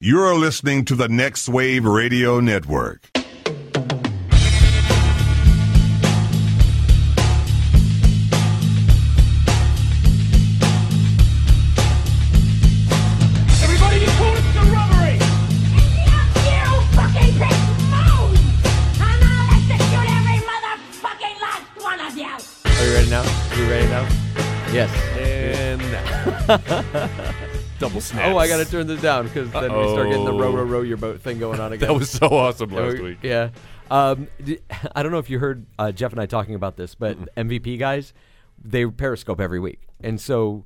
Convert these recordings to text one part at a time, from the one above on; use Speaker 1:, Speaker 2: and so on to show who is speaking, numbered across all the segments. Speaker 1: You're listening to the Next Wave Radio Network.
Speaker 2: Everybody, you call it the robbery!
Speaker 3: Are you ready now? Are you ready now? Yes.
Speaker 4: And double snap.
Speaker 3: Oh, I gotta turn this down because then we start getting the row, row, row your boat thing going on again.
Speaker 4: That was so awesome
Speaker 3: Yeah,
Speaker 4: last
Speaker 3: we-
Speaker 4: week.
Speaker 3: Yeah. Um, d- I don't know if you heard uh, Jeff and I talking about this, but MVP guys, they Periscope every week. And so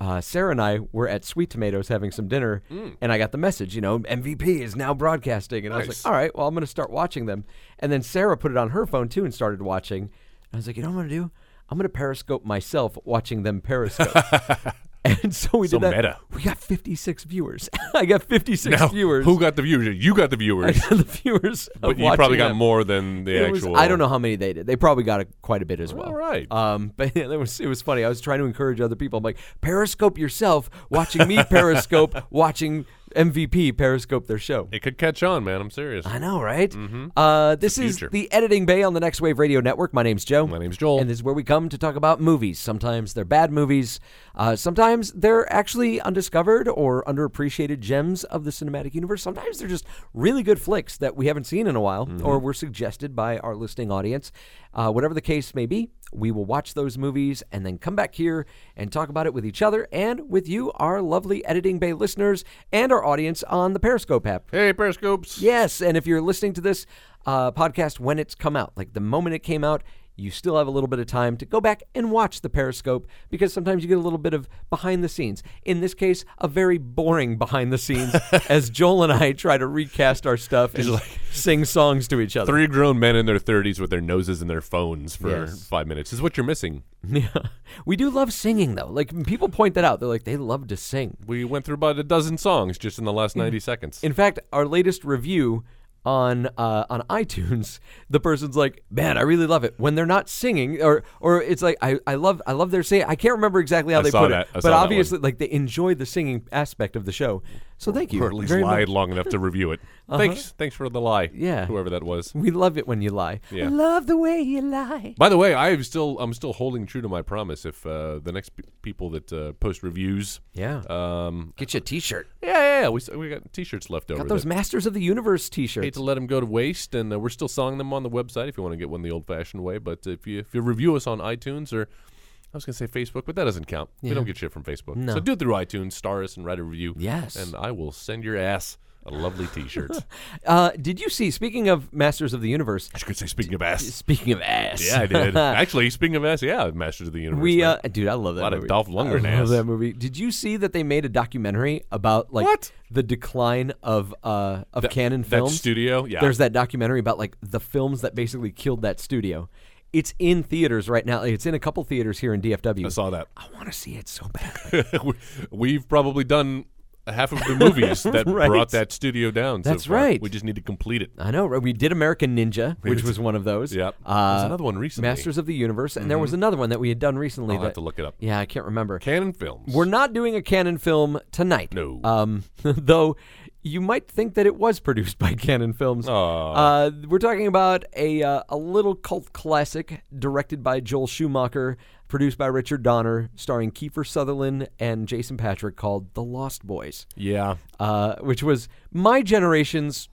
Speaker 3: uh, Sarah and I were at Sweet Tomatoes having some dinner,
Speaker 4: Mm.
Speaker 3: and I got the message, you know, MVP is now broadcasting. And I was
Speaker 4: Nice.
Speaker 3: like, all right, well, I'm going to start watching them. And then Sarah put it on her phone too and started watching. And I was like, you know what I'm going to do? I'm going to Periscope myself watching them Periscope. And so we
Speaker 4: So
Speaker 3: did that.
Speaker 4: meta.
Speaker 3: We got 56 viewers. I got 56
Speaker 4: Now,
Speaker 3: viewers.
Speaker 4: Who got the viewers? You got the viewers,
Speaker 3: the viewers. of
Speaker 4: but you probably
Speaker 3: watching
Speaker 4: got
Speaker 3: them.
Speaker 4: more than the
Speaker 3: It was-
Speaker 4: actual.
Speaker 3: I don't know how many they did. They probably got a, quite a bit as well.
Speaker 4: All right.
Speaker 3: Um, but yeah, that was it was funny. I was trying to encourage other people. I'm like, Periscope yourself, watching me Periscope, watching MVP Periscope their show.
Speaker 4: It could catch on, man. I'm serious.
Speaker 3: I know, right? Uh, this is
Speaker 4: Mm-hmm. future.
Speaker 3: the Editing Bay on the Next Wave Radio Network. My name's Joe.
Speaker 4: My name's Joel.
Speaker 3: And this is where we come to talk about movies. Sometimes they're bad movies, uh, sometimes they're actually undiscovered or underappreciated gems of the cinematic universe. Sometimes they're just really good flicks that we haven't seen in a while
Speaker 4: Mm-hmm.
Speaker 3: or were suggested by our listening audience. Uh, whatever the case may be, we will watch those movies and then come back here and talk about it with each other and with you, our lovely Editing Bay listeners, and our audience on the Periscope app.
Speaker 4: Hey, Periscopes.
Speaker 3: Yes, and if you're listening to this uh, podcast when it's come out, like the moment it came out, you still have a little bit of time to go back and watch the Periscope because sometimes you get a little bit of behind the scenes. In this case, a very boring behind the scenes as Joel and I try to recast our stuff and sing songs to each other.
Speaker 4: Three grown men in their 30s with their noses in their phones for
Speaker 3: Yes.
Speaker 4: five minutes is what you're missing.
Speaker 3: Yeah. We do love singing though. Like people point that out. They're like they love to sing.
Speaker 4: We went through about a dozen songs just in the last 90 seconds.
Speaker 3: In fact, our latest review on uh, on iTunes, the person's like, "Man, I really love it." When they're not singing, or or it's like, "I, I love I love their singing." I can't remember exactly how
Speaker 4: I
Speaker 3: they
Speaker 4: saw
Speaker 3: put
Speaker 4: that.
Speaker 3: it,
Speaker 4: I saw
Speaker 3: but
Speaker 4: that one.
Speaker 3: obviously, like they enjoy the singing aspect of the show. So thank you,
Speaker 4: or at least
Speaker 3: very
Speaker 4: lied
Speaker 3: much. Uh-huh.
Speaker 4: long enough to review it. Thanks, thanks for the lie.
Speaker 3: Yeah.
Speaker 4: whoever that was.
Speaker 3: We love it when you lie.
Speaker 4: Yeah.
Speaker 3: I love the way you lie.
Speaker 4: By the way, I'm still I'm still holding true to my promise. If uh, the next p- people that uh, post reviews,
Speaker 3: Yeah,
Speaker 4: um,
Speaker 3: get you a T-shirt.
Speaker 4: yeah, yeah, yeah, we s- we got T-shirts left over.
Speaker 3: Got those
Speaker 4: that-
Speaker 3: Masters of the Universe T-shirts.
Speaker 4: hate to let them go to waste, and uh, we're still selling them on the website if you want to get one the old-fashioned way. But uh, if you if you review us on iTunes or I was gonna say Facebook, but that doesn't count. We don't get shit from Facebook.
Speaker 3: No.
Speaker 4: So do it through iTunes, star us, and write a review.
Speaker 3: Yes.
Speaker 4: and I will send your ass a lovely T-shirt.
Speaker 3: Uh, did you see? Speaking of Masters of the Universe,
Speaker 4: I could say, speaking of ass.
Speaker 3: speaking of ass,
Speaker 4: Yeah, I did. Actually, speaking of ass, yeah, Masters of the Universe.
Speaker 3: We
Speaker 4: man.
Speaker 3: uh, dude, I love that.
Speaker 4: lot of
Speaker 3: movie.
Speaker 4: Dolph Lundgren
Speaker 3: I love
Speaker 4: ass.
Speaker 3: that movie. Did you see that they made a documentary about like
Speaker 4: What?
Speaker 3: the decline of uh of
Speaker 4: That-
Speaker 3: Canon
Speaker 4: that
Speaker 3: Films
Speaker 4: studio? Yeah.
Speaker 3: There's that documentary about like the films that basically killed that studio. It's in theaters right now. It's in a couple theaters here in DFW.
Speaker 4: I saw that.
Speaker 3: I want to see it so bad.
Speaker 4: We- We've probably done half of the movies that
Speaker 3: Right.
Speaker 4: brought that studio down. so
Speaker 3: That's
Speaker 4: far.
Speaker 3: right.
Speaker 4: We just need to complete it.
Speaker 3: I know. right? We did American Ninja, which was one of those.
Speaker 4: Yep.
Speaker 3: Uh,
Speaker 4: There's another one recently. Mm-hmm.
Speaker 3: Masters of the Universe, and there was another one that we had done recently.
Speaker 4: I'll
Speaker 3: that,
Speaker 4: have to look it up.
Speaker 3: Yeah, I can't remember.
Speaker 4: Canon Films.
Speaker 3: We're not doing a Canon film tonight.
Speaker 4: No.
Speaker 3: Um, though you might think that it was produced by Canon Films.
Speaker 4: Aw.
Speaker 3: Uh, we're talking about a uh, a little cult classic directed by Joel Schumacher, produced by Richard Donner, starring Kiefer Sutherland and Jason Patrick, called The Lost Boys,
Speaker 4: yeah.
Speaker 3: uh, which was my generation's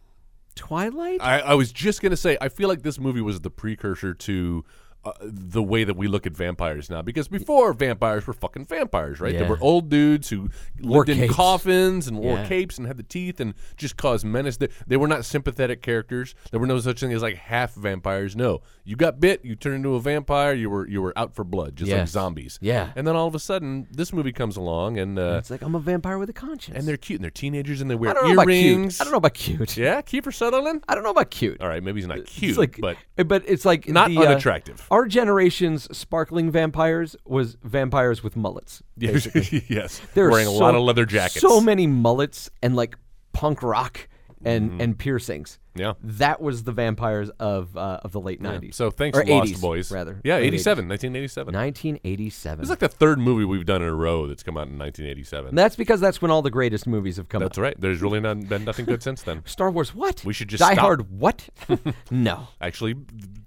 Speaker 3: Twilight.
Speaker 4: I, I was just gonna say. I feel like this movie was the precursor to. Uh, the way that we look at vampires now, because before vampires were fucking vampires, right?
Speaker 3: Yeah.
Speaker 4: They were old dudes who
Speaker 3: Wore
Speaker 4: lived in
Speaker 3: capes.
Speaker 4: coffins and wore
Speaker 3: Yeah.
Speaker 4: capes and had the teeth and just caused menace. They, they were not sympathetic characters. There were no such thing as like half vampires. No, you got bit, you turned into a vampire. You were you were out for blood, just like
Speaker 3: Yes.
Speaker 4: zombies.
Speaker 3: Yeah.
Speaker 4: And then all of a sudden, this movie comes along, and uh,
Speaker 3: it's like I'm a vampire with a conscience.
Speaker 4: and they're cute and they're teenagers and they wear
Speaker 3: I don't know
Speaker 4: earrings.
Speaker 3: about cute. I don't know about cute.
Speaker 4: Yeah, Kiefer Sutherland.
Speaker 3: I don't know about cute.
Speaker 4: All right, maybe he's not
Speaker 3: It's
Speaker 4: cute,
Speaker 3: like- eh,
Speaker 4: but
Speaker 3: it's like
Speaker 4: Not
Speaker 3: the, uh,
Speaker 4: unattractive.
Speaker 3: our generation's sparkling vampires was vampires with mullets.
Speaker 4: yes, yes.
Speaker 3: There are
Speaker 4: wearing a
Speaker 3: so-
Speaker 4: lot of leather jackets.
Speaker 3: So many mullets and like punk rock and and piercings.
Speaker 4: Mm-hmm. Yeah.
Speaker 3: that was the vampires of uh, of the late nineties.
Speaker 4: So thanks,
Speaker 3: or
Speaker 4: Lost
Speaker 3: 80s,
Speaker 4: Boys.
Speaker 3: Rather,
Speaker 4: yeah, 87, 1987.
Speaker 3: nineteen eighty seven.
Speaker 4: It's like the third movie we've done in a row that's come out in 1987.
Speaker 3: And that's because that's when all the greatest movies have come
Speaker 4: that's
Speaker 3: out.
Speaker 4: right. There's really not been nothing good since then.
Speaker 3: Star Wars, what?
Speaker 4: We should just
Speaker 3: Die
Speaker 4: stop.
Speaker 3: Hard, what? no,
Speaker 4: Actually,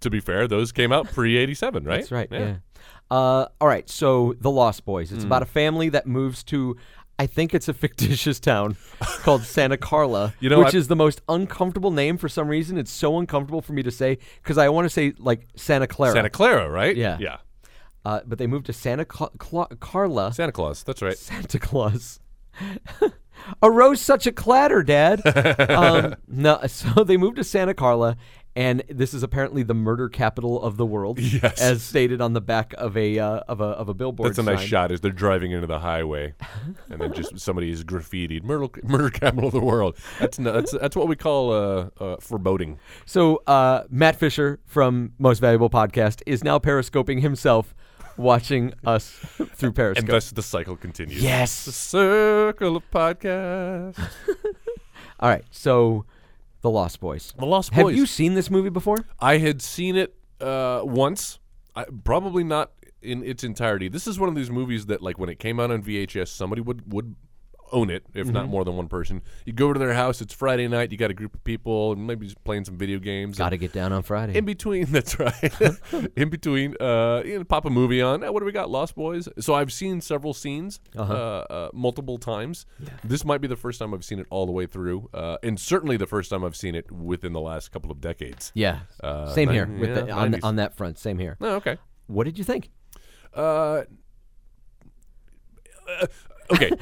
Speaker 4: to be fair, those came out pre 87, right?
Speaker 3: that's right. Yeah. Uh, all right. So the Lost Boys. It's
Speaker 4: Hmm.
Speaker 3: about a family that moves to. I think it's a fictitious town called Santa Carla,
Speaker 4: You know,
Speaker 3: which
Speaker 4: I-
Speaker 3: is the most uncomfortable name for some reason. It's so uncomfortable for me to say because I want to say like Santa Clara,
Speaker 4: Santa Clara, right?
Speaker 3: Yeah.
Speaker 4: Yeah.
Speaker 3: Uh, but they moved to Santa Cla- Cla- Carla.
Speaker 4: Santa Claus. That's right.
Speaker 3: Santa Claus. Arose such a clatter, Dad. um, no, so they moved to Santa Carla, and this is apparently the murder capital of the world,
Speaker 4: Yes.
Speaker 3: as stated on the back of a uh, of a of a billboard.
Speaker 4: That's a nice
Speaker 3: sign.
Speaker 4: shot as they're driving into the highway, and then just somebody is graffitied murder, murder capital of the world. That's no, that's that's what we call uh, uh, foreboding.
Speaker 3: So uh, Matt Fisher from Most Valuable Podcast is now periscoping himself, watching us through Periscope.
Speaker 4: And thus the cycle continues. The
Speaker 3: yes.
Speaker 4: circle of podcasts.
Speaker 3: All right. So, The Lost Boys.
Speaker 4: The Lost
Speaker 3: Have
Speaker 4: Boys.
Speaker 3: you seen this movie before?
Speaker 4: I had seen it uh, once, I, probably not in its entirety. This is one of these movies that, like, when it came out on VHS, somebody would would own it, if not more than one person. You go to their house. It's Friday night. You got a group of people, and maybe just playing some video games.
Speaker 3: Got to get down on Friday.
Speaker 4: in between, that's right. in between, uh, you know, pop a movie on. Eh, what do we got? Lost Boys. So I've seen several scenes, uh
Speaker 3: Uh-huh.
Speaker 4: uh, multiple times. This might be the first time I've seen it all the way through, uh, and certainly the first time I've seen it within the last couple of decades.
Speaker 3: Yeah.
Speaker 4: Uh,
Speaker 3: same here
Speaker 4: nin-
Speaker 3: with
Speaker 4: yeah,
Speaker 3: the, on,
Speaker 4: 90s.
Speaker 3: on that front. Same here.
Speaker 4: Oh, okay.
Speaker 3: What did you think?
Speaker 4: Uh, uh, okay.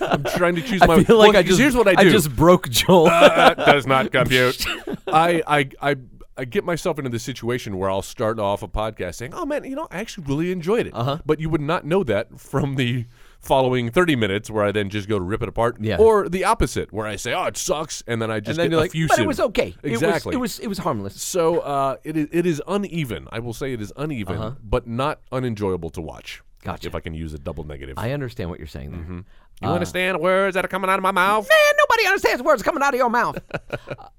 Speaker 4: I'm trying to choose my.
Speaker 3: I feel
Speaker 4: well,
Speaker 3: like I
Speaker 4: 'cause
Speaker 3: just
Speaker 4: here's what I do.
Speaker 3: just broke Joel.
Speaker 4: that does not compute. I, I I I get myself into the situation where I'll start off a podcast saying, "Oh man, you know, I actually really enjoyed it," uh-huh. but you would not know that from the following 30 minutes where I then just go to rip it apart,
Speaker 3: Yeah.
Speaker 4: or the opposite where I say, "Oh, it sucks," and then I
Speaker 3: and
Speaker 4: just
Speaker 3: then
Speaker 4: get
Speaker 3: you're like,
Speaker 4: effusive.
Speaker 3: but it was okay.
Speaker 4: Exactly.
Speaker 3: It was it was, it was harmless.
Speaker 4: So uh, it is it is uneven. I will say it is uneven, but not unenjoyable to watch.
Speaker 3: Uh-huh. Gotcha.
Speaker 4: If I can use a double negative.
Speaker 3: I uh, understand what you're saying there.
Speaker 4: you understand the words that are coming out of my mouth?
Speaker 3: Man, nobody understands words coming out of your mouth.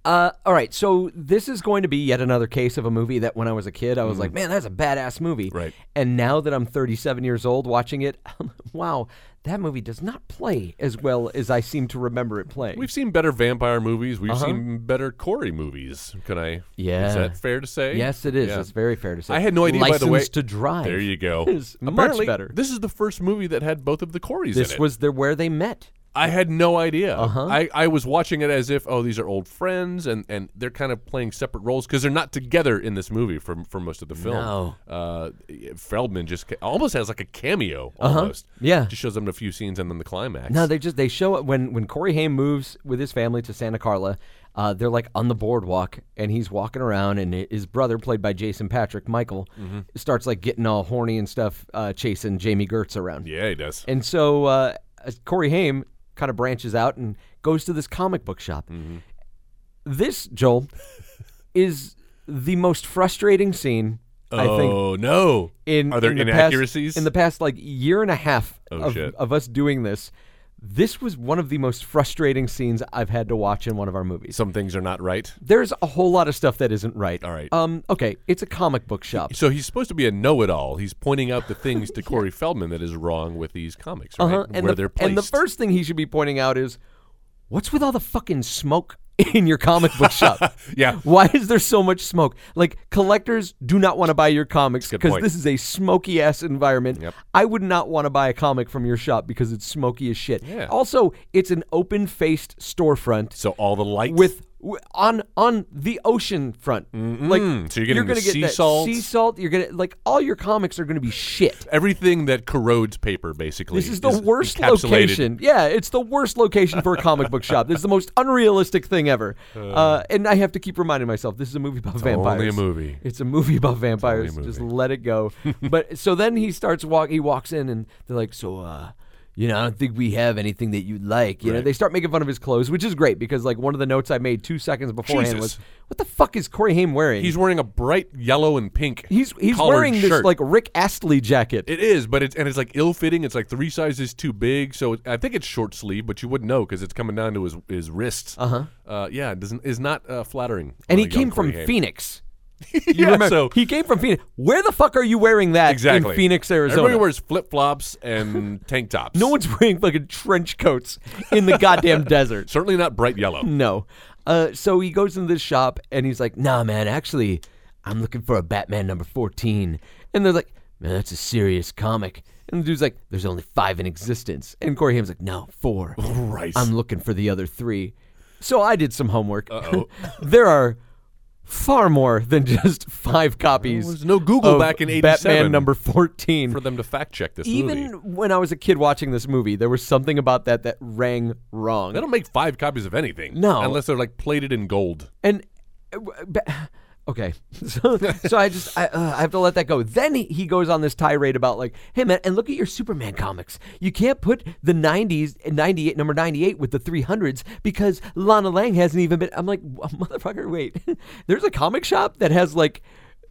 Speaker 3: uh, all right, so this is going to be yet another case of a movie that when I was a kid, I was like, man, that's a badass movie.
Speaker 4: Mm-hmm. Right.
Speaker 3: And now that I'm 37 years old watching it, wow, that movie does not play as well as I seem to remember it playing.
Speaker 4: We've seen better vampire movies. We've seen better Corey movies. Can I?
Speaker 3: Uh-huh. Yeah.
Speaker 4: Is that fair to say?
Speaker 3: yes, it is.
Speaker 4: Yeah.
Speaker 3: It's very fair to say.
Speaker 4: I had no idea.
Speaker 3: License
Speaker 4: by the way,
Speaker 3: to Drive.
Speaker 4: There you go.
Speaker 3: Is much
Speaker 4: Apparently,
Speaker 3: better.
Speaker 4: This is the first movie that had both of the Coreys in
Speaker 3: This
Speaker 4: it.
Speaker 3: was the where they met.
Speaker 4: I had no idea. Uh-huh. I, I was watching it as if, oh, these are old friends, and, and they're kind of playing separate roles because they're not together in this movie for, for most of the film.
Speaker 3: No.
Speaker 4: Uh, Feldman just ca- almost has like a cameo almost.
Speaker 3: Uh-huh. Yeah.
Speaker 4: Just shows them in a few scenes and then the climax.
Speaker 3: No, they just they show up when when Corey Haim moves with his family to Santa Carla. Uh, they're like on the boardwalk, and he's walking around, and hi- his brother, played by Jason Patrick Michael,
Speaker 4: Mm-hmm.
Speaker 3: starts like getting all horny and stuff, uh, chasing Jamie Gertz around.
Speaker 4: yeah, he does.
Speaker 3: And so uh, as Corey Haim kind of branches out and goes to this comic book shop.
Speaker 4: Mm-hmm.
Speaker 3: This Joel is the most frustrating scene I think
Speaker 4: oh, no.
Speaker 3: in
Speaker 4: are there
Speaker 3: in the past-
Speaker 4: inaccuracies?
Speaker 3: in the past like year and a half
Speaker 4: Oh,
Speaker 3: of,
Speaker 4: shit.
Speaker 3: of us doing this this was one of the most frustrating scenes i've had to watch in one of our movies
Speaker 4: Some things are not right.
Speaker 3: there's a whole lot of stuff that isn't right
Speaker 4: All right.
Speaker 3: um okay it's a comic book shop
Speaker 4: So he's supposed to be a know-it-all. He's pointing out the things to Corey Feldman that is wrong with these comics, right?
Speaker 3: Uh-huh. and,
Speaker 4: Where
Speaker 3: the,
Speaker 4: they're placed.
Speaker 3: and the first thing he should be pointing out is what's with all the fucking smoke in your comic book shop
Speaker 4: Yeah.
Speaker 3: why is there so much smoke like collectors do not want to buy your comics
Speaker 4: Good
Speaker 3: because
Speaker 4: point.
Speaker 3: this is a smoky ass environment
Speaker 4: Yep.
Speaker 3: i would not want to buy a comic from your shop because it's smoky as shit
Speaker 4: Yeah.
Speaker 3: also it's an open faced storefront
Speaker 4: So all the lights.
Speaker 3: with w- on on the ocean front like
Speaker 4: Mm-hmm. So you're getting
Speaker 3: gonna
Speaker 4: the
Speaker 3: get
Speaker 4: sea
Speaker 3: that
Speaker 4: salt.
Speaker 3: sea salt you're gonna like all your comics are gonna be shit
Speaker 4: everything that corrodes paper, basically.
Speaker 3: this is the worst
Speaker 4: encapsulated.
Speaker 3: location. Yeah, it's the worst location for a comic book shop. This is the most unrealistic thing ever. Uh, and I have to keep reminding myself this is a movie about vampires.
Speaker 4: only a movie.
Speaker 3: It's a movie about vampires.
Speaker 4: movie.
Speaker 3: Just let it go. but so then he starts walk. He walks in, and they're like, "So, uh, you know, I don't think we have anything that you'd like. You know, they start making fun of his clothes, which is great because like one of the notes I made two seconds beforehand
Speaker 4: Jesus.
Speaker 3: was, "What the fuck is Corey Haim wearing?"
Speaker 4: He's wearing a bright yellow and pink.
Speaker 3: he's he's
Speaker 4: collared
Speaker 3: wearing this
Speaker 4: shirt.
Speaker 3: like Rick Astley jacket.
Speaker 4: It is, but it's and it's like ill fitting. It's like three sizes too big. So it, I think it's short sleeve, but you wouldn't know because it's coming down to his his wrists. Uh-huh. Yeah, it doesn't is not uh, flattering.
Speaker 3: and
Speaker 4: on
Speaker 3: he
Speaker 4: a young
Speaker 3: came from
Speaker 4: Corey Haim.
Speaker 3: Phoenix.
Speaker 4: yeah, so
Speaker 3: he came from Phoenix. Where the fuck are you wearing that
Speaker 4: exactly
Speaker 3: in Phoenix, Arizona?
Speaker 4: Everybody wears flip flops and tank tops.
Speaker 3: no one's wearing fucking trench coats in the goddamn desert.
Speaker 4: certainly not bright yellow.
Speaker 3: No. Uh, so he goes into this shop and he's like, nah, man, actually, I'm looking for a Batman number 14. And they're like, man, that's a serious comic. And the dude's like, there's only five in existence. And Corey Haim's like, no, four.
Speaker 4: Right.
Speaker 3: I'm looking for the other three. So I did some homework. there are far more than just five copies.
Speaker 4: There was no Google
Speaker 3: of
Speaker 4: back in
Speaker 3: Batman
Speaker 4: 87
Speaker 3: number 14.
Speaker 4: for them to fact check this
Speaker 3: Even
Speaker 4: movie.
Speaker 3: when I was a kid watching this movie, there was something about that that rang wrong.
Speaker 4: They don't make five copies of anything.
Speaker 3: No.
Speaker 4: unless they're like plated in gold.
Speaker 3: and uh, w- b- okay so, so i just I, uh, I have to let that go then he, he goes on this tirade about like hey man and look at your superman comics you can't put the 90s 98 number 98 with the 300s because lana lang hasn't even been i'm like "Wha- motherfucker wait there's a comic shop that has like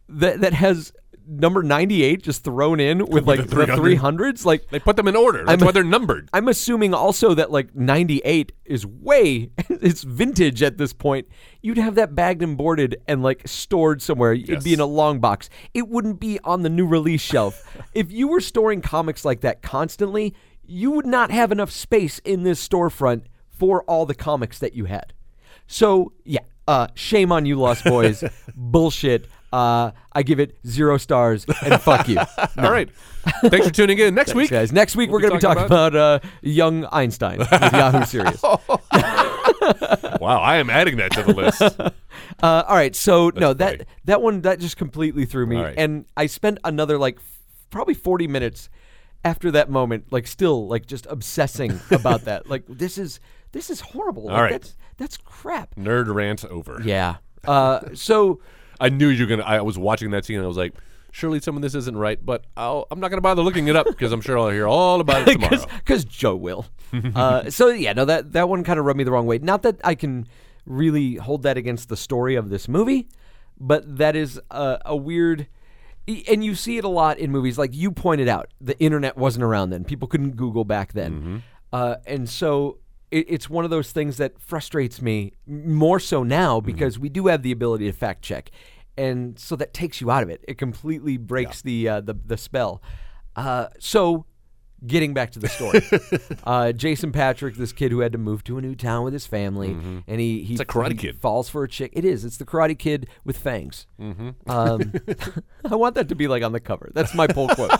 Speaker 3: that that has number 98 just thrown in with like the 300s like
Speaker 4: They put them in order. That's
Speaker 3: I'm-
Speaker 4: why they're numbered.
Speaker 3: I'm assuming also that like 98 is way it's vintage at this point. You'd have that bagged and boarded and like stored somewhere. It'd be in a long box. It wouldn't be on the new release shelf. if you were storing comics like that constantly, you would not have enough space in this storefront for all the comics that you had. So yeah, uh, shame on you, Lost Boys. Bullshit. Uh, I give it zero stars and fuck you.
Speaker 4: All right. Thanks for tuning in. Next week.
Speaker 3: Guys, next week we're
Speaker 4: We'll
Speaker 3: going to be talking about, uh, young Einstein with Yahoo Serious. Uh,
Speaker 4: Wow, I am adding that to the list.
Speaker 3: all right, Uh, so no, that
Speaker 4: funny.
Speaker 3: that one that just completely threw me,
Speaker 4: All right.
Speaker 3: and I spent another like f- probably forty minutes after that moment, like still like just obsessing about that. Like this is this is horrible. Like,
Speaker 4: right.
Speaker 3: that's that's crap.
Speaker 4: Nerd rant over.
Speaker 3: Yeah. Uh, so
Speaker 4: I knew you were gonna. I was watching that scene and I was like, surely some of this isn't right, but I'll, I'm not gonna bother looking it up because I'm sure I'll hear all about it tomorrow.
Speaker 3: because Joe will. uh, so yeah, no, that that one kind of rubbed me the wrong way. Not that I can really hold that against the story of this movie, but that is a, a weird. y- And you see it a lot in movies, like you pointed out. The internet wasn't around then; people couldn't Google back then, uh, and so it, it's one of those things that frustrates me m- more so now because we do have the ability to fact check, and so that takes you out of it. It completely breaks the, uh, the the spell. Uh, so getting back to the story, uh, Jason Patrick, this kid who had to move to a new town with his family, and he he,
Speaker 4: Mm-hmm. a Karate
Speaker 3: he
Speaker 4: Kid.
Speaker 3: falls for a chick. It is. It's the Karate Kid with fangs. Mm-hmm. Um, I want that to be like on the cover. That's my pull quote.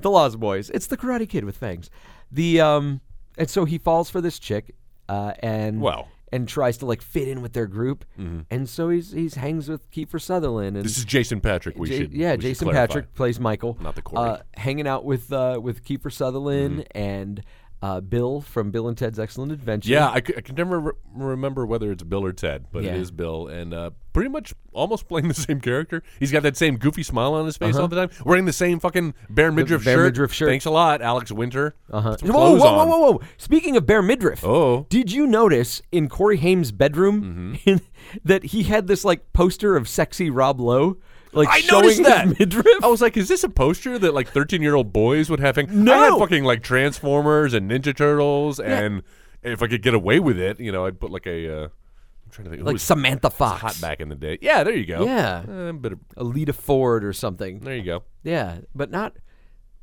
Speaker 3: the Lost Boys. It's the Karate Kid with fangs. The um, and so he falls for this chick, uh, and
Speaker 4: Well.
Speaker 3: and tries to like fit in with their group, and so he's he's hangs with Kiefer Sutherland and
Speaker 4: Mm-hmm. This is Jason Patrick. We
Speaker 3: Ja-
Speaker 4: should.
Speaker 3: yeah,
Speaker 4: we should
Speaker 3: Jason
Speaker 4: clarify.
Speaker 3: Patrick plays Michael.
Speaker 4: Not the Mm-hmm. Corey.
Speaker 3: Uh, hanging out with uh, with Kiefer Sutherland and uh, Bill from Bill and Ted's Excellent Adventure.
Speaker 4: Yeah, I, c- I can never re- remember whether it's Bill or Ted, but
Speaker 3: Yeah.
Speaker 4: it is Bill, and uh, pretty much almost playing the same character. He's got that same goofy smile on his face all the time, wearing the same fucking bare midriff,
Speaker 3: bare
Speaker 4: shirt.
Speaker 3: Uh-huh. midriff shirt.
Speaker 4: Thanks a lot, Alex Winter. Uh-huh. Put some
Speaker 3: Whoa, whoa,
Speaker 4: clothes
Speaker 3: whoa,
Speaker 4: on.
Speaker 3: whoa, whoa! Speaking of bare midriff,
Speaker 4: Oh.
Speaker 3: did you notice in Corey Haim's bedroom
Speaker 4: Mm-hmm.
Speaker 3: that he had this like poster of sexy Rob Lowe, like
Speaker 4: I
Speaker 3: showing
Speaker 4: noticed
Speaker 3: his
Speaker 4: that Oh,
Speaker 3: midriff?
Speaker 4: I was like, "Is this a poster that like thirteen-year-old boys would have?" hang- I
Speaker 3: No!
Speaker 4: had fucking like Transformers and Ninja Turtles, and if I could get away with it, you know, I'd put like a. Uh, I'm trying to think. who
Speaker 3: like
Speaker 4: was
Speaker 3: Samantha Fox,
Speaker 4: hot back in the day. Yeah, there you go.
Speaker 3: Yeah.
Speaker 4: uh, bit of,
Speaker 3: Alita Ford, or something.
Speaker 4: there you go.
Speaker 3: Yeah, but not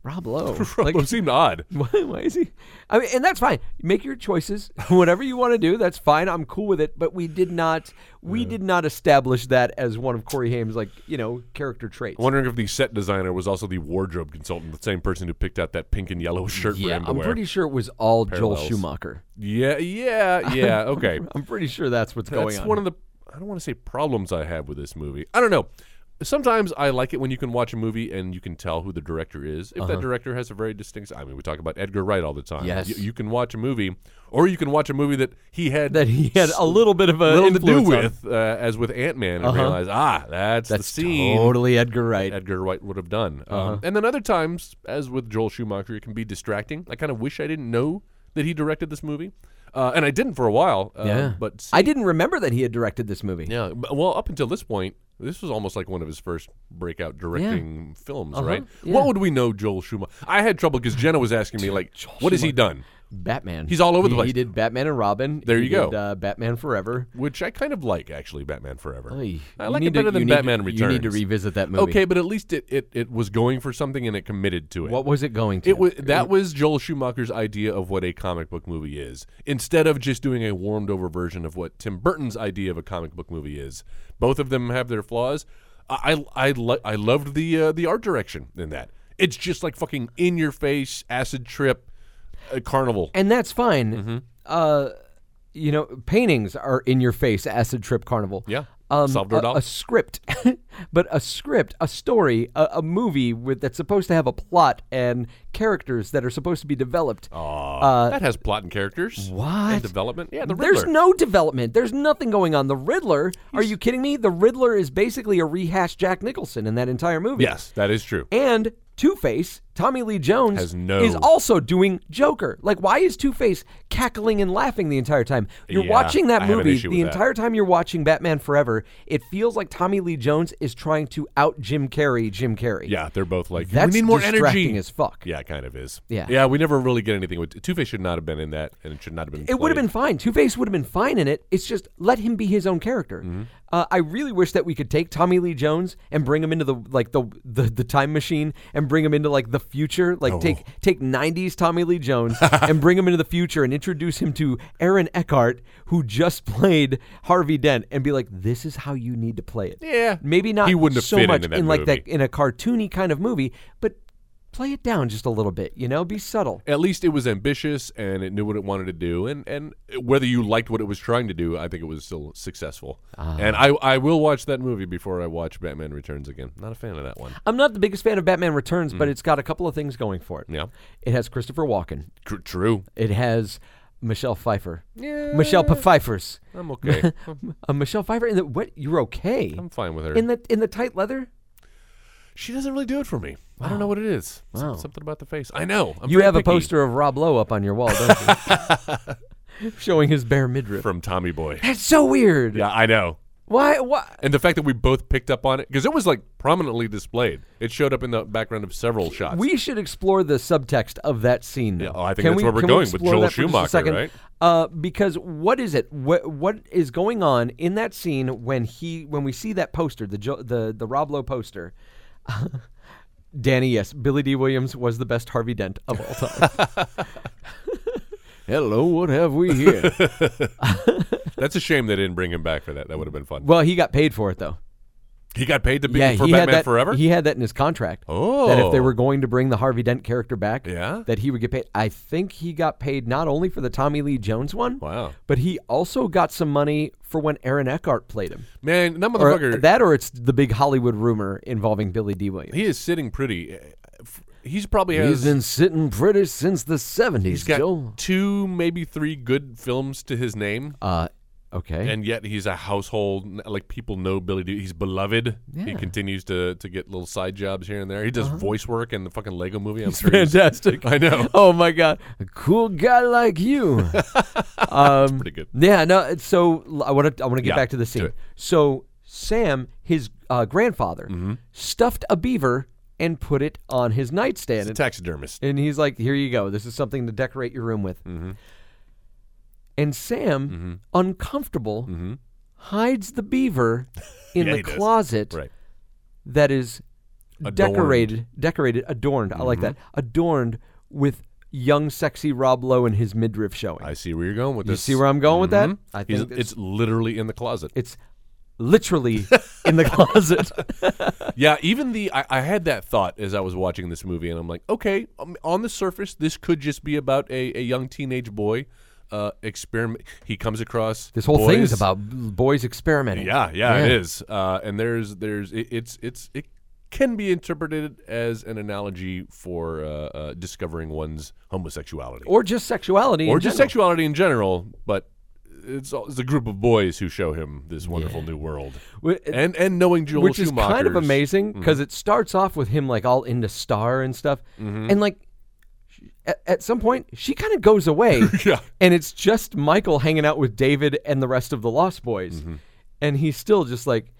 Speaker 3: Rob Lowe.
Speaker 4: Like, it seemed odd.
Speaker 3: Why, why is he? I mean, and that's fine. Make your choices, whatever you want to do. That's fine. I'm cool with it. But we did not, we did not establish that as one of Corey Haim's like you know character traits.
Speaker 4: Wondering if the set designer was also the wardrobe consultant, the same person who picked out that pink and yellow shirt for
Speaker 3: yeah,
Speaker 4: him to
Speaker 3: I'm
Speaker 4: wear.
Speaker 3: pretty sure it was all Joel
Speaker 4: Parallels.
Speaker 3: Schumacher.
Speaker 4: yeah, yeah, yeah. Okay,
Speaker 3: I'm pretty sure that's what's going
Speaker 4: that's
Speaker 3: on.
Speaker 4: one of the. I don't want to say problems I have with this movie. I don't know. sometimes I like it when you can watch a movie and you can tell who the director is. If that director has a very distinct, I mean, we talk about Edgar Wright all the time.
Speaker 3: Uh-huh. Yes.
Speaker 4: Y- you can watch a movie, or you can watch a movie that he had
Speaker 3: that he had a little bit of a
Speaker 4: little to do
Speaker 3: influence on. Uh-huh.
Speaker 4: with, uh, as with Ant Man, and realize ah, that's, the
Speaker 3: That's
Speaker 4: scene.
Speaker 3: totally Edgar Wright.
Speaker 4: Edgar Wright would have done.
Speaker 3: Uh-huh.
Speaker 4: Um, and then other times, as with Joel Schumacher, it can be distracting. I kind of wish I didn't know that he directed this movie, uh, and I didn't for a while. Uh,
Speaker 3: yeah,
Speaker 4: but see-
Speaker 3: I didn't remember that he had directed this movie.
Speaker 4: yeah, but- well, up until this point, this was almost like one of his first breakout directing films,
Speaker 3: Uh-huh.
Speaker 4: right? What would we know Joel Schumacher? I had trouble because Jenna was asking me like, what has he done?
Speaker 3: Batman.
Speaker 4: He's all over the
Speaker 3: He- He
Speaker 4: place.
Speaker 3: did Batman and Robin.
Speaker 4: There
Speaker 3: He
Speaker 4: you go.
Speaker 3: did, uh, Batman Forever.
Speaker 4: Which I kind of like actually, Batman Forever.
Speaker 3: Oy.
Speaker 4: I
Speaker 3: You
Speaker 4: like
Speaker 3: need
Speaker 4: it better
Speaker 3: to,
Speaker 4: than
Speaker 3: you need to-
Speaker 4: Batman Returns.
Speaker 3: You need to revisit that movie.
Speaker 4: Okay, but at least it, it, it was going for something and it committed to it.
Speaker 3: What was it going to?
Speaker 4: It was that was Joel Schumacher's idea of what a comic book movie is. Instead of just doing a warmed over version of what Tim Burton's idea of a comic book movie is, both of them have their flaws. I I, I, lo- I loved the uh, the art direction in that. It's just like fucking in your face acid trip, uh, carnival.
Speaker 3: and that's fine.
Speaker 4: Mm-hmm.
Speaker 3: Uh, you know, paintings are in your face, acid trip carnival.
Speaker 4: Yeah.
Speaker 3: Um,
Speaker 4: Salvador
Speaker 3: a,
Speaker 4: Dali.
Speaker 3: a script, but a script, a story, a, a movie with that's supposed to have a plot and characters that are supposed to be developed.
Speaker 4: Oh. that has plot and characters.
Speaker 3: uh, What?
Speaker 4: and development? Yeah, the Riddler.
Speaker 3: There's no development. There's nothing going on. The Riddler. are you kidding me? The Riddler is basically a rehashed Jack Nicholson in that entire movie.
Speaker 4: yes, that is true.
Speaker 3: And Two Face, Tommy Lee Jones,
Speaker 4: Has no-
Speaker 3: is also doing Joker. Like, why is Two Face cackling and laughing the entire time? You're
Speaker 4: Yeah,
Speaker 3: watching that
Speaker 4: I have an
Speaker 3: movie
Speaker 4: issue
Speaker 3: the
Speaker 4: with that.
Speaker 3: entire time you're watching Batman Forever. It feels like Tommy Lee Jones is trying to out Jim Carrey. Jim Carrey.
Speaker 4: Yeah, they're both like
Speaker 3: That's
Speaker 4: we need more
Speaker 3: distracting
Speaker 4: energy.
Speaker 3: as fuck.
Speaker 4: Yeah, it kind of is.
Speaker 3: Yeah.
Speaker 4: yeah. We never really get anything with Two Face. Should not have been in that, and it should not have been.
Speaker 3: It would have
Speaker 4: played.
Speaker 3: been fine. Two Face would have been fine in it. It's just let him be his own character.
Speaker 4: Mm-hmm.
Speaker 3: Uh, I really wish that we could take Tommy Lee Jones and bring him into the like the the, the time machine and bring him into like the future.
Speaker 4: Oh.
Speaker 3: Like take take '90s Tommy Lee Jones and bring him into the future and introduce him to Aaron Eckhart, who just played Harvey Dent, and be like, "This is how you need to play it."
Speaker 4: Yeah.
Speaker 3: maybe not.
Speaker 4: He wouldn't have
Speaker 3: so
Speaker 4: fit
Speaker 3: much
Speaker 4: into that
Speaker 3: in like that
Speaker 4: movie.
Speaker 3: in a cartoony kind of movie, but play it down just a little bit. You know, be subtle.
Speaker 4: at least it was ambitious and it knew what it wanted to do and and whether you liked what it was trying to do i think it was still successful
Speaker 3: Ah.
Speaker 4: and i i will watch that movie before i watch batman returns again not a fan of that one
Speaker 3: I'm not the biggest fan of Batman Returns, but it's got a couple of things going for it.
Speaker 4: Mm. Yeah.
Speaker 3: It has Christopher Walken.
Speaker 4: Tr- true
Speaker 3: It has Michelle Pfeiffer. Yeah. Michelle P- Pfeiffer's.
Speaker 4: i'm okay
Speaker 3: Uh, Michelle Pfeiffer in the what? You're okay.
Speaker 4: i'm fine with her
Speaker 3: in the in the tight leather.
Speaker 4: she doesn't really do it for me i don't know what it is Some- something about the face i know I'm
Speaker 3: you
Speaker 4: very
Speaker 3: have a
Speaker 4: picky.
Speaker 3: poster of Rob Lowe up on your wall, don't you? Showing his bare midriff.
Speaker 4: from tommy boy
Speaker 3: That's so weird.
Speaker 4: yeah i know
Speaker 3: Why? Why?
Speaker 4: and the fact that we both picked up on it because it was like prominently displayed it showed up in the background of several shots
Speaker 3: We should explore the subtext of that scene. now.
Speaker 4: Yeah, oh, I think
Speaker 3: Can
Speaker 4: that's
Speaker 3: we-
Speaker 4: where we're
Speaker 3: can we
Speaker 4: going with
Speaker 3: explore
Speaker 4: Joel
Speaker 3: that for just a
Speaker 4: Schumacher,
Speaker 3: second?
Speaker 4: right?
Speaker 3: Uh, because what is it? What what is going on in that scene when he when we see that poster, the jo- the the Rob Lowe poster? Danny, yes, Billy D. Williams was the best Harvey Dent of all time. Hello, what have we here?
Speaker 4: that's a shame they didn't bring him back for that that would have been fun
Speaker 3: well, he got paid for it though.
Speaker 4: He got paid to be
Speaker 3: yeah,
Speaker 4: for
Speaker 3: he had
Speaker 4: Batman
Speaker 3: that,
Speaker 4: Forever.
Speaker 3: He had that in his contract.
Speaker 4: Oh.
Speaker 3: that if they were going to bring the Harvey Dent character back,
Speaker 4: Yeah.
Speaker 3: that he would get paid. I think he got paid not only for the Tommy Lee Jones one,
Speaker 4: Wow.
Speaker 3: but he also got some money for when Aaron Eckhart played him.
Speaker 4: Man, that
Speaker 3: Or
Speaker 4: motherfucker.
Speaker 3: that, or it's the big Hollywood rumor involving Billy D. Williams.
Speaker 4: he is sitting pretty. eh, He's probably has.
Speaker 3: He's been sitting pretty since the seventies,
Speaker 4: he's got
Speaker 3: Joe.
Speaker 4: two, maybe three good films to his name,
Speaker 3: Uh, okay.
Speaker 4: and yet he's a household. Like people know Billy. D- he's beloved. He
Speaker 3: Yeah.
Speaker 4: continues to to get little side jobs here and there. He does voice work in the fucking Lego Movie. I'm
Speaker 3: It's
Speaker 4: sure he's
Speaker 3: fantastic.
Speaker 4: I know.
Speaker 3: Oh my god, a cool guy like you. um,
Speaker 4: pretty good.
Speaker 3: Yeah, no. it's- So l- I want to I want to get
Speaker 4: Yeah,
Speaker 3: back to
Speaker 4: do
Speaker 3: the scene.
Speaker 4: it.
Speaker 3: So Sam, his uh, grandfather,
Speaker 4: Mm-hmm.
Speaker 3: stuffed a beaver and put it on his nightstand,
Speaker 4: He's a
Speaker 3: and,
Speaker 4: taxidermist.
Speaker 3: and he's like, "Here you go. This is something to decorate your room with."
Speaker 4: Mm-hmm.
Speaker 3: And Sam, uncomfortable, hides the beaver in
Speaker 4: Mm-hmm. Yeah,
Speaker 3: the
Speaker 4: he does.
Speaker 3: closet
Speaker 4: Right.
Speaker 3: that is
Speaker 4: Adorned. Mm-hmm.
Speaker 3: decorated, decorated, adorned. I like that. Adorned with young, sexy Rob Lowe and his midriff showing.
Speaker 4: I see where you're going with
Speaker 3: you
Speaker 4: this.
Speaker 3: see where I'm going with that?
Speaker 4: Mhm.
Speaker 3: I
Speaker 4: He's-
Speaker 3: think it's,
Speaker 4: it's literally in the closet.
Speaker 3: it's literally in the closet.
Speaker 4: Yeah, even the I, I had that thought as I was watching this movie, and I'm like, okay, um, on the surface, this could just be about a, a young teenage boy uh, experiment. He comes across
Speaker 3: This whole thing is
Speaker 4: boys-
Speaker 3: about boys experimenting.
Speaker 4: Yeah, yeah, it is. Uh, and there's there's it, it's it's it can be interpreted as an analogy for uh, uh, discovering one's homosexuality
Speaker 3: Or just sexuality.
Speaker 4: or
Speaker 3: in
Speaker 4: just
Speaker 3: general.
Speaker 4: sexuality in general, but. It's, all- it's a group of boys who show him this wonderful new world,
Speaker 3: Wh-
Speaker 4: and and knowing Joel
Speaker 3: which is kind of
Speaker 4: Schumacher's- Mm-hmm.
Speaker 3: amazing because it starts off with him like all into Star and stuff,
Speaker 4: Mm-hmm.
Speaker 3: and like sh- at, at some point she kind of goes away,
Speaker 4: Yeah.
Speaker 3: and it's just Michael hanging out with David and the rest of the Lost Boys,
Speaker 4: Mm-hmm.
Speaker 3: and he's still just like.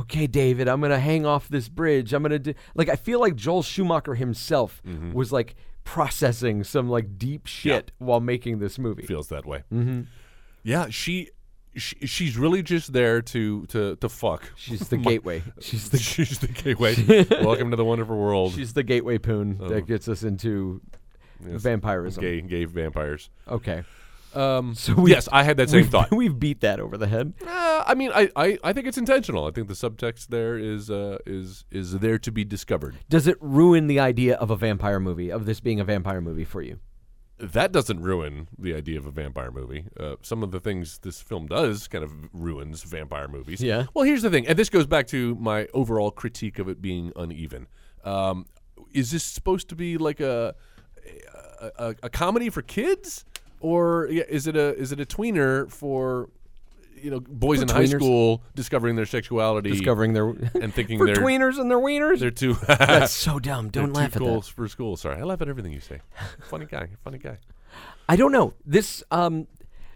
Speaker 3: Okay, David, I'm gonna hang off this bridge. I'm gonna do like I feel like Joel Schumacher himself
Speaker 4: Mm-hmm.
Speaker 3: was like processing some like deep shit while making this movie.
Speaker 4: feels that way. Mm-hmm. Yeah, she, she she's really just there to to to fuck.
Speaker 3: She's the gateway. She's the
Speaker 4: she's the gateway. Welcome to the wonderful world.
Speaker 3: she's the gateway poon that gets us into vampirism.
Speaker 4: Uh-huh. gay gay vampires.
Speaker 3: Okay.
Speaker 4: Um,
Speaker 3: Mm. So we,
Speaker 4: yes, I had that same
Speaker 3: we've-
Speaker 4: thought.
Speaker 3: We've beat that over the head.
Speaker 4: Uh, I mean, I, I, I think it's intentional. I think the subtext there is uh, is is there to be discovered.
Speaker 3: Does it ruin the idea of a vampire movie, of this being a vampire movie for you?
Speaker 4: That doesn't ruin the idea of a vampire movie. Uh, some of the things this film does kind of ruins vampire movies.
Speaker 3: Yeah.
Speaker 4: Well, here's the thing, and this goes back to my overall critique of it being uneven. Um, is this supposed to be like a a, a, a comedy for kids, or yeah, is it a is it a tweener for you know boys in high
Speaker 3: tweeners.
Speaker 4: school discovering their sexuality,
Speaker 3: Discovering their
Speaker 4: and thinking
Speaker 3: for
Speaker 4: they're
Speaker 3: tweeners and their wieners.
Speaker 4: they're too
Speaker 3: That's so dumb. Don't
Speaker 4: They're
Speaker 3: laugh
Speaker 4: two
Speaker 3: at
Speaker 4: goals
Speaker 3: that.
Speaker 4: for school. Sorry, I laugh at everything you say. Funny guy, funny guy.
Speaker 3: I don't know. This um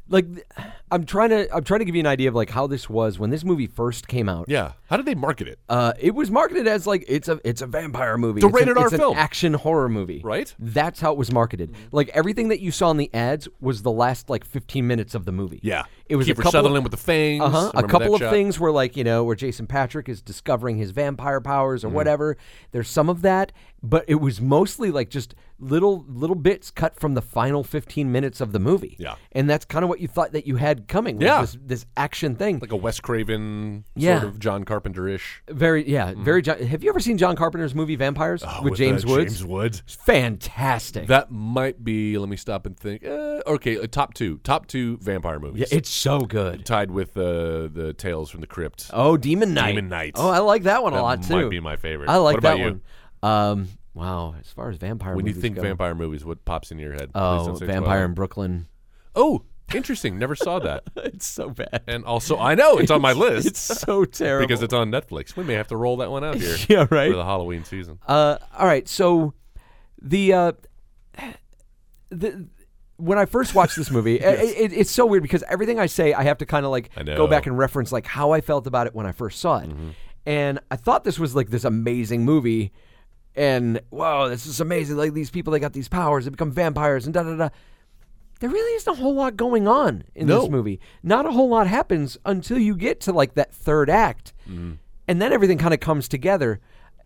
Speaker 3: like th- I'm trying to I'm trying to give you an idea of like how this was when this movie first came out.
Speaker 4: Yeah. How did they market it?
Speaker 3: Uh, it was marketed as like it's a it's a vampire movie.
Speaker 4: The
Speaker 3: It's an-
Speaker 4: rated R
Speaker 3: it's an
Speaker 4: film.
Speaker 3: action horror movie.
Speaker 4: Right.
Speaker 3: That's how it was marketed. Like everything that you saw in the ads was the last like 15 minutes of the movie. It was a
Speaker 4: Kiefer
Speaker 3: couple
Speaker 4: Sutherland
Speaker 3: of,
Speaker 4: with the fangs.
Speaker 3: Uh-huh. A
Speaker 4: Remember
Speaker 3: couple
Speaker 4: that
Speaker 3: of
Speaker 4: shot?
Speaker 3: things where like, you know, where Jason Patrick is discovering his vampire powers or
Speaker 4: Mm-hmm.
Speaker 3: whatever. There's some of that, but it was mostly like just little little bits cut from the final 15 minutes of the movie.
Speaker 4: Yeah.
Speaker 3: And that's kind of what you thought that you had coming was
Speaker 4: Yeah.
Speaker 3: this this action thing.
Speaker 4: Like a Wes Craven
Speaker 3: Yeah.
Speaker 4: sort of John Carpenter ish
Speaker 3: very yeah,
Speaker 4: Mm-hmm.
Speaker 3: very John, Have you ever seen John Carpenter's movie Vampires with, James Woods?
Speaker 4: Oh, uh, James Woods.
Speaker 3: Fantastic.
Speaker 4: That might be. Let me stop and think. Uh, okay, uh, top two, top two vampire movies.
Speaker 3: yeah, it's so good.
Speaker 4: tied with uh, the Tales from the Crypt.
Speaker 3: Oh, Demon Knight.
Speaker 4: Demon Knight.
Speaker 3: Oh, I like that one
Speaker 4: That
Speaker 3: a lot too.
Speaker 4: might be my favorite.
Speaker 3: I like
Speaker 4: What about
Speaker 3: that
Speaker 4: you?
Speaker 3: one. Um, wow. As far as vampire
Speaker 4: when you
Speaker 3: movies
Speaker 4: think
Speaker 3: go,
Speaker 4: vampire movies, what pops into your head? Please
Speaker 3: oh,
Speaker 4: don't say
Speaker 3: Vampire in
Speaker 4: Twilight.
Speaker 3: Brooklyn.
Speaker 4: Oh, interesting. Never saw that.
Speaker 3: It's so bad.
Speaker 4: And also, I know it's on my list.
Speaker 3: It's so terrible.
Speaker 4: because it's on Netflix. We may have to roll that one out here.
Speaker 3: Yeah, right.
Speaker 4: For the Halloween season.
Speaker 3: Uh, all right, so the uh, the when I first watched this movie, it, it, it's so weird because everything I say, I have to kind of like
Speaker 4: I
Speaker 3: go back
Speaker 4: know. Mm-hmm.
Speaker 3: and reference like how I felt about it when I first saw it, and I thought this was like this amazing movie, and wow, this is amazing! Like these people, they got these powers, they become vampires, and da da da. There really isn't a whole lot going on in
Speaker 4: No.
Speaker 3: this movie. Not a whole lot happens until you get to like that third act and then everything kind of comes together.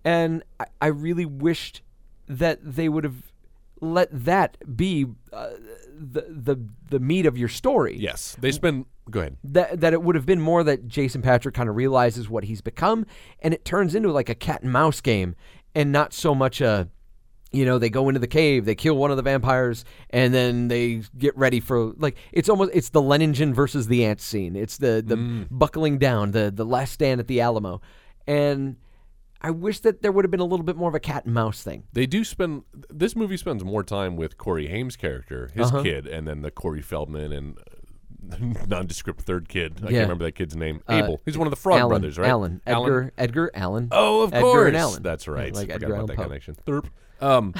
Speaker 3: And I, I really wished that they would have let that be uh, the the the meat of your story.
Speaker 4: yes, they spend. Go ahead.
Speaker 3: That, that it would have been more that Jason Patrick kind of realizes what he's become, and it turns into like a cat and mouse game, and not so much a, you know, they go into the cave, they kill one of the vampires, and then they get ready for like it's almost it's the Lenningen versus the ant scene. It's the the
Speaker 4: Mm.
Speaker 3: buckling down, the the last stand at the Alamo, and I wish that there would have been a little bit more of a cat and mouse thing.
Speaker 4: They do spend. This movie spends more time with Corey Haim's character, his
Speaker 3: Uh-huh.
Speaker 4: kid, and then the Corey Feldman and uh, nondescript third kid. I
Speaker 3: Yeah. Uh,
Speaker 4: can't remember that kid's name. Abel. He's one of the Frog
Speaker 3: Alan,
Speaker 4: brothers, right?
Speaker 3: Alan, Edgar, Edgar, Allen.
Speaker 4: Oh, of
Speaker 3: Edgar
Speaker 4: course.
Speaker 3: and Allen.
Speaker 4: That's right.
Speaker 3: Like
Speaker 4: Forgot
Speaker 3: Edgar
Speaker 4: about
Speaker 3: Allen
Speaker 4: that
Speaker 3: Poe.
Speaker 4: connection. Thurp. Um,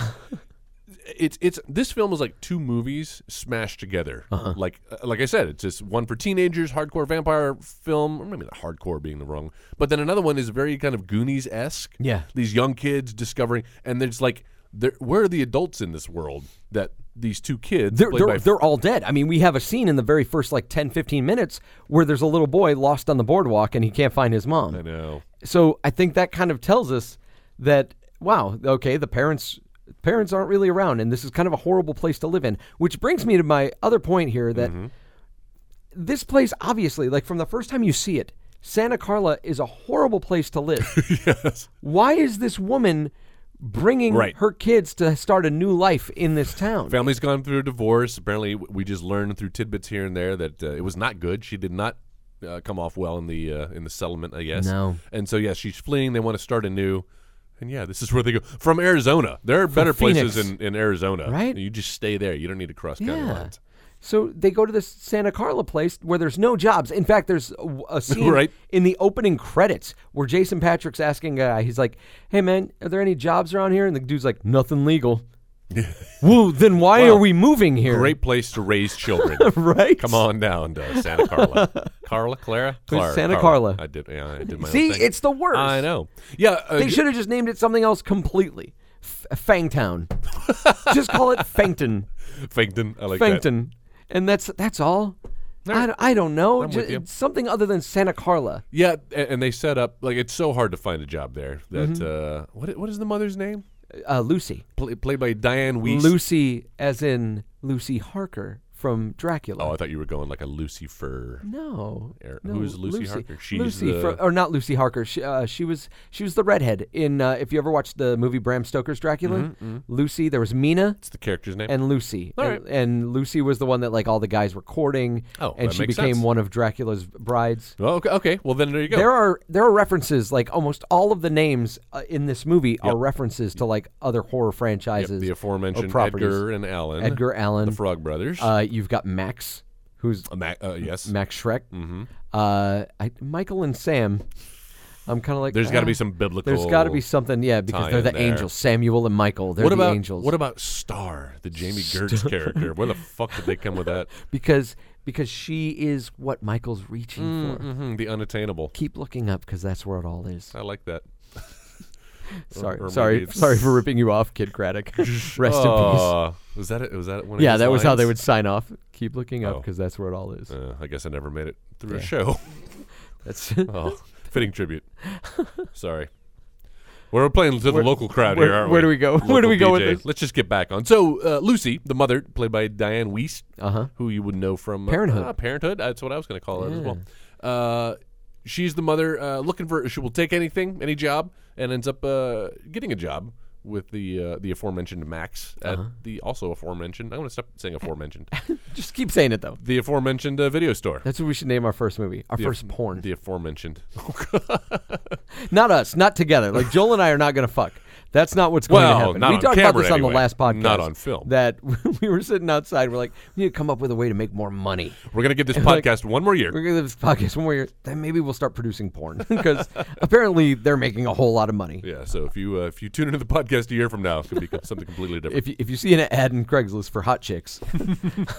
Speaker 4: it's it's this film is like two movies smashed together.
Speaker 3: Uh-huh.
Speaker 4: Like uh, like I said, it's just one for teenagers, hardcore vampire film, or maybe not hardcore being the wrong, but then another one is very kind of Goonies esque.
Speaker 3: Yeah.
Speaker 4: these young kids discovering, and there's like, there- where are the adults in this world that these two kids?
Speaker 3: they're,
Speaker 4: played
Speaker 3: they're,
Speaker 4: by-
Speaker 3: they're all dead. I mean, we have a scene in the very first like 10, 15 minutes where there's a little boy lost on the boardwalk and he can't find his mom.
Speaker 4: I know.
Speaker 3: So I think that kind of tells us that wow, okay, the parents parents aren't really around, and this is kind of a horrible place to live in. Which brings me to my other point here that
Speaker 4: Mm-hmm.
Speaker 3: this place obviously, like from the first time you see it, Santa Carla is a horrible place to live.
Speaker 4: yes.
Speaker 3: Why is this woman bringing
Speaker 4: Right.
Speaker 3: her kids to start a new life in this town.
Speaker 4: Family's gone through a divorce. Apparently, w- we just learned through tidbits here and there that uh, it was not good. She did not uh, come off well in the uh, in the settlement, I guess.
Speaker 3: No.
Speaker 4: And so yeah, she's fleeing. They want to start anew. And yeah, this is where they go from Arizona. There are better places
Speaker 3: Phoenix.
Speaker 4: in, in Arizona.
Speaker 3: Right.
Speaker 4: You just stay there. You don't need to cross county
Speaker 3: Yeah.
Speaker 4: lines.
Speaker 3: So they go to this Santa Carla place where there's no jobs. In fact, there's a, a scene
Speaker 4: Right.
Speaker 3: in the opening credits where Jason Patrick's asking a guy, he's like, "Hey man, are there any jobs around here?" And the dude's like, "Nothing legal." Woo, then why are we moving here?
Speaker 4: Great place to raise children.
Speaker 3: right?
Speaker 4: Come on down to Santa Carla. Carla, Clara, Clara
Speaker 3: Santa Carla.
Speaker 4: I did. Yeah, I did my own
Speaker 3: See,
Speaker 4: thing.
Speaker 3: it's the worst.
Speaker 4: I know. Yeah, uh,
Speaker 3: They should have just named it something else completely. F- Fangtown. just call it Fangton.
Speaker 4: Fangton. I like that.
Speaker 3: Fangton. And that's that's all. I, don't, I don't know.
Speaker 4: I'm
Speaker 3: Ju-
Speaker 4: with you.
Speaker 3: Something other than Santa Carla.
Speaker 4: Yeah, a- and they set up like it's so hard to find a job there. That
Speaker 3: Mm-hmm.
Speaker 4: uh, what i- what is the mother's name?
Speaker 3: Uh, Lucy.
Speaker 4: Pla played by Diane Weiss.
Speaker 3: Lucy, as in Lucy Harker from Dracula.
Speaker 4: Oh, I thought you were going like a Lucy Fur.
Speaker 3: no,
Speaker 4: Er-
Speaker 3: no,
Speaker 4: who's Lucy Harker? She's
Speaker 3: Lucy,
Speaker 4: the-
Speaker 3: fro- or not Lucy Harker. She, uh, she was she was the redhead in. Uh, if you ever watched the movie Bram Stoker's Dracula,
Speaker 4: Mm-hmm,
Speaker 3: Lucy. There was Mina
Speaker 4: It's the character's name.
Speaker 3: and Lucy,
Speaker 4: right.
Speaker 3: and, and Lucy was the one that like all the guys were courting.
Speaker 4: Oh,
Speaker 3: and
Speaker 4: that
Speaker 3: she
Speaker 4: makes
Speaker 3: became
Speaker 4: sense.
Speaker 3: one of Dracula's brides.
Speaker 4: well, Oh, okay, okay. Well, then there you go.
Speaker 3: There are there are references like almost all of the names uh, in this movie are references to like other horror
Speaker 4: Yep,
Speaker 3: franchises.
Speaker 4: the
Speaker 3: or
Speaker 4: aforementioned
Speaker 3: properties.
Speaker 4: Edgar and Allen.
Speaker 3: Edgar Allen,
Speaker 4: the Frog Brothers.
Speaker 3: Uh, you've got Max, who's
Speaker 4: Uh, Ma- uh, yes.
Speaker 3: Max Shrek. Mm-hmm. Uh, I, Michael and Sam. I'm kind of like.
Speaker 4: There's got to
Speaker 3: ah,
Speaker 4: be some biblical.
Speaker 3: There's got to be something, yeah, because
Speaker 4: tie
Speaker 3: they're
Speaker 4: in
Speaker 3: the
Speaker 4: there.
Speaker 3: angels, Samuel and Michael. They're
Speaker 4: What
Speaker 3: the
Speaker 4: about
Speaker 3: angels.
Speaker 4: what about Star, the Jamie Gertz character? Where the fuck did they come with that?
Speaker 3: because because she is what Michael's reaching for.
Speaker 4: hmm the unattainable.
Speaker 3: Keep looking up because that's where it all is.
Speaker 4: I like that.
Speaker 3: sorry,
Speaker 4: or maybe
Speaker 3: sorry,
Speaker 4: it's-
Speaker 3: sorry for ripping you off, Kid Craddock. Rest in peace.
Speaker 4: Aw, Uh, Was that it? Was that one? Of
Speaker 3: Yeah,
Speaker 4: his
Speaker 3: that was how they
Speaker 4: Oh, lines?
Speaker 3: would sign off. Keep looking up
Speaker 4: Oh.
Speaker 3: because that's where it all is.
Speaker 4: Uh, I guess I never made it through a show.
Speaker 3: That's
Speaker 4: Oh, fitting tribute. Sorry. We're playing to the local crowd
Speaker 3: where-
Speaker 4: here, aren't we?
Speaker 3: where do we go? Where do
Speaker 4: Local
Speaker 3: we go with
Speaker 4: DJ.
Speaker 3: this?
Speaker 4: Let's just get back on. So, uh, Lucy, the mother, played by Diane Weiss,
Speaker 3: Uh-huh.
Speaker 4: who you would know from uh,
Speaker 3: Parenthood.
Speaker 4: ah, Parenthood. That's what I was going to call it as well. Uh, she's the mother uh, looking for. She will take anything, any job, and ends up uh, getting a job with the uh, the aforementioned Max at
Speaker 3: Uh-huh.
Speaker 4: the also aforementioned. I want to stop saying aforementioned.
Speaker 3: just keep saying it though.
Speaker 4: the aforementioned uh, video store.
Speaker 3: That's what we should name our first movie, our first porn.
Speaker 4: The aforementioned.
Speaker 3: Not us, not together. Like Joel and I are not going to fuck. That's not what's going
Speaker 4: Well,
Speaker 3: to happen.
Speaker 4: not
Speaker 3: we
Speaker 4: on
Speaker 3: talked about
Speaker 4: camera
Speaker 3: this on the
Speaker 4: anyway.
Speaker 3: last podcast.
Speaker 4: Not on film.
Speaker 3: That we were sitting outside. We're like, we need to come up with a way to make more money.
Speaker 4: We're gonna give this
Speaker 3: Like-
Speaker 4: podcast one more year.
Speaker 3: We're going to this podcast one more year. Then maybe we'll start producing porn because apparently they're making a whole lot of money.
Speaker 4: Yeah, so if you uh, if you tune into the podcast a year from now, it could be something completely different.
Speaker 3: If you, if you see an ad in Craigslist for hot chicks,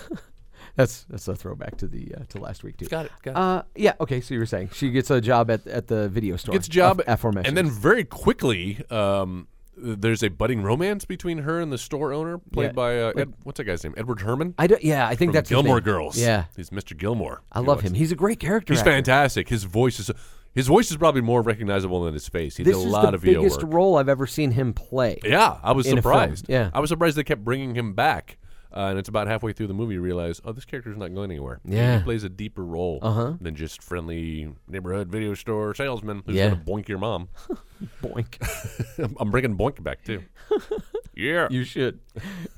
Speaker 3: that's that's a throwback to the uh, to last week too.
Speaker 4: Got it, got it.
Speaker 3: Uh, yeah. Okay. So you were saying she gets a job at at the video store.
Speaker 4: Gets a job,
Speaker 3: af- aforementioned.
Speaker 4: and then very quickly, um, there's a budding romance between her and the store owner, played
Speaker 3: Yeah,
Speaker 4: by uh, Ed, what's that guy's name? Edward Herman.
Speaker 3: I don't. Yeah, I think
Speaker 4: from
Speaker 3: that's his
Speaker 4: Gilmore
Speaker 3: name.
Speaker 4: Girls.
Speaker 3: Yeah,
Speaker 4: he's Mr. Gilmore.
Speaker 3: I
Speaker 4: He
Speaker 3: love
Speaker 4: was.
Speaker 3: him. He's a great character.
Speaker 4: He's
Speaker 3: actor.
Speaker 4: fantastic. His voice is his voice is probably more recognizable than his face. He
Speaker 3: This
Speaker 4: did a
Speaker 3: is
Speaker 4: lot
Speaker 3: the
Speaker 4: of VO
Speaker 3: biggest
Speaker 4: work.
Speaker 3: role I've ever seen him play.
Speaker 4: Yeah, I was
Speaker 3: in a film.
Speaker 4: surprised.
Speaker 3: Yeah.
Speaker 4: I was surprised they kept bringing him back. Uh, and it's about halfway through the movie you realize, oh, this character's not going anywhere.
Speaker 3: Yeah. Uh-huh.
Speaker 4: He plays a deeper role than just friendly neighborhood video store salesman who's
Speaker 3: Yeah.
Speaker 4: going to boink your mom.
Speaker 3: Boink.
Speaker 4: I'm bringing boink back, too. yeah.
Speaker 3: you should.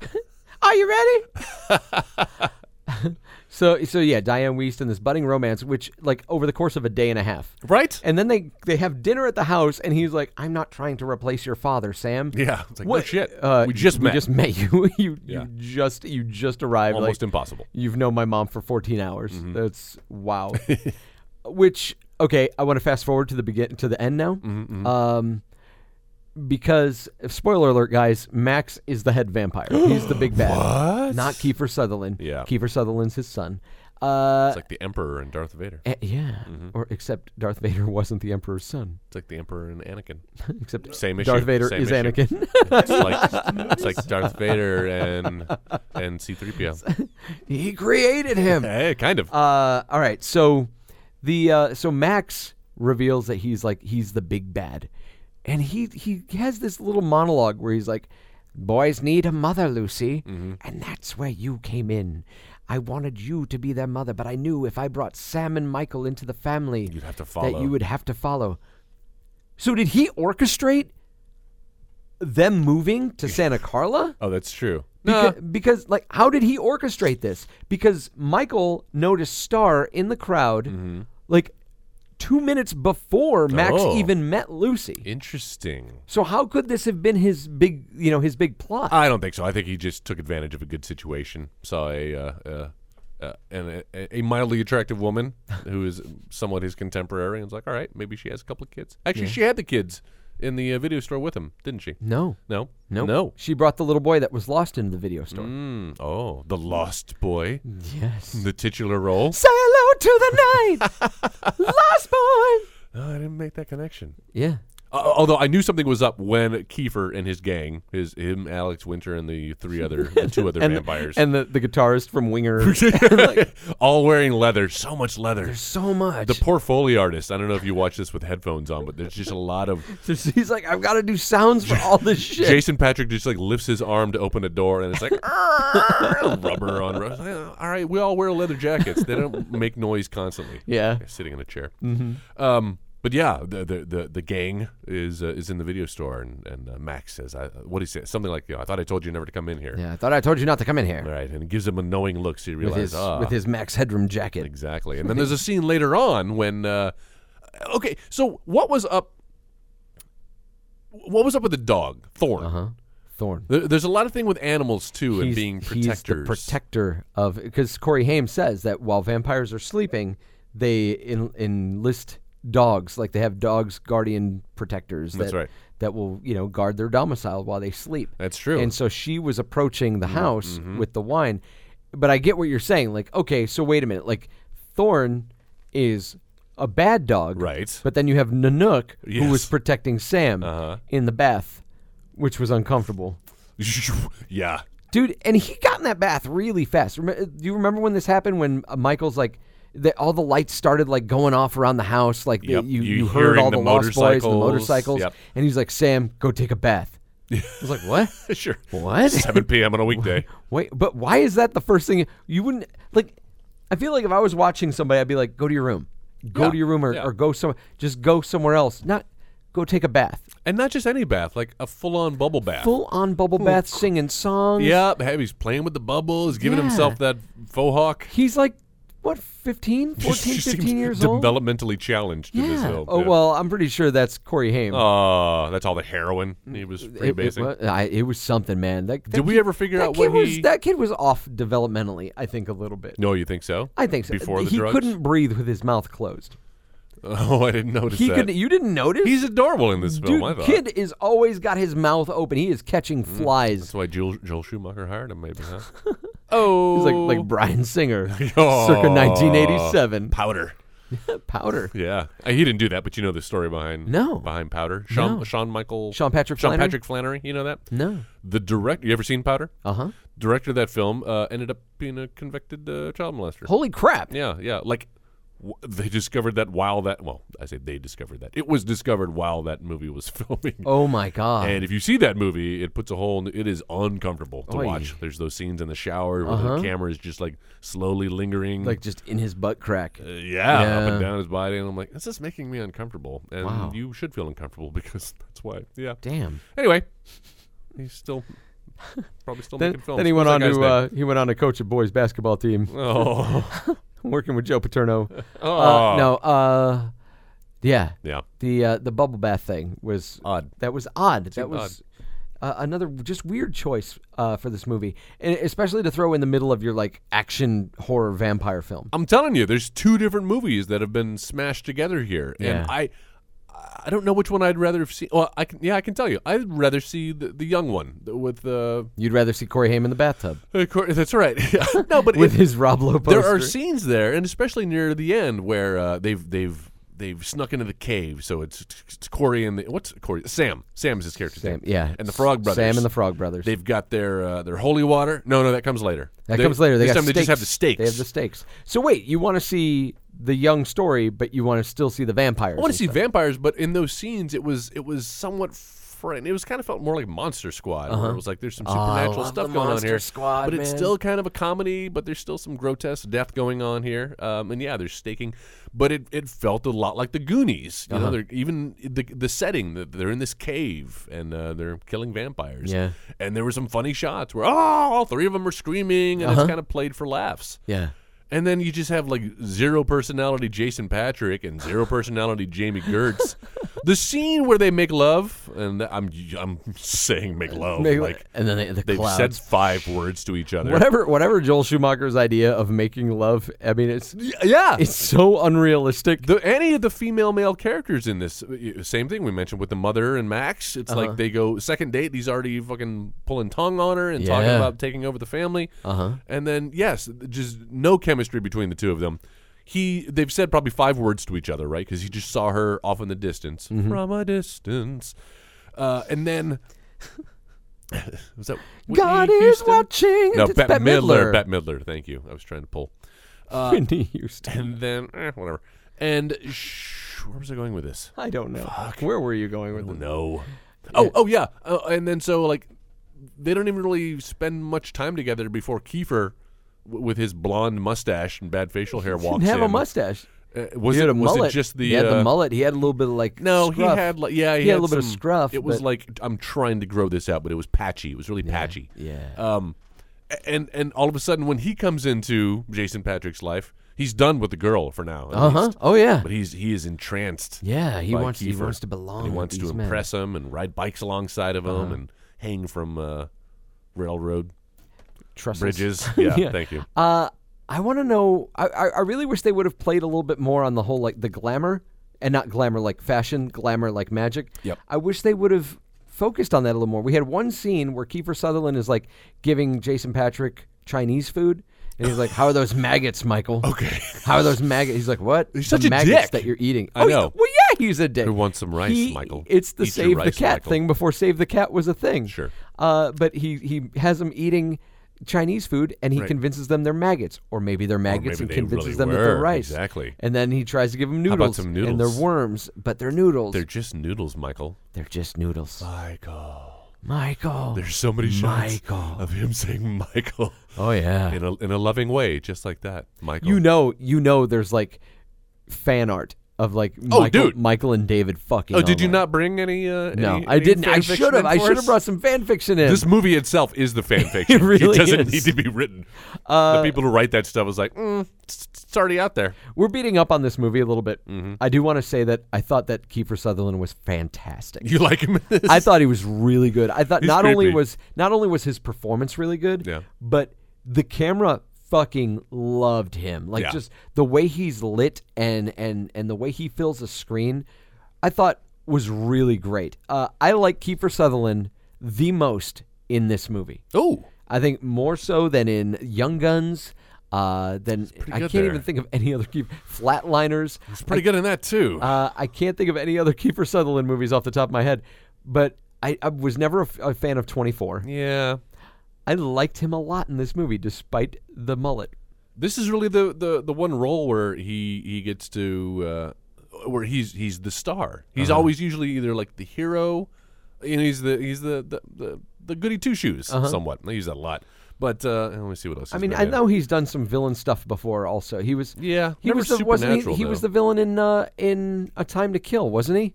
Speaker 3: Are you ready? so so yeah, Diane Weist and this budding romance, which like over the course of a day and a half.
Speaker 4: right?
Speaker 3: And then they they have dinner at the house, and he's like, "I'm not trying to replace your father, Sam."
Speaker 4: yeah. It's like, no
Speaker 3: What-
Speaker 4: shit.
Speaker 3: Uh,
Speaker 4: we just met.
Speaker 3: just met you. you
Speaker 4: Yeah.
Speaker 3: you just you just arrived. like-
Speaker 4: Almost impossible.
Speaker 3: You've known my mom for 14 hours.
Speaker 4: Mm-hmm.
Speaker 3: That's wow. Which okay, I want to fast forward to the begin to the end now.
Speaker 4: Mm-hmm,
Speaker 3: Um, because spoiler alert, guys, Max is the head vampire. He's the big bad.
Speaker 4: What?
Speaker 3: Not Kiefer Sutherland.
Speaker 4: Yeah.
Speaker 3: Kiefer Sutherland's his son. Uh,
Speaker 4: It's Mm-hmm. like the Emperor and Darth Vader.
Speaker 3: eh, yeah. Or except Darth Vader wasn't the Emperor's son.
Speaker 4: It's like the Emperor and Anakin.
Speaker 3: Except
Speaker 4: Same issue.
Speaker 3: Darth Vader
Speaker 4: same
Speaker 3: is
Speaker 4: issue.
Speaker 3: Anakin.
Speaker 4: it's, like, it's like Darth Vader and and C3PO.
Speaker 3: he created him.
Speaker 4: Hey, kind of.
Speaker 3: Uh, all right. So the uh, so Max reveals that he's like he's the big bad, and he he has this little monologue where he's like, "Boys need a mother, Lucy,
Speaker 4: Mm-hmm.
Speaker 3: and that's where you came in." I wanted you to be their mother, but I knew if I brought Sam and Michael into the family,
Speaker 4: You'd have to
Speaker 3: that
Speaker 4: follow.
Speaker 3: you would have to follow. So did he orchestrate them moving to Santa Carla?
Speaker 4: Oh, that's true.
Speaker 3: Beca- Because, like, how did he orchestrate this? Because Michael noticed Star in the crowd, like, two minutes before Max
Speaker 4: Mm-hmm. Oh.
Speaker 3: even met Lucy.
Speaker 4: Interesting.
Speaker 3: So how could this have been his big, you know, his big plot?
Speaker 4: I don't think so. I think he just took advantage of a good situation. Saw a uh, uh, uh, an, a, a mildly attractive woman who is somewhat his contemporary, and was like, "All right, maybe she has a couple of kids." Actually, she had the kids in the uh, video store with him, didn't she?
Speaker 3: no.
Speaker 4: No,
Speaker 3: No.
Speaker 4: no.
Speaker 3: She brought the little boy that was lost in the video store.
Speaker 4: Mm, oh, the lost boy,
Speaker 3: Mm. Yes.
Speaker 4: the titular role.
Speaker 3: Say hello to the night, lost boy.
Speaker 4: No, Oh, I didn't make that connection.
Speaker 3: Yeah.
Speaker 4: Uh, although I knew something was up when Kiefer and his gang, his him, Alex Winter, and the three other, the two other vampires,
Speaker 3: And the, the guitarist from Winger.
Speaker 4: all wearing leather, so much leather.
Speaker 3: so much.
Speaker 4: The poor Foley artist. I don't know if you watch this with headphones on, but there's just a lot of
Speaker 3: He's like, I've got to do sounds for all this shit.
Speaker 4: Jason Patrick just like lifts his arm to open a door, and it's like "Arr!" rubber on rubber. It's like, "Oh, All right, we all wear leather jackets. They don't make noise constantly.
Speaker 3: Yeah.
Speaker 4: They're sitting in a chair. Mm-hmm. Um, but yeah, the the, the, the gang is uh, is in the video store, and and uh, Max says, I, "What he say? Something like, you know, I thought I told you never to come in here."
Speaker 3: Yeah, I thought I told you not to come in here
Speaker 4: All right, and he gives him a knowing look, so you
Speaker 3: with
Speaker 4: realize,
Speaker 3: his
Speaker 4: ah,
Speaker 3: with his Max Headroom jacket.
Speaker 4: Exactly. And then there's a scene later on when uh, okay, so what was up what was up with the dog, Thorn?
Speaker 3: Thorn.
Speaker 4: There- There's a lot of thing with animals too and
Speaker 3: Uh-huh. He's-
Speaker 4: being
Speaker 3: he's the
Speaker 4: protectors.
Speaker 3: protector of because Corey Haim says that while vampires are sleeping, they en- enlist dogs, like they have dogs guardian protectors.
Speaker 4: That's
Speaker 3: that,
Speaker 4: right.
Speaker 3: That will you know guard their domicile while they sleep.
Speaker 4: That's true. Mm-hmm,
Speaker 3: And so she was approaching the house with the wine, but I get what you're saying. Like, okay, so wait a minute. Like, Thorn is a bad dog,
Speaker 4: Right.
Speaker 3: But then you have Nanook, who was
Speaker 4: Yes. Uh-huh.
Speaker 3: protecting Sam in the bath, which was uncomfortable.
Speaker 4: yeah.
Speaker 3: Dude, and he got in that bath really fast. Rem- do you remember when this happened? When uh, Michael's like, the, all the lights started like going off around the house. Like the-
Speaker 4: Yep,
Speaker 3: you,
Speaker 4: you
Speaker 3: you, heard
Speaker 4: hearing
Speaker 3: all
Speaker 4: the
Speaker 3: the, lost boys and the
Speaker 4: motorcycles,
Speaker 3: motorcycles.
Speaker 4: yep.
Speaker 3: And he's like, Sam, go take a bath. I was like, what?
Speaker 4: Sure.
Speaker 3: What?
Speaker 4: 7 p.m. on a weekday.
Speaker 3: Wait, but why is that the first thing you wouldn't like? I feel like if I was watching somebody, I'd be like, go to your room, go
Speaker 4: Yeah,
Speaker 3: to your room, or,
Speaker 4: yeah.
Speaker 3: or go somewhere. Just go somewhere else. Not go take a bath.
Speaker 4: And not just any bath, like a full-on bubble bath.
Speaker 3: Full on bubble bath, singing songs.
Speaker 4: Yep, hey, he's playing with the bubbles, giving
Speaker 3: Yeah.
Speaker 4: himself that faux hawk.
Speaker 3: He's like, what, 15, 14,
Speaker 4: He seems
Speaker 3: 15 years old?
Speaker 4: developmentally challenged in this film.
Speaker 3: Oh
Speaker 4: yeah.
Speaker 3: well, I'm pretty sure that's Corey Haim.
Speaker 4: Uh, that's all the heroin he was
Speaker 3: it, it,
Speaker 4: freebasing.
Speaker 3: wa- I- it was something, man. That, that
Speaker 4: Did we
Speaker 3: kid-
Speaker 4: ever figure
Speaker 3: that
Speaker 4: out
Speaker 3: kid
Speaker 4: what
Speaker 3: was,
Speaker 4: he-
Speaker 3: That kid was off developmentally, I think, a little bit.
Speaker 4: No, you think so?
Speaker 3: I think so.
Speaker 4: Before the
Speaker 3: he
Speaker 4: drugs?
Speaker 3: couldn't breathe with his mouth closed.
Speaker 4: Oh, I didn't notice
Speaker 3: He
Speaker 4: that.
Speaker 3: could. You didn't notice?
Speaker 4: He's adorable in this film.
Speaker 3: Dude,
Speaker 4: I thought. Mm,
Speaker 3: kid is always got his mouth open. He is catching flies.
Speaker 4: That's why Joel, Joel Schumacher hired him, maybe. Huh? oh,
Speaker 3: He's like like Brian Singer, circa
Speaker 4: Oh.
Speaker 3: 1987.
Speaker 4: powder.
Speaker 3: Powder.
Speaker 4: Yeah, Uh, he didn't do that, but you know the story behind
Speaker 3: No.
Speaker 4: behind powder. Sean
Speaker 3: No.
Speaker 4: Sean Michael
Speaker 3: Sean Patrick
Speaker 4: Sean
Speaker 3: Flannery?
Speaker 4: Patrick Flannery. You know that
Speaker 3: No.
Speaker 4: the director. You ever seen Powder?
Speaker 3: Uh huh.
Speaker 4: Director of that film uh, ended up being a convicted uh, child molester.
Speaker 3: Holy crap!
Speaker 4: Yeah, yeah. Like w- they discovered that while that well, I say they discovered that it was discovered while that movie was filming.
Speaker 3: Oh my god.
Speaker 4: And if you see that movie, it puts a whole. It is uncomfortable to
Speaker 3: Oy. Uh-huh.
Speaker 4: watch. There's those scenes in the shower where the camera is just like slowly lingering,
Speaker 3: like just in his butt crack.
Speaker 4: uh, yeah, up
Speaker 3: Yeah.
Speaker 4: and down his body, and I'm like, this is making me uncomfortable. And
Speaker 3: Wow.
Speaker 4: you should feel uncomfortable because that's why. Yeah.
Speaker 3: Damn.
Speaker 4: Anyway, he's still probably still
Speaker 3: Then,
Speaker 4: making films.
Speaker 3: then he
Speaker 4: What's
Speaker 3: went
Speaker 4: that
Speaker 3: on
Speaker 4: guy's
Speaker 3: to
Speaker 4: name?
Speaker 3: uh, he went on to coach a boys basketball team,
Speaker 4: oh,
Speaker 3: working with Joe Paterno.
Speaker 4: Oh.
Speaker 3: Uh, no, uh, yeah,
Speaker 4: yeah.
Speaker 3: the uh, the bubble bath thing was
Speaker 4: Odd.
Speaker 3: That was odd. that was Uh, another just weird choice uh, for this movie, and especially to throw in the middle of your like action horror vampire film.
Speaker 4: I'm telling you, there's two different movies that have been smashed together here,
Speaker 3: Yeah.
Speaker 4: and I, I don't know which one I'd rather see. Well, I can, yeah, I can tell you, I'd rather see the, the young one the- with uh, the.
Speaker 3: You'd rather see Corey Haim in the bathtub
Speaker 4: Uh, Cor- that's all right. no, but
Speaker 3: with
Speaker 4: it-
Speaker 3: his Rob Lowe poster.
Speaker 4: there are scenes there, and especially near the end where uh, they've they've they've snuck into the cave. So it's, it's Corey and the what's Corey Sam Sam's his character's
Speaker 3: Sam,
Speaker 4: name.
Speaker 3: yeah,
Speaker 4: and the Frog Brothers.
Speaker 3: Sam and the Frog Brothers.
Speaker 4: They've got their uh, their holy water. No, no, that comes later.
Speaker 3: that
Speaker 4: They-
Speaker 3: comes later. They
Speaker 4: this
Speaker 3: got
Speaker 4: time they just have the
Speaker 3: stakes.
Speaker 4: stakes.
Speaker 3: They have the stakes. So wait, you want to see the young story, but you want to still see the vampires?
Speaker 4: I want
Speaker 3: and
Speaker 4: to see
Speaker 3: stuff.
Speaker 4: vampires, but in those scenes, it was it was somewhat different. It was kind of felt more like Monster Squad, where it was like there's some
Speaker 3: Uh-huh. Oh, I
Speaker 4: supernatural
Speaker 3: love
Speaker 4: stuff
Speaker 3: the
Speaker 4: going on
Speaker 3: Monster
Speaker 4: here,
Speaker 3: Squad,
Speaker 4: but it's
Speaker 3: man.
Speaker 4: still kind of a comedy. But there's still some grotesque death going on here, um, and yeah, there's staking. But it, it felt a lot like the Goonies. You
Speaker 3: Uh-huh.
Speaker 4: know, they're, even the the setting that they're in this cave and uh, they're killing vampires.
Speaker 3: Yeah.
Speaker 4: and there were some funny shots where oh, all three of them are screaming,
Speaker 3: Uh-huh.
Speaker 4: and it's kind of played for laughs.
Speaker 3: Yeah.
Speaker 4: And then you just have like zero personality Jason Patrick and zero personality Jamie Gertz. the scene where they make love, and th- I'm I'm saying make love
Speaker 3: Maybe-
Speaker 4: like
Speaker 5: and then they, the
Speaker 4: they've
Speaker 5: clouds.
Speaker 4: said five words to each other.
Speaker 3: Whatever, whatever Joel Schumacher's idea of making love, I mean, it's
Speaker 4: Yeah.
Speaker 3: it's so unrealistic.
Speaker 4: the, any of the female male characters in this uh, same thing we mentioned with the mother and Max. It's
Speaker 3: Uh-huh.
Speaker 4: like they go second date. He's already fucking pulling tongue on her and talking
Speaker 5: Yeah.
Speaker 4: about taking over the family. Uh-huh. And then yes, just no chemistry between the two of them. He they've said probably five words to each other, right? Because he just saw her off in the distance
Speaker 3: Mm-hmm.
Speaker 4: from a distance, uh, and then. Was that Whitney
Speaker 3: God is
Speaker 4: Houston?
Speaker 3: watching.
Speaker 4: No,
Speaker 3: It's
Speaker 4: Bette,
Speaker 3: Bette
Speaker 4: Midler.
Speaker 3: Midler.
Speaker 4: Bette Midler. Thank you. I was trying to pull
Speaker 3: Whitney Houston.
Speaker 4: and then eh, whatever. And shh, where was I going with this?
Speaker 3: I don't know. Where were you going with this?
Speaker 4: No. Oh, oh yeah. Uh, and then so like, they don't even really spend much time together before Kiefer, w- with his blonde mustache and bad facial hair, walks
Speaker 3: Didn't have
Speaker 4: in.
Speaker 3: a mustache.
Speaker 4: Uh, was
Speaker 3: he
Speaker 4: it
Speaker 3: had a
Speaker 4: was
Speaker 3: mullet.
Speaker 4: it just the?
Speaker 3: he had
Speaker 4: uh,
Speaker 3: the mullet. He had a little bit of like
Speaker 4: No, he
Speaker 3: scruff.
Speaker 4: had like yeah, he,
Speaker 3: He had a little bit of
Speaker 4: some-
Speaker 3: scruff,
Speaker 4: It was
Speaker 3: but-
Speaker 4: like I'm trying to grow this out, but it was patchy. It was really patchy.
Speaker 5: yeah.
Speaker 4: Um, a- and and all of a sudden when he comes into Jason Patrick's life, he's done with the girl for now. at
Speaker 5: Uh
Speaker 3: Uh-huh.
Speaker 5: huh.
Speaker 4: least.
Speaker 5: Oh yeah.
Speaker 4: But he's he is entranced.
Speaker 5: Yeah, he
Speaker 4: by
Speaker 5: wants he
Speaker 4: Kiefer.
Speaker 5: wants to belong.
Speaker 4: He
Speaker 5: with
Speaker 4: wants to
Speaker 5: these men.
Speaker 4: impress him and ride bikes alongside of him
Speaker 3: Uh-huh.
Speaker 4: and hang from uh, railroad
Speaker 3: trusses.
Speaker 4: bridges. Yeah,
Speaker 3: Yeah.
Speaker 4: thank you.
Speaker 3: Uh, I want to know. I, I I really wish they would have played a little bit more on the whole like the glamour and not glamour like fashion, glamour like magic.
Speaker 4: Yep.
Speaker 3: I wish they would have focused on that a little more. We had one scene where Kiefer Sutherland is like giving Jason Patrick Chinese food. And he's like, "How are those maggots, Michael? Okay. How are those maggots?" He's like, "What? He's the
Speaker 4: such a
Speaker 3: maggots
Speaker 4: dick.
Speaker 3: that you're eating."
Speaker 4: I
Speaker 3: oh, he's-
Speaker 4: know.
Speaker 3: Well, yeah, he's a dick.
Speaker 4: Who wants some rice,
Speaker 3: He-
Speaker 4: Michael?
Speaker 3: It's the
Speaker 4: Eat your
Speaker 3: save the
Speaker 4: rice,
Speaker 3: cat
Speaker 4: Michael.
Speaker 3: thing before Save the Cat was a thing.
Speaker 4: Sure.
Speaker 3: Uh, but he, he has them eating Chinese food and he convinces them they're maggots. Or maybe they're maggots
Speaker 4: maybe
Speaker 3: and
Speaker 4: they
Speaker 3: convinces
Speaker 4: really
Speaker 3: them that they're
Speaker 4: were,
Speaker 3: rice.
Speaker 4: exactly.
Speaker 3: And then he tries to give them
Speaker 4: about
Speaker 3: noodles.
Speaker 4: some
Speaker 3: And
Speaker 4: noodles?
Speaker 3: they're worms, but they're noodles.
Speaker 4: They're just noodles, Michael.
Speaker 3: They're just noodles.
Speaker 4: Michael.
Speaker 3: Michael.
Speaker 4: There's so many shots
Speaker 3: Michael.
Speaker 4: of him saying Michael
Speaker 5: Oh yeah.
Speaker 4: in a in a loving way, just like that. Michael.
Speaker 3: You know, you know there's like fan art of like Michael,
Speaker 4: Oh, dude.
Speaker 3: Michael and David fucking.
Speaker 4: Oh, did you
Speaker 3: online.
Speaker 4: not bring any? Uh,
Speaker 3: No,
Speaker 4: any-
Speaker 3: I
Speaker 4: any
Speaker 3: didn't. I
Speaker 4: fan fiction
Speaker 3: should have.
Speaker 4: in
Speaker 3: I
Speaker 4: for
Speaker 3: should have
Speaker 4: us?
Speaker 3: brought some fan fiction in.
Speaker 4: This movie itself is the fan fiction.
Speaker 3: really
Speaker 4: doesn't
Speaker 3: is. Uh,
Speaker 4: need to be written. the people who write that stuff was like, mm, it's, it's already out there.
Speaker 3: We're beating up on this movie a little bit.
Speaker 4: Mm-hmm.
Speaker 3: I do want to say that I thought that Kiefer Sutherland was fantastic.
Speaker 4: You like him? in this?
Speaker 3: I thought he was really good. I thought
Speaker 4: He's
Speaker 3: not only
Speaker 4: creepy.
Speaker 3: was not only was his performance really good,
Speaker 4: Yeah.
Speaker 3: but the camera fucking loved him. Like
Speaker 4: Yeah.
Speaker 3: just the way he's lit and and and the way he fills the screen, I thought was really great. Uh, I like Kiefer Sutherland the most in this movie.
Speaker 4: oh,
Speaker 3: I think more so than in Young Guns. Uh, than I
Speaker 4: good
Speaker 3: can't even
Speaker 4: there.
Speaker 3: think of any other Kiefer Flatliners.
Speaker 4: pretty good in that too.
Speaker 3: Uh, I can't think of any other Kiefer Sutherland movies off the top of my head, but I, I was never a, f- a fan of 24.
Speaker 4: yeah.
Speaker 3: I liked him a lot in this movie, despite the mullet.
Speaker 4: This is really the, the, the one role where he he gets to uh, where he's he's the star. He's
Speaker 3: Uh-huh.
Speaker 4: always usually either like the hero, and he's the he's the the, the, the goody two shoes somewhat. I use that a lot. But uh, let me see what else.
Speaker 3: Uh-huh. I
Speaker 4: he's
Speaker 3: mean,
Speaker 4: been
Speaker 3: I
Speaker 4: in.
Speaker 3: know he's done some villain stuff before. Also, he was
Speaker 4: Yeah,
Speaker 3: he
Speaker 4: never
Speaker 3: was the, wasn't he,
Speaker 4: supernatural,
Speaker 3: he was
Speaker 4: though.
Speaker 3: the villain in uh, in A Time to Kill, wasn't he?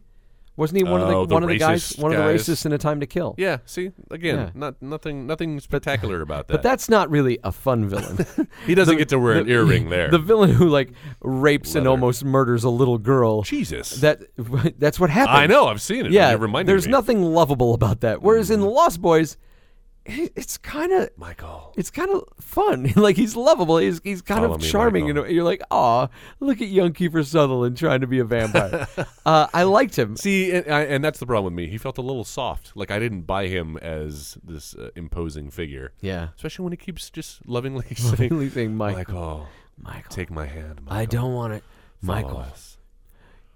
Speaker 3: Wasn't he one of
Speaker 4: Oh,
Speaker 3: the,
Speaker 4: the
Speaker 3: one of the guys,
Speaker 4: racist
Speaker 3: one of the
Speaker 4: guys.
Speaker 3: racists in A Time to Kill?
Speaker 4: Yeah. See, again,
Speaker 3: Yeah.
Speaker 4: not nothing nothing spectacular about that.
Speaker 3: But that's not really a fun villain.
Speaker 4: he doesn't get to wear an earring there.
Speaker 3: the villain who like rapes and
Speaker 4: Leather.
Speaker 3: almost murders a little girl.
Speaker 4: Jesus.
Speaker 3: That that's what happened.
Speaker 4: I know. I've seen it.
Speaker 3: Yeah,
Speaker 4: It reminded
Speaker 3: there's
Speaker 4: me. Mm.
Speaker 3: nothing lovable about that. Whereas in The Lost Boys, i- it's kind of
Speaker 4: Michael.
Speaker 3: it's kind of fun. like he's lovable. He's he's kind
Speaker 4: Follow
Speaker 3: of
Speaker 4: me,
Speaker 3: charming. You know,
Speaker 4: Michael.
Speaker 3: you're like, aw, look at young Kiefer Sutherland trying to be a vampire. uh, I liked him.
Speaker 4: See, and, I, and that's the problem with me. He felt a little soft. Like I didn't buy him as this uh, imposing figure.
Speaker 5: Yeah.
Speaker 4: Especially when he keeps just lovingly saying,
Speaker 3: Really saying, Mike,
Speaker 4: "Michael,
Speaker 5: Michael.
Speaker 4: take my hand." Michael.
Speaker 5: I don't want it.
Speaker 4: Follow
Speaker 5: Michael.
Speaker 4: us."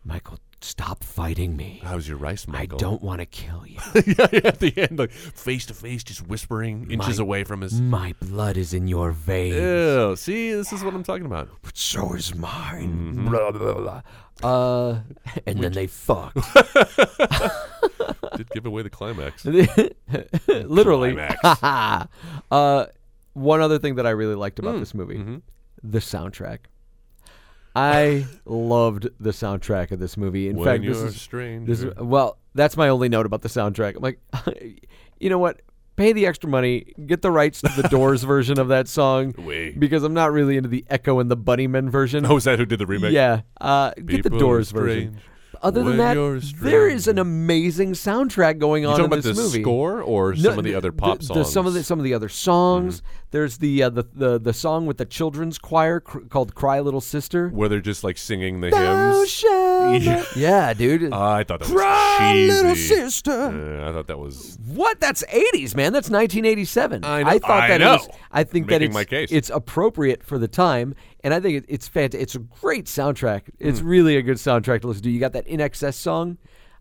Speaker 5: Michael,
Speaker 3: Stop fighting me.
Speaker 4: How's your rice,
Speaker 3: I
Speaker 4: Michael?
Speaker 3: don't want to kill you.
Speaker 4: yeah, yeah, at the end, like face to face, just whispering inches
Speaker 3: My-
Speaker 4: away from his.
Speaker 3: My blood is in your veins,
Speaker 4: Ew, see, this is what I'm talking about.
Speaker 3: but so is mine. Blah, blah, blah. Uh, and then they fuck.
Speaker 4: Did give away the climax.
Speaker 3: Literally.
Speaker 4: Climax.
Speaker 3: uh, one other thing that I really liked about this movie the soundtrack. I loved the soundtrack of this movie. In
Speaker 4: When
Speaker 3: fact, this
Speaker 4: you're a
Speaker 3: is, this is
Speaker 4: stranger.
Speaker 3: well, that's my only note about the soundtrack. I'm like, you know what? Pay the extra money, get the rights to the Doors version of that song
Speaker 4: Oui.
Speaker 3: because I'm not really into the Echo and the Bunnymen version.
Speaker 4: oh, is that who did the remake?
Speaker 3: yeah, uh, get the
Speaker 4: People are
Speaker 3: Doors version.
Speaker 4: strange.
Speaker 3: Other
Speaker 4: When
Speaker 3: than that,
Speaker 4: you're a
Speaker 3: there is an
Speaker 4: stranger.
Speaker 3: amazing soundtrack going
Speaker 4: You
Speaker 3: on
Speaker 4: talking
Speaker 3: in
Speaker 4: about
Speaker 3: this
Speaker 4: the
Speaker 3: movie.
Speaker 4: score or
Speaker 3: No,
Speaker 4: some of the other pop songs? Mm-hmm.
Speaker 3: some of the some of the other songs. There's the, uh, the the the song with the children's choir cr- called "Cry Little Sister."
Speaker 4: where they're just like singing the
Speaker 3: Thou
Speaker 4: hymns.
Speaker 3: shalt
Speaker 4: Yeah. Uh,
Speaker 3: not- yeah, dude.
Speaker 4: I thought that was
Speaker 3: Cry,
Speaker 4: cheesy.
Speaker 3: little sister.
Speaker 4: Uh, I thought that was
Speaker 3: What? That's 80s, man. That's 1987.
Speaker 4: I know-
Speaker 3: thought
Speaker 4: I
Speaker 3: that it
Speaker 4: know.
Speaker 3: was- I think that
Speaker 4: Making
Speaker 3: it's
Speaker 4: my case.
Speaker 3: it's appropriate for the time, and I think it, it's fantastic. It's a great soundtrack.
Speaker 4: Hmm.
Speaker 3: It's really a good soundtrack to listen to. You got that In Excess song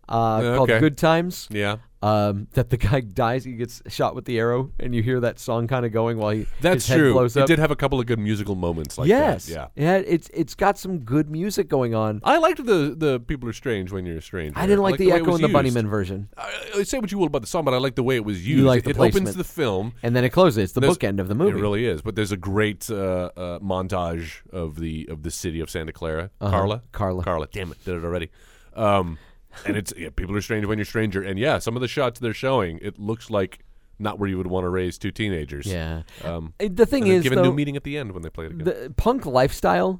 Speaker 3: uh, called
Speaker 4: okay.
Speaker 3: "Good Times."
Speaker 4: yeah.
Speaker 3: um, that the guy dies, he gets shot with the arrow, and you hear that song kind of going while he
Speaker 4: That's
Speaker 3: his head
Speaker 4: true.
Speaker 3: blows
Speaker 4: It
Speaker 3: up.
Speaker 4: did have a couple of good musical moments like
Speaker 3: yes,
Speaker 4: that. Yeah.
Speaker 3: yeah. It's it's got some good music going on.
Speaker 4: I liked the the people are strange when you're strange.
Speaker 3: I didn't like, the,
Speaker 4: way it
Speaker 3: Echo
Speaker 4: was
Speaker 3: and the
Speaker 4: used.
Speaker 3: Bunnymen version,
Speaker 4: I, I say what you will about the song, but I like the way it was used.
Speaker 3: like the
Speaker 4: it opens
Speaker 3: placement.
Speaker 4: the film.
Speaker 3: and then it closes. It's the
Speaker 4: There's-
Speaker 3: bookend of the movie.
Speaker 4: It really is. But there's a great uh, uh, montage of the of the city of Santa Clara. Carla.
Speaker 3: Uh-huh. Carla.
Speaker 4: Carla. Damn it, did it already. Um, and it's yeah, people are strange when you're stranger. And yeah, some of the shots they're showing, it looks like not where you would want to raise two teenagers.
Speaker 3: yeah.
Speaker 4: Um,
Speaker 3: Uh, the thing
Speaker 4: and then
Speaker 3: is,
Speaker 4: give
Speaker 3: though,
Speaker 4: a new meaning at the end when they play it again.
Speaker 3: the punk lifestyle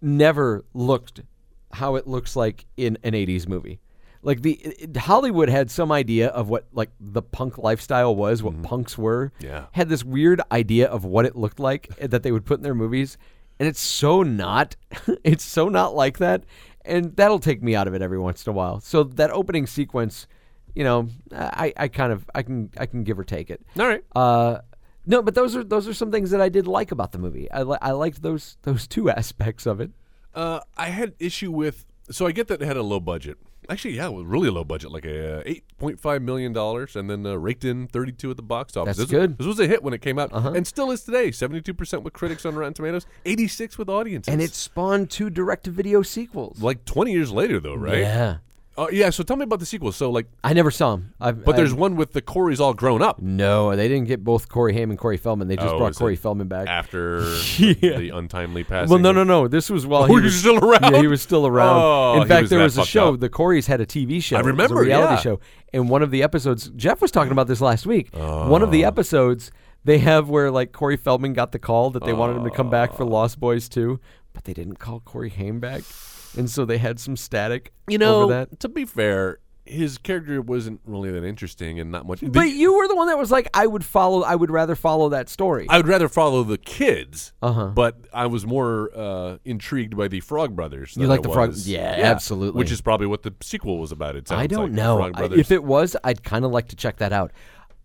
Speaker 3: never looked how it looks like in an 80s movie like the it- hollywood had some idea of what like the punk lifestyle was what punks were
Speaker 4: Mm-hmm. Yeah.
Speaker 3: had this weird idea of what it looked like that they would put in their movies and it's so not it's so not like that and that'll take me out of it every once in a while so that opening sequence you know i i kind of i can i can give or take it
Speaker 4: All right.
Speaker 3: uh, no, but those are those are some things that I did like about the movie. I li- I liked those those two aspects of it.
Speaker 4: Uh, I had issue with. So I get that it had a low budget. Actually, yeah, it was really low budget, like a uh, eight point five million dollars, and then uh, raked in thirty two at the box office.
Speaker 3: That's
Speaker 4: this,
Speaker 3: good. Uh-huh.
Speaker 4: This was a hit when it came out, and still is today. Seventy two percent with critics on Rotten Tomatoes, eighty six with audiences,
Speaker 3: And it spawned two direct to video sequels.
Speaker 4: like twenty years later, though, right?
Speaker 3: Yeah,
Speaker 4: Uh, yeah. So tell me about the sequel. So like,
Speaker 3: I never saw them. I've,
Speaker 4: but there's
Speaker 3: I've-
Speaker 4: one with the Corey's all grown up
Speaker 3: no. They didn't get both Corey Haim and Corey Feldman. They just
Speaker 4: Oh,
Speaker 3: brought
Speaker 4: is
Speaker 3: Corey
Speaker 4: it
Speaker 3: Feldman back.
Speaker 4: after
Speaker 3: Yeah.
Speaker 4: the untimely passing.
Speaker 3: well, no, no,
Speaker 4: of-
Speaker 3: no. This was while
Speaker 4: Oh,
Speaker 3: he
Speaker 4: he
Speaker 3: was,
Speaker 4: was still around?
Speaker 3: Yeah, he was still around.
Speaker 4: Oh,
Speaker 3: In
Speaker 4: he
Speaker 3: fact,
Speaker 4: was
Speaker 3: there
Speaker 4: that
Speaker 3: was a
Speaker 4: fucked
Speaker 3: show.
Speaker 4: up.
Speaker 3: The Corys had a TV show.
Speaker 4: I
Speaker 3: It was
Speaker 4: remember,
Speaker 3: a reality
Speaker 4: yeah.
Speaker 3: show. And one of the episodes, Jeff was talking about this last week. One of the
Speaker 4: Oh.
Speaker 3: episodes they have where like Corey Feldman got the call that they wanted him to come back for
Speaker 4: Oh.
Speaker 3: Lost Boys 2, but they didn't call Corey Haim back, and so they had some static.
Speaker 4: You know,
Speaker 3: over that.
Speaker 4: to be fair, his character wasn't really that interesting, and not much. the-
Speaker 3: But you were the one that was like, I would follow. I would rather follow that story.
Speaker 4: I would rather follow the kids,
Speaker 3: Uh-huh.
Speaker 4: but I was more uh, intrigued by the Frog Brothers.
Speaker 3: You
Speaker 4: than
Speaker 3: like
Speaker 4: I
Speaker 3: the Frog-
Speaker 4: was-
Speaker 3: yeah, absolutely.
Speaker 4: Which is probably what the sequel was about. It sounds
Speaker 3: I don't
Speaker 4: like,
Speaker 3: know.
Speaker 4: Frog
Speaker 3: I-
Speaker 4: Brothers.
Speaker 3: if it was, I'd kind of like to check that out.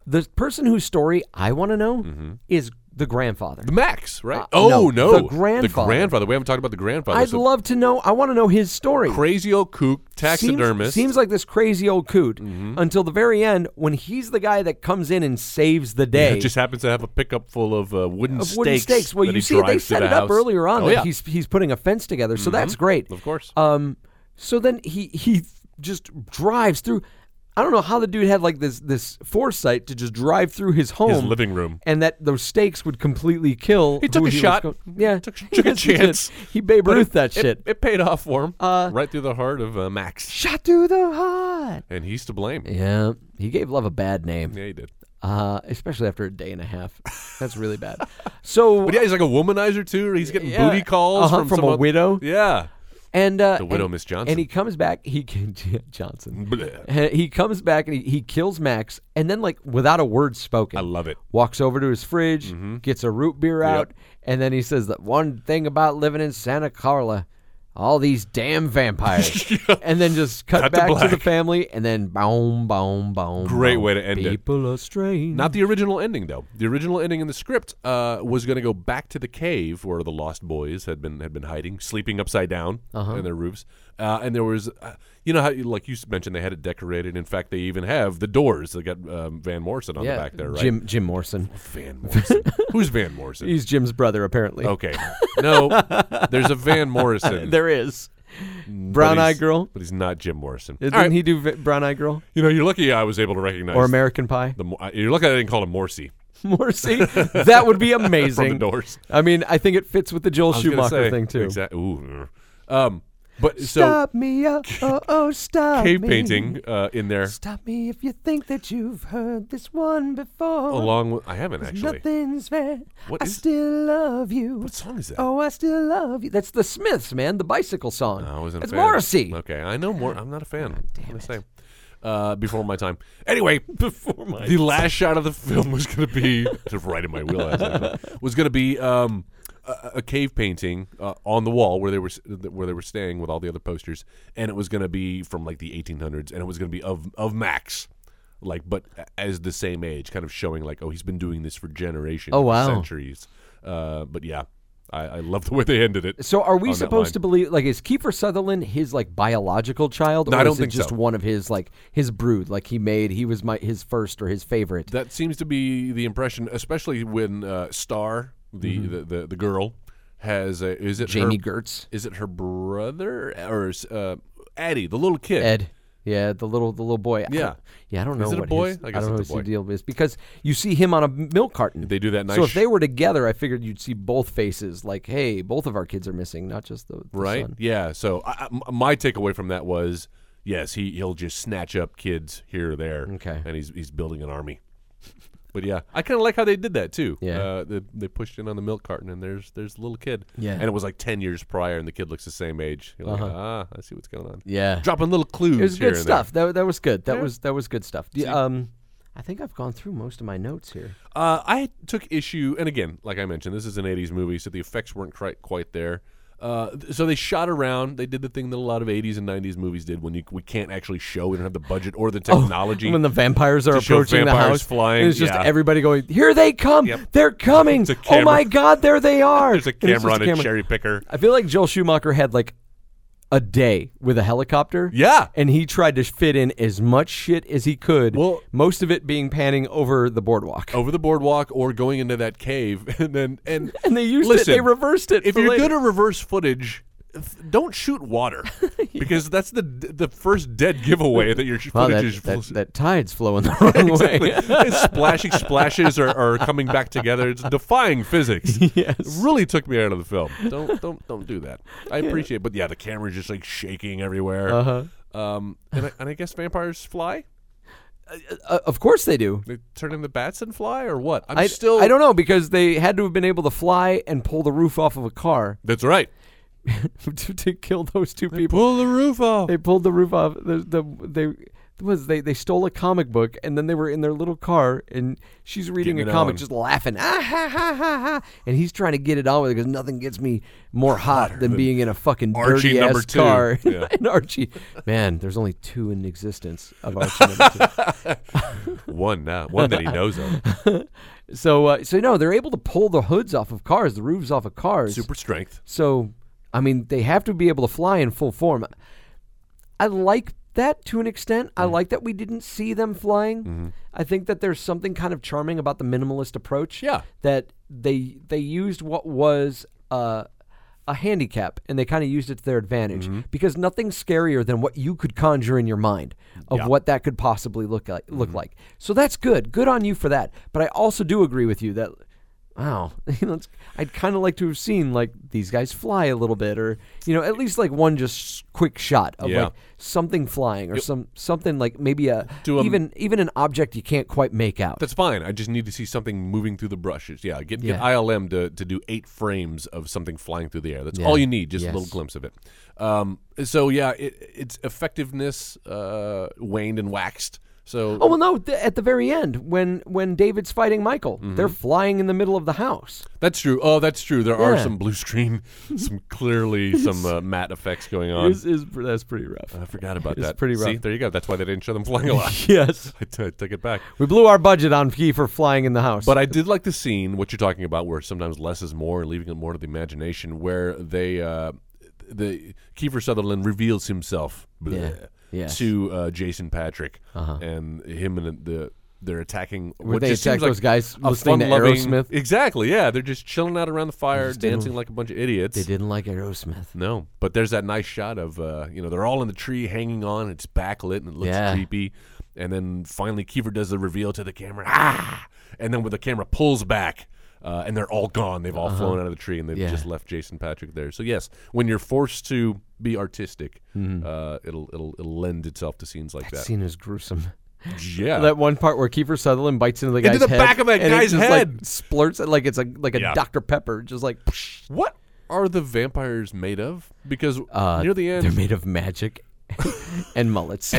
Speaker 3: The person whose story I want to know
Speaker 4: Mm-hmm.
Speaker 3: is the grandfather.
Speaker 4: the Max, right?
Speaker 3: Uh, no,
Speaker 4: oh
Speaker 3: the
Speaker 4: no,
Speaker 3: grandfather.
Speaker 4: grandfather. We haven't talked about the grandfather.
Speaker 3: I'd
Speaker 4: so
Speaker 3: love to know. I want to know his story.
Speaker 4: crazy old kook
Speaker 3: Seems-
Speaker 4: taxidermist. Mm-hmm.
Speaker 3: Seems, like this crazy old coot until the very end when he's the guy that comes in and saves the day.
Speaker 4: it just happens to have a pickup full of uh, wooden,
Speaker 3: of wooden stakes. Well,
Speaker 4: that
Speaker 3: you
Speaker 4: he
Speaker 3: see, they
Speaker 4: drives to
Speaker 3: set
Speaker 4: the
Speaker 3: it up
Speaker 4: house.
Speaker 3: earlier on
Speaker 4: Oh,
Speaker 3: that
Speaker 4: yeah. Mm-hmm.
Speaker 3: he's he's putting a fence together, so that's great.
Speaker 4: of course.
Speaker 3: Um, so then he he just drives through. I don't know how the dude had like this this foresight to just drive through his home,
Speaker 4: living room.
Speaker 3: and that those stakes would completely kill.
Speaker 4: He took
Speaker 3: who
Speaker 4: a
Speaker 3: was
Speaker 4: shot.
Speaker 3: go- yeah,
Speaker 4: Took- took a
Speaker 3: Yes, he did.
Speaker 4: chance.
Speaker 3: He Babe
Speaker 4: But
Speaker 3: Ruth
Speaker 4: it-
Speaker 3: that
Speaker 4: it-
Speaker 3: shit.
Speaker 4: It, paid off for him,
Speaker 3: Uh,
Speaker 4: right through the heart of uh, Max,
Speaker 3: shot through the heart.
Speaker 4: and he's to blame. Yeah,
Speaker 3: Yeah, he gave love a bad name,
Speaker 4: he did.
Speaker 3: uh, especially after a day and a half. That's really bad. So
Speaker 4: But yeah, he's like a womanizer too. or He's getting
Speaker 3: Yeah.
Speaker 4: booty calls
Speaker 3: Uh-huh,
Speaker 4: from,
Speaker 3: from
Speaker 4: some
Speaker 3: a
Speaker 4: oth-
Speaker 3: widow.
Speaker 4: Yeah,
Speaker 3: and uh,
Speaker 4: The widow,
Speaker 3: and-
Speaker 4: Miss Johnson.
Speaker 3: and he comes back. He can Johnson.
Speaker 4: Bleh.
Speaker 3: He comes back and he, he kills Max, and then like without a word spoken,
Speaker 4: I love it.
Speaker 3: Walks over to his fridge,
Speaker 4: Mm-hmm.
Speaker 3: gets a root beer out, and then he says that one thing about living in Santa Carla all these damn vampires, and then just cut,
Speaker 4: Cut to
Speaker 3: back to, the
Speaker 4: black.
Speaker 3: family, and then boom, boom, boom.
Speaker 4: Great
Speaker 3: boom.
Speaker 4: way to end it.
Speaker 3: People are strange.
Speaker 4: Not the original ending, though. The original ending in the script uh, was going to go back to the cave where the Lost Boys had been had been hiding, sleeping upside down
Speaker 3: Uh-huh.
Speaker 4: in their roofs. Uh, and there was, uh, you know, how you- like you s- mentioned, they had it decorated. In fact, they even have the doors that got um, Van Morrison on
Speaker 3: yeah,
Speaker 4: the back there, right?
Speaker 3: Jim Jim Morrison.
Speaker 4: Van Morrison. Who's Van Morrison?
Speaker 3: He's Jim's brother, apparently.
Speaker 4: okay, no, there's a Van Morrison.
Speaker 3: There is
Speaker 4: but
Speaker 3: Brown Eyed
Speaker 4: he's-
Speaker 3: Girl.
Speaker 4: but he's not Jim Morrison.
Speaker 3: Didn't
Speaker 4: All Mm, right.
Speaker 3: he do v- Brown Eye Girl
Speaker 4: you know, you're lucky I was able to recognize
Speaker 3: or American Pie?
Speaker 4: the. Mo- I- You're lucky I didn't call him Morrissey.
Speaker 3: Morrissey. that would be amazing.
Speaker 4: Doors.
Speaker 3: I mean, I think it fits with the Joel
Speaker 4: was gonna
Speaker 3: Schumacher
Speaker 4: say,
Speaker 3: thing too.
Speaker 4: exact- ooh, uh, Um, but so
Speaker 3: Stop me, oh, oh, oh stop
Speaker 4: cave
Speaker 3: me.
Speaker 4: painting uh, in there
Speaker 3: Stop me if you think that you've heard this one before.
Speaker 4: along with I haven't actually.
Speaker 3: Nothing's fair.
Speaker 4: What
Speaker 3: I
Speaker 4: is-
Speaker 3: still love you.
Speaker 4: What song is that?
Speaker 3: Oh, I still love you. That's the Smiths, man. The bicycle song.
Speaker 4: I wasn't. a
Speaker 3: It's
Speaker 4: fan.
Speaker 3: Morrissey.
Speaker 4: Okay, I know more. I'm not a fan. damn what I say? Uh, before my time. Anyway, before my the last shot of the film was going to be sort of right in my wheelhouse. actually, was going to be um, a, a cave painting uh, on the wall where they were s- where they were staying with all the other posters, and it was going to be from like the 1800s, and it was going to be of of Max, like but as the same age, kind of showing like oh he's been doing this for generations,
Speaker 3: Oh, wow.
Speaker 4: centuries. Uh, but yeah, I, I love the way they ended it.
Speaker 3: So are
Speaker 4: on
Speaker 3: we
Speaker 4: that
Speaker 3: supposed
Speaker 4: line.
Speaker 3: to believe like is Kiefer Sutherland his like biological child or
Speaker 4: I don't
Speaker 3: is
Speaker 4: think
Speaker 3: it just
Speaker 4: so.
Speaker 3: one of his like his brood like he made he was my his first or his favorite.
Speaker 4: That seems to be the impression, especially when uh, Star, the, the, the the girl, has a, is it
Speaker 3: Mm-hmm. Jamie
Speaker 4: her,
Speaker 3: Gertz,
Speaker 4: Is it her brother or is, uh, Addie, the little kid?
Speaker 3: Ed. Yeah, the little the little boy. I
Speaker 4: Yeah.
Speaker 3: don't- yeah, I don't know
Speaker 4: it a
Speaker 3: what
Speaker 4: boy?
Speaker 3: his,
Speaker 4: I
Speaker 3: I
Speaker 4: guess
Speaker 3: don't know
Speaker 4: it's a
Speaker 3: what his
Speaker 4: boy.
Speaker 3: deal is because you see him on a milk carton.
Speaker 4: They do that nice.
Speaker 3: so if they
Speaker 4: sh-
Speaker 3: were together, I figured you'd see both faces. Like, hey, both of our kids are missing, not just the, the
Speaker 4: right,
Speaker 3: son.
Speaker 4: yeah. So I, I- m- my takeaway from that was, yes, he he'll just snatch up kids here or there.
Speaker 3: Okay.
Speaker 4: and he's he's building an army. But yeah, I kind of like how they did that too.
Speaker 3: Yeah.
Speaker 4: uh, they, they pushed in on the milk carton, and there's there's the little kid.
Speaker 3: Yeah. Uh-huh.
Speaker 4: and it was like ten years prior, and the kid looks the same age. You're like, ah, I see what's going on.
Speaker 3: Yeah,
Speaker 4: dropping little clues.
Speaker 3: it was
Speaker 4: here
Speaker 3: good
Speaker 4: and
Speaker 3: stuff. That that was good. That was that was good stuff. The- um, I think I've gone through most of my notes here.
Speaker 4: There. Uh, I took issue, and again, like I mentioned, this is an '80s movie, so the effects weren't quite quite there. Uh, th- so they shot around. They did the thing that a lot of '80s and '90s movies did when you we can't actually show. We don't have the budget or the technology.
Speaker 3: Oh, When the vampires are
Speaker 4: To show
Speaker 3: approaching the house,
Speaker 4: vampires flying,
Speaker 3: and it's just
Speaker 4: yeah.
Speaker 3: everybody going, "Here they come!
Speaker 4: Yep.
Speaker 3: They're coming!
Speaker 4: It's a
Speaker 3: Oh my
Speaker 4: camera.
Speaker 3: God, there they are!"
Speaker 4: There's a
Speaker 3: And it's
Speaker 4: camera
Speaker 3: just
Speaker 4: on a,
Speaker 3: camera.
Speaker 4: cherry picker.
Speaker 3: I feel like Joel Schumacher had like a day with a helicopter.
Speaker 4: Yeah.
Speaker 3: and he tried to fit in as much shit as he could.
Speaker 4: Well- Oh,
Speaker 3: most of it being panning over the boardwalk.
Speaker 4: Over the boardwalk or going into that cave, and then and
Speaker 3: And they used
Speaker 4: listen,
Speaker 3: it. They reversed it.
Speaker 4: If
Speaker 3: for
Speaker 4: you're
Speaker 3: later.
Speaker 4: good at reverse footage, th- don't shoot water because that's the the first dead giveaway that your footage
Speaker 3: Wow, that,
Speaker 4: is
Speaker 3: that, that tide's flowing the wrong way.
Speaker 4: His splashing splashes are, are coming back together. It's defying physics.
Speaker 3: Yes.
Speaker 4: It really took me out of the film. Don't don't don't do that. I appreciate, but yeah, the camera's just like shaking everywhere. Uh
Speaker 3: Uh-huh.
Speaker 4: huh. Um, and I, and I guess vampires fly.
Speaker 3: Uh, of course they do.
Speaker 4: They turn into bats and fly, or what? I'm
Speaker 3: I
Speaker 4: still.
Speaker 3: I don't know because they had to have been able to fly and pull the roof off of a car
Speaker 4: That's right.
Speaker 3: to, to kill those two people.
Speaker 4: Pull the roof off.
Speaker 3: They pulled the roof off. The, the they it was they they stole a comic book and then they were in their little car and she's reading
Speaker 4: Getting
Speaker 3: a
Speaker 4: it
Speaker 3: comic
Speaker 4: on.
Speaker 3: just laughing ah ha ha ha ha and he's trying to get it on with it because nothing gets me more hot than being in a fucking
Speaker 4: Archie
Speaker 3: dirty
Speaker 4: number
Speaker 3: ass
Speaker 4: two.
Speaker 3: car.
Speaker 4: Yeah.
Speaker 3: and Archie, man, there's only two in existence of Archie number two.
Speaker 4: One now. One that he knows of.
Speaker 3: So uh, so no, they're able to pull the hoods off of cars, the roofs off of cars.
Speaker 4: Super strength.
Speaker 3: So, I mean, they have to be able to fly in full form. I like that to an extent. I like that we didn't see them flying. I think that there's something kind of charming about the minimalist approach.
Speaker 4: Yeah.
Speaker 3: That they they used what was uh, a handicap and they kind of used it to their advantage because nothing's scarier than what you could conjure in your mind of what that could possibly look like look like. So that's good. Good on you for that. But I also do agree with you that wow, you know, it's- I'd kind of like to have seen like these guys fly a little bit or you know, at least like one just quick shot of
Speaker 4: Yeah.
Speaker 3: like something flying or some something like maybe a
Speaker 4: Do a-
Speaker 3: even even an object you can't quite make out.
Speaker 4: That's fine. I just need to see something moving through the brushes. Yeah, get, get
Speaker 3: Yeah.
Speaker 4: ILM to, to do eight frames of something flying through the air. That's
Speaker 3: Yeah.
Speaker 4: all you need, just a
Speaker 3: Yes.
Speaker 4: little glimpse of it. Um, so yeah, it, its effectiveness uh, waned and waxed. So
Speaker 3: Oh well, no. Th- at the very end, when when David's fighting Michael,
Speaker 4: Mm-hmm.
Speaker 3: they're flying in the middle of the house.
Speaker 4: that's true. Oh, that's true. There are
Speaker 3: Yeah.
Speaker 4: some blue screen, some clearly some uh, matte effects going on.
Speaker 5: Is, is, that's pretty rough.
Speaker 4: I forgot about
Speaker 5: It's
Speaker 4: that.
Speaker 5: pretty
Speaker 4: See,
Speaker 5: rough.
Speaker 4: there you go. That's why they didn't show them flying a lot.
Speaker 5: yes.
Speaker 4: I, t- I took it back.
Speaker 3: We blew our budget on Kiefer flying in the house.
Speaker 4: But I did like the scene, what you're talking about, where sometimes less is more, leaving it more to the imagination, where they, uh, the Kiefer Sutherland reveals himself bleh,
Speaker 3: Yes. Uh-huh.
Speaker 4: to uh, Jason Patrick, and him and the they're attacking.
Speaker 3: Where
Speaker 4: what
Speaker 3: they
Speaker 4: just
Speaker 3: attack
Speaker 4: seems like
Speaker 3: those guys
Speaker 4: a
Speaker 3: listening to
Speaker 4: fun-loving-
Speaker 3: Aerosmith.
Speaker 4: Exactly. Yeah, they're just chilling out around the fire,
Speaker 3: didn't-
Speaker 4: dancing like a bunch of idiots.
Speaker 3: they didn't like Aerosmith.
Speaker 4: No, but there's that nice shot of uh, you know they're all in the tree hanging on. It's backlit and it looks
Speaker 3: Yeah.
Speaker 4: creepy. And then finally, Kiefer does the reveal to the camera, ah! and then when the camera pulls back, uh, and they're all gone. They've all flown out of the tree, and they've
Speaker 3: Uh-huh. Yeah.
Speaker 4: just left Jason Patrick there. So yes, when you're forced to be artistic,
Speaker 3: Mm-hmm.
Speaker 4: uh, it'll it'll it'll lend itself to scenes like
Speaker 3: That
Speaker 4: that.
Speaker 3: scene is gruesome.
Speaker 4: yeah,
Speaker 5: That one part where Kiefer Sutherland bites into the
Speaker 4: Uh, Into
Speaker 5: guy's
Speaker 4: the
Speaker 5: head
Speaker 4: back of that
Speaker 5: and it
Speaker 4: guy's
Speaker 5: just,
Speaker 4: head.
Speaker 5: like, splurts it like it's a like a
Speaker 4: Yeah.
Speaker 5: Dr Pepper, just like
Speaker 4: what are the vampires made of? Because
Speaker 3: Uh,
Speaker 4: near the
Speaker 3: they're
Speaker 4: end,
Speaker 3: made of magic and mullets.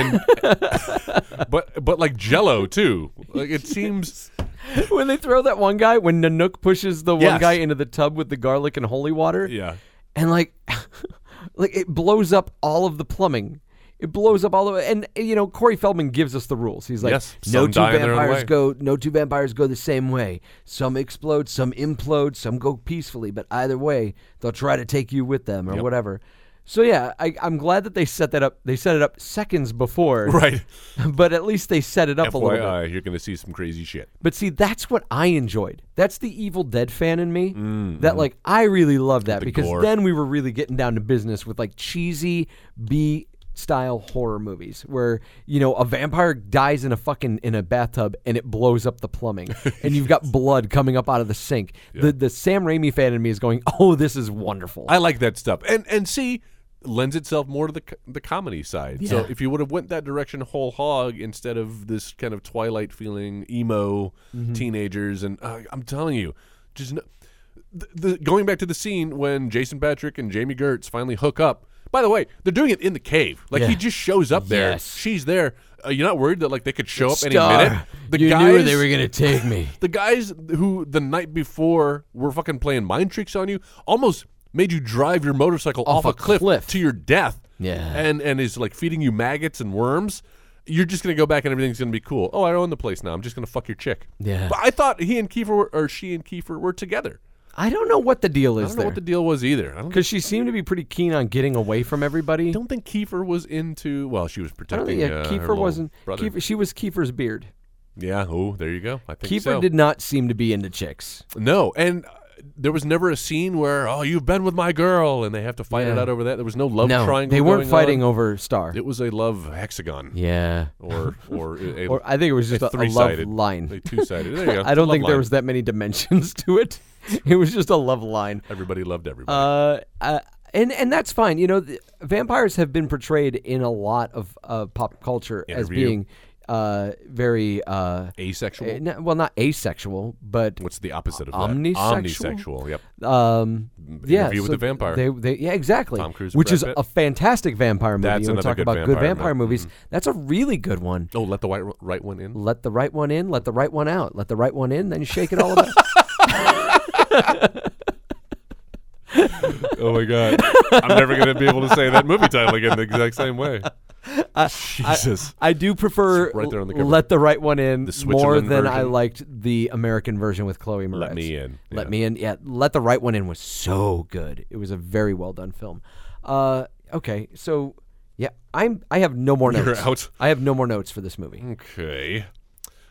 Speaker 4: but but like Jello too. Like it seems.
Speaker 5: when they throw that one guy when Nanook pushes the one
Speaker 4: Yes.
Speaker 5: guy into the tub with the garlic and holy water,
Speaker 4: Yeah.
Speaker 5: and like
Speaker 3: like it blows up all of the plumbing. It blows up all the and you know Corey Feldman gives us the rules. He's like,
Speaker 4: Yes,
Speaker 3: no
Speaker 4: some
Speaker 3: two
Speaker 4: die in their own
Speaker 3: vampires
Speaker 4: way."
Speaker 3: go, no two vampires go the same way. Some explode, some implode, some go peacefully. But either way, they'll try to take you with them or whatever. So yeah, I, I'm glad that they set that up. They set it up seconds before,
Speaker 4: Right.
Speaker 3: but at least they set it up a little bit.
Speaker 4: FYI, you're going to see some crazy shit.
Speaker 3: But see, that's what I enjoyed. That's the Evil Dead fan in me. That like I really loved that because
Speaker 4: gore.
Speaker 3: then we were really getting down to business with like cheesy B style horror movies where you know a vampire dies in a fucking in a bathtub and it blows up the plumbing and you've got blood coming up out of the sink. The the Sam Raimi fan in me is going, "Oh, this is wonderful."
Speaker 4: I like that stuff, and and see, lends itself more to the co- the comedy side. So
Speaker 3: Yeah.
Speaker 4: if you would have went that direction whole hog instead of this kind of Twilight feeling emo
Speaker 3: Mm-hmm.
Speaker 4: teenagers, and uh, I'm telling you, just no, the, the, going back to the scene when Jason Patrick and Jamie Gertz finally hook up. By the way, they're doing it in the cave. Like he
Speaker 3: Yeah.
Speaker 4: just shows up there.
Speaker 3: Yes.
Speaker 4: She's there. Uh, you're not worried that like they could show up
Speaker 3: Star,
Speaker 4: any minute. The
Speaker 3: you
Speaker 4: guys,
Speaker 3: knew they were gonna take me.
Speaker 4: the guys who the night before were fucking playing mind tricks on you almost made you drive your motorcycle
Speaker 3: Off
Speaker 4: off, a
Speaker 3: a
Speaker 4: cliff,
Speaker 3: cliff.
Speaker 4: to your death.
Speaker 3: Yeah.
Speaker 4: And and is like feeding you maggots and worms. You're just gonna go back and everything's gonna be cool. Oh, I own the place now. I'm just gonna fuck your chick.
Speaker 3: Yeah.
Speaker 4: But I thought he and Kiefer were, or she and Kiefer were together.
Speaker 3: I don't know what the deal
Speaker 4: I
Speaker 3: is
Speaker 4: don't know
Speaker 3: there.
Speaker 4: what the deal was either. I don't,
Speaker 5: because she seemed to be pretty keen on getting away from everybody.
Speaker 4: don't think Kiefer was into. Well, she was
Speaker 3: I don't
Speaker 4: protecting.
Speaker 3: think, yeah,
Speaker 4: uh, her
Speaker 3: Kiefer
Speaker 4: little
Speaker 3: wasn't.
Speaker 4: brother.
Speaker 3: Kiefer, she was Kiefer's beard.
Speaker 4: Yeah. Oh, there you go. I think
Speaker 3: Kiefer
Speaker 4: so.
Speaker 3: did not seem to be into chicks.
Speaker 4: No, and uh, there was never a scene where oh you've been with my girl and they have to fight it
Speaker 3: Yeah.
Speaker 4: out over that. There was no love triangle.
Speaker 3: They weren't
Speaker 4: going
Speaker 3: fighting
Speaker 4: on.
Speaker 3: over Star.
Speaker 4: It was a love hexagon,
Speaker 3: yeah.
Speaker 4: or or a, a-
Speaker 3: Or I think it was
Speaker 4: a
Speaker 3: just a, a love
Speaker 4: three-sided
Speaker 3: line.
Speaker 4: two sided. There you go.
Speaker 3: I don't
Speaker 4: Love
Speaker 3: think there
Speaker 4: line.
Speaker 3: was that many dimensions to it. It was just a love line.
Speaker 4: Everybody loved everybody.
Speaker 3: Uh, uh, and and that's fine. You know, the, vampires have been portrayed in a lot of uh, pop culture as
Speaker 4: Interview.
Speaker 3: being uh, very uh,
Speaker 4: Asexual.
Speaker 3: eh, no- well, not asexual, but
Speaker 4: What's the opposite of that?
Speaker 3: omnisexual?
Speaker 4: Omnisexual. Yep.
Speaker 3: um, yeah,
Speaker 4: Interview with
Speaker 3: so
Speaker 4: the Vampire.
Speaker 3: They, they, yeah, exactly.
Speaker 4: Tom Cruise and
Speaker 3: which
Speaker 4: Brad
Speaker 3: is
Speaker 4: Pitt.
Speaker 3: a fantastic vampire movie.
Speaker 4: That's
Speaker 3: you want
Speaker 4: another
Speaker 3: talk
Speaker 4: good
Speaker 3: about good
Speaker 4: vampire
Speaker 3: vampire
Speaker 4: movie. Mm-hmm.
Speaker 3: movies? That's a really good one.
Speaker 4: Oh, let the white right one in.
Speaker 3: let the right one in, let the right one out, let the right one in, then you shake it all about.
Speaker 4: Oh my god, I'm never gonna be able to say that movie title again the exact same way. Jesus.
Speaker 3: I do prefer
Speaker 4: Right there on the
Speaker 3: l-
Speaker 4: cover.
Speaker 3: let the right one in
Speaker 4: The
Speaker 3: more
Speaker 4: Switzerland
Speaker 3: than I
Speaker 4: version.
Speaker 3: liked the American version with Chloe Moretz.
Speaker 4: Let me in.
Speaker 3: Let
Speaker 4: Yeah.
Speaker 3: me in. Yeah, let the right one in was so good. It was a very well done film. Uh, okay, so yeah, I'm I have no more notes.
Speaker 4: You're out. Mm,
Speaker 3: I have no more notes for this movie.
Speaker 4: Okay.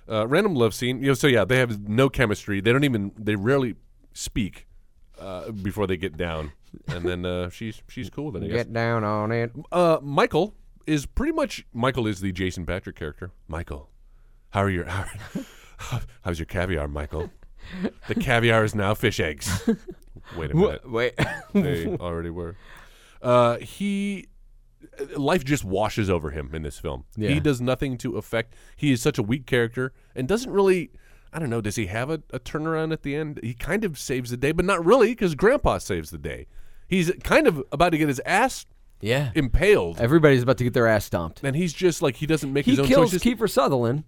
Speaker 4: Uh, random love scene. You know, so yeah, they have no chemistry. They don't even. They rarely speak uh, before they get down, and then uh, she's she's cool. Then I guess.
Speaker 3: Get down on it.
Speaker 4: Uh, Michael is pretty much Michael is the Jason Patrick character. Michael, how are your how, how's your caviar, Michael? The caviar is now fish eggs. Wait a minute.
Speaker 3: Wait.
Speaker 4: They already were. Uh, he life just washes over him in this film. He does nothing to affect. He is such a weak character and doesn't really. I don't know. Does he have a, a turnaround at the end? He kind of saves the day, but not really because Grandpa saves the day. He's kind of about to get his ass
Speaker 6: Yeah.
Speaker 4: impaled,
Speaker 3: Everybody's about to get their ass stomped.
Speaker 4: and he's just like he doesn't make
Speaker 6: He
Speaker 4: his own
Speaker 6: kills
Speaker 4: choices.
Speaker 6: Kiefer Sutherland.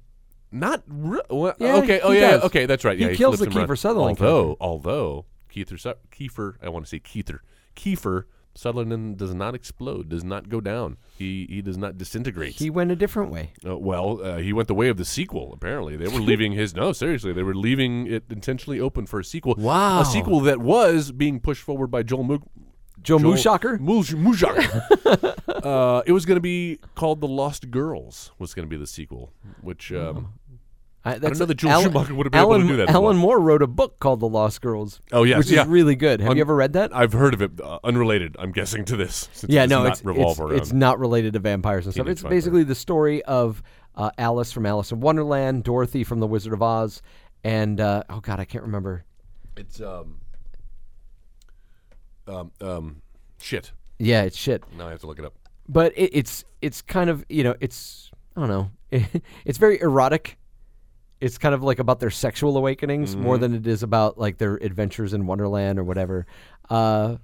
Speaker 4: Not re- well,
Speaker 6: Yeah,
Speaker 4: okay. Oh
Speaker 6: he
Speaker 4: yeah.
Speaker 6: does.
Speaker 4: Okay, that's right.
Speaker 6: He
Speaker 4: yeah,
Speaker 6: kills
Speaker 4: flips
Speaker 6: the
Speaker 4: him around.
Speaker 6: Kiefer Sutherland
Speaker 4: Although, although Keither, Su- Kiefer, I want to say Keither, Kiefer Sutherland does not explode, does not go down. He he does not disintegrate.
Speaker 3: He went a different way.
Speaker 4: Uh, well, uh, he went the way of the sequel. Apparently, they were leaving his no. Seriously, they were leaving it intentionally open for a sequel.
Speaker 6: Wow.
Speaker 4: a sequel that was being pushed forward by Joel Mook.
Speaker 6: Joe Mushocker?
Speaker 4: uh, it was going to be called The Lost Girls. Was going to be the sequel, which um,
Speaker 3: I, that's
Speaker 4: I don't know that Joel
Speaker 3: Alan-
Speaker 4: Schumacher would have been
Speaker 3: Alan,
Speaker 4: able to do that. as well.
Speaker 3: Alan Moore wrote a book called The Lost Girls.
Speaker 4: Oh, yes,
Speaker 3: which
Speaker 4: yeah.
Speaker 3: is really good. Have
Speaker 4: Un-
Speaker 3: you ever read that?
Speaker 4: I've heard of it. Uh, unrelated, I'm guessing to this. Since
Speaker 3: yeah,
Speaker 4: it does
Speaker 3: no,
Speaker 4: not
Speaker 3: it's
Speaker 4: revolve
Speaker 3: it's,
Speaker 4: around.
Speaker 3: it's not related to vampires and stuff.
Speaker 4: Teenage
Speaker 3: It's
Speaker 4: vampire.
Speaker 3: basically the story of uh, Alice from Alice in Wonderland, Dorothy from The Wizard of Oz, and uh, oh god, I can't remember.
Speaker 4: It's um, um, um, shit.
Speaker 3: Yeah, it's shit.
Speaker 4: Now I have to look it up.
Speaker 3: But it, it's it's kind of you know it's I don't know. it's very erotic. It's kind of like about their sexual awakenings
Speaker 4: Mm-hmm.
Speaker 3: more than it is about like their adventures in Wonderland or whatever. Uh,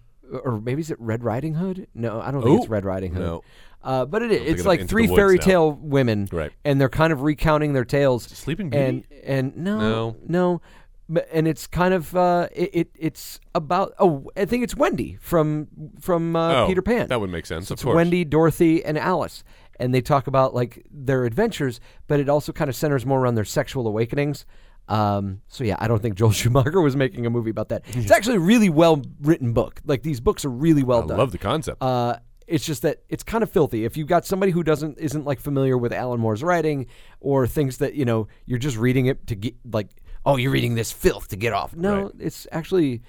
Speaker 3: or maybe is it Red Riding Hood? No, I don't think it's
Speaker 4: Ooh,
Speaker 3: Red Riding Hood.
Speaker 4: no.
Speaker 3: Uh, but it, it's
Speaker 4: of
Speaker 3: like
Speaker 4: Into the
Speaker 3: three
Speaker 4: Woods
Speaker 3: fairy
Speaker 4: now.
Speaker 3: tale women,
Speaker 4: Right.
Speaker 3: And they're kind of recounting their tales.
Speaker 4: Sleeping
Speaker 3: and
Speaker 4: Beauty?
Speaker 3: and no,
Speaker 4: No.
Speaker 3: no, But- and it's kind of uh, it, it. It's about oh, I think it's Wendy from from uh,
Speaker 4: Oh,
Speaker 3: Peter Pan.
Speaker 4: That would make sense. of
Speaker 3: It's
Speaker 4: course.
Speaker 3: Wendy, Dorothy, and Alice. And they talk about like their adventures, but it also kind of centers more around their sexual awakenings. Um, so yeah, I don't think Joel Schumacher was making a movie about that. It's actually a really well written book. Like these books are really well
Speaker 4: I
Speaker 3: done.
Speaker 4: love the concept.
Speaker 3: Uh, it's just that it's kind of filthy. If you've got somebody who doesn't isn't like familiar with Alan Moore's writing or things that you know you're just reading it to get like oh you're reading this filth to get off. No,
Speaker 4: Right.
Speaker 3: it's actually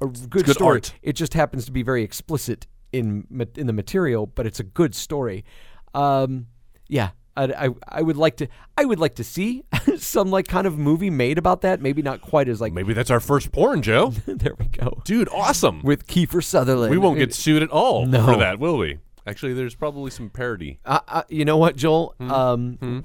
Speaker 3: a good,
Speaker 4: good
Speaker 3: story.
Speaker 4: art.
Speaker 3: It just happens to be very explicit in ma- in the material, but it's a good story. Um, yeah. I'd- I, I would like to I would like to see some like kind of movie made about that. Maybe not quite as like
Speaker 4: Maybe that's our first porn, Joe.
Speaker 3: there we go
Speaker 4: Dude, awesome.
Speaker 3: with Kiefer Sutherland.
Speaker 4: we won't get sued at all
Speaker 3: No.
Speaker 4: for that, will we? Actually, there's probably some parody.
Speaker 3: I, I, you know what, Joel?
Speaker 4: Hmm.
Speaker 3: Um,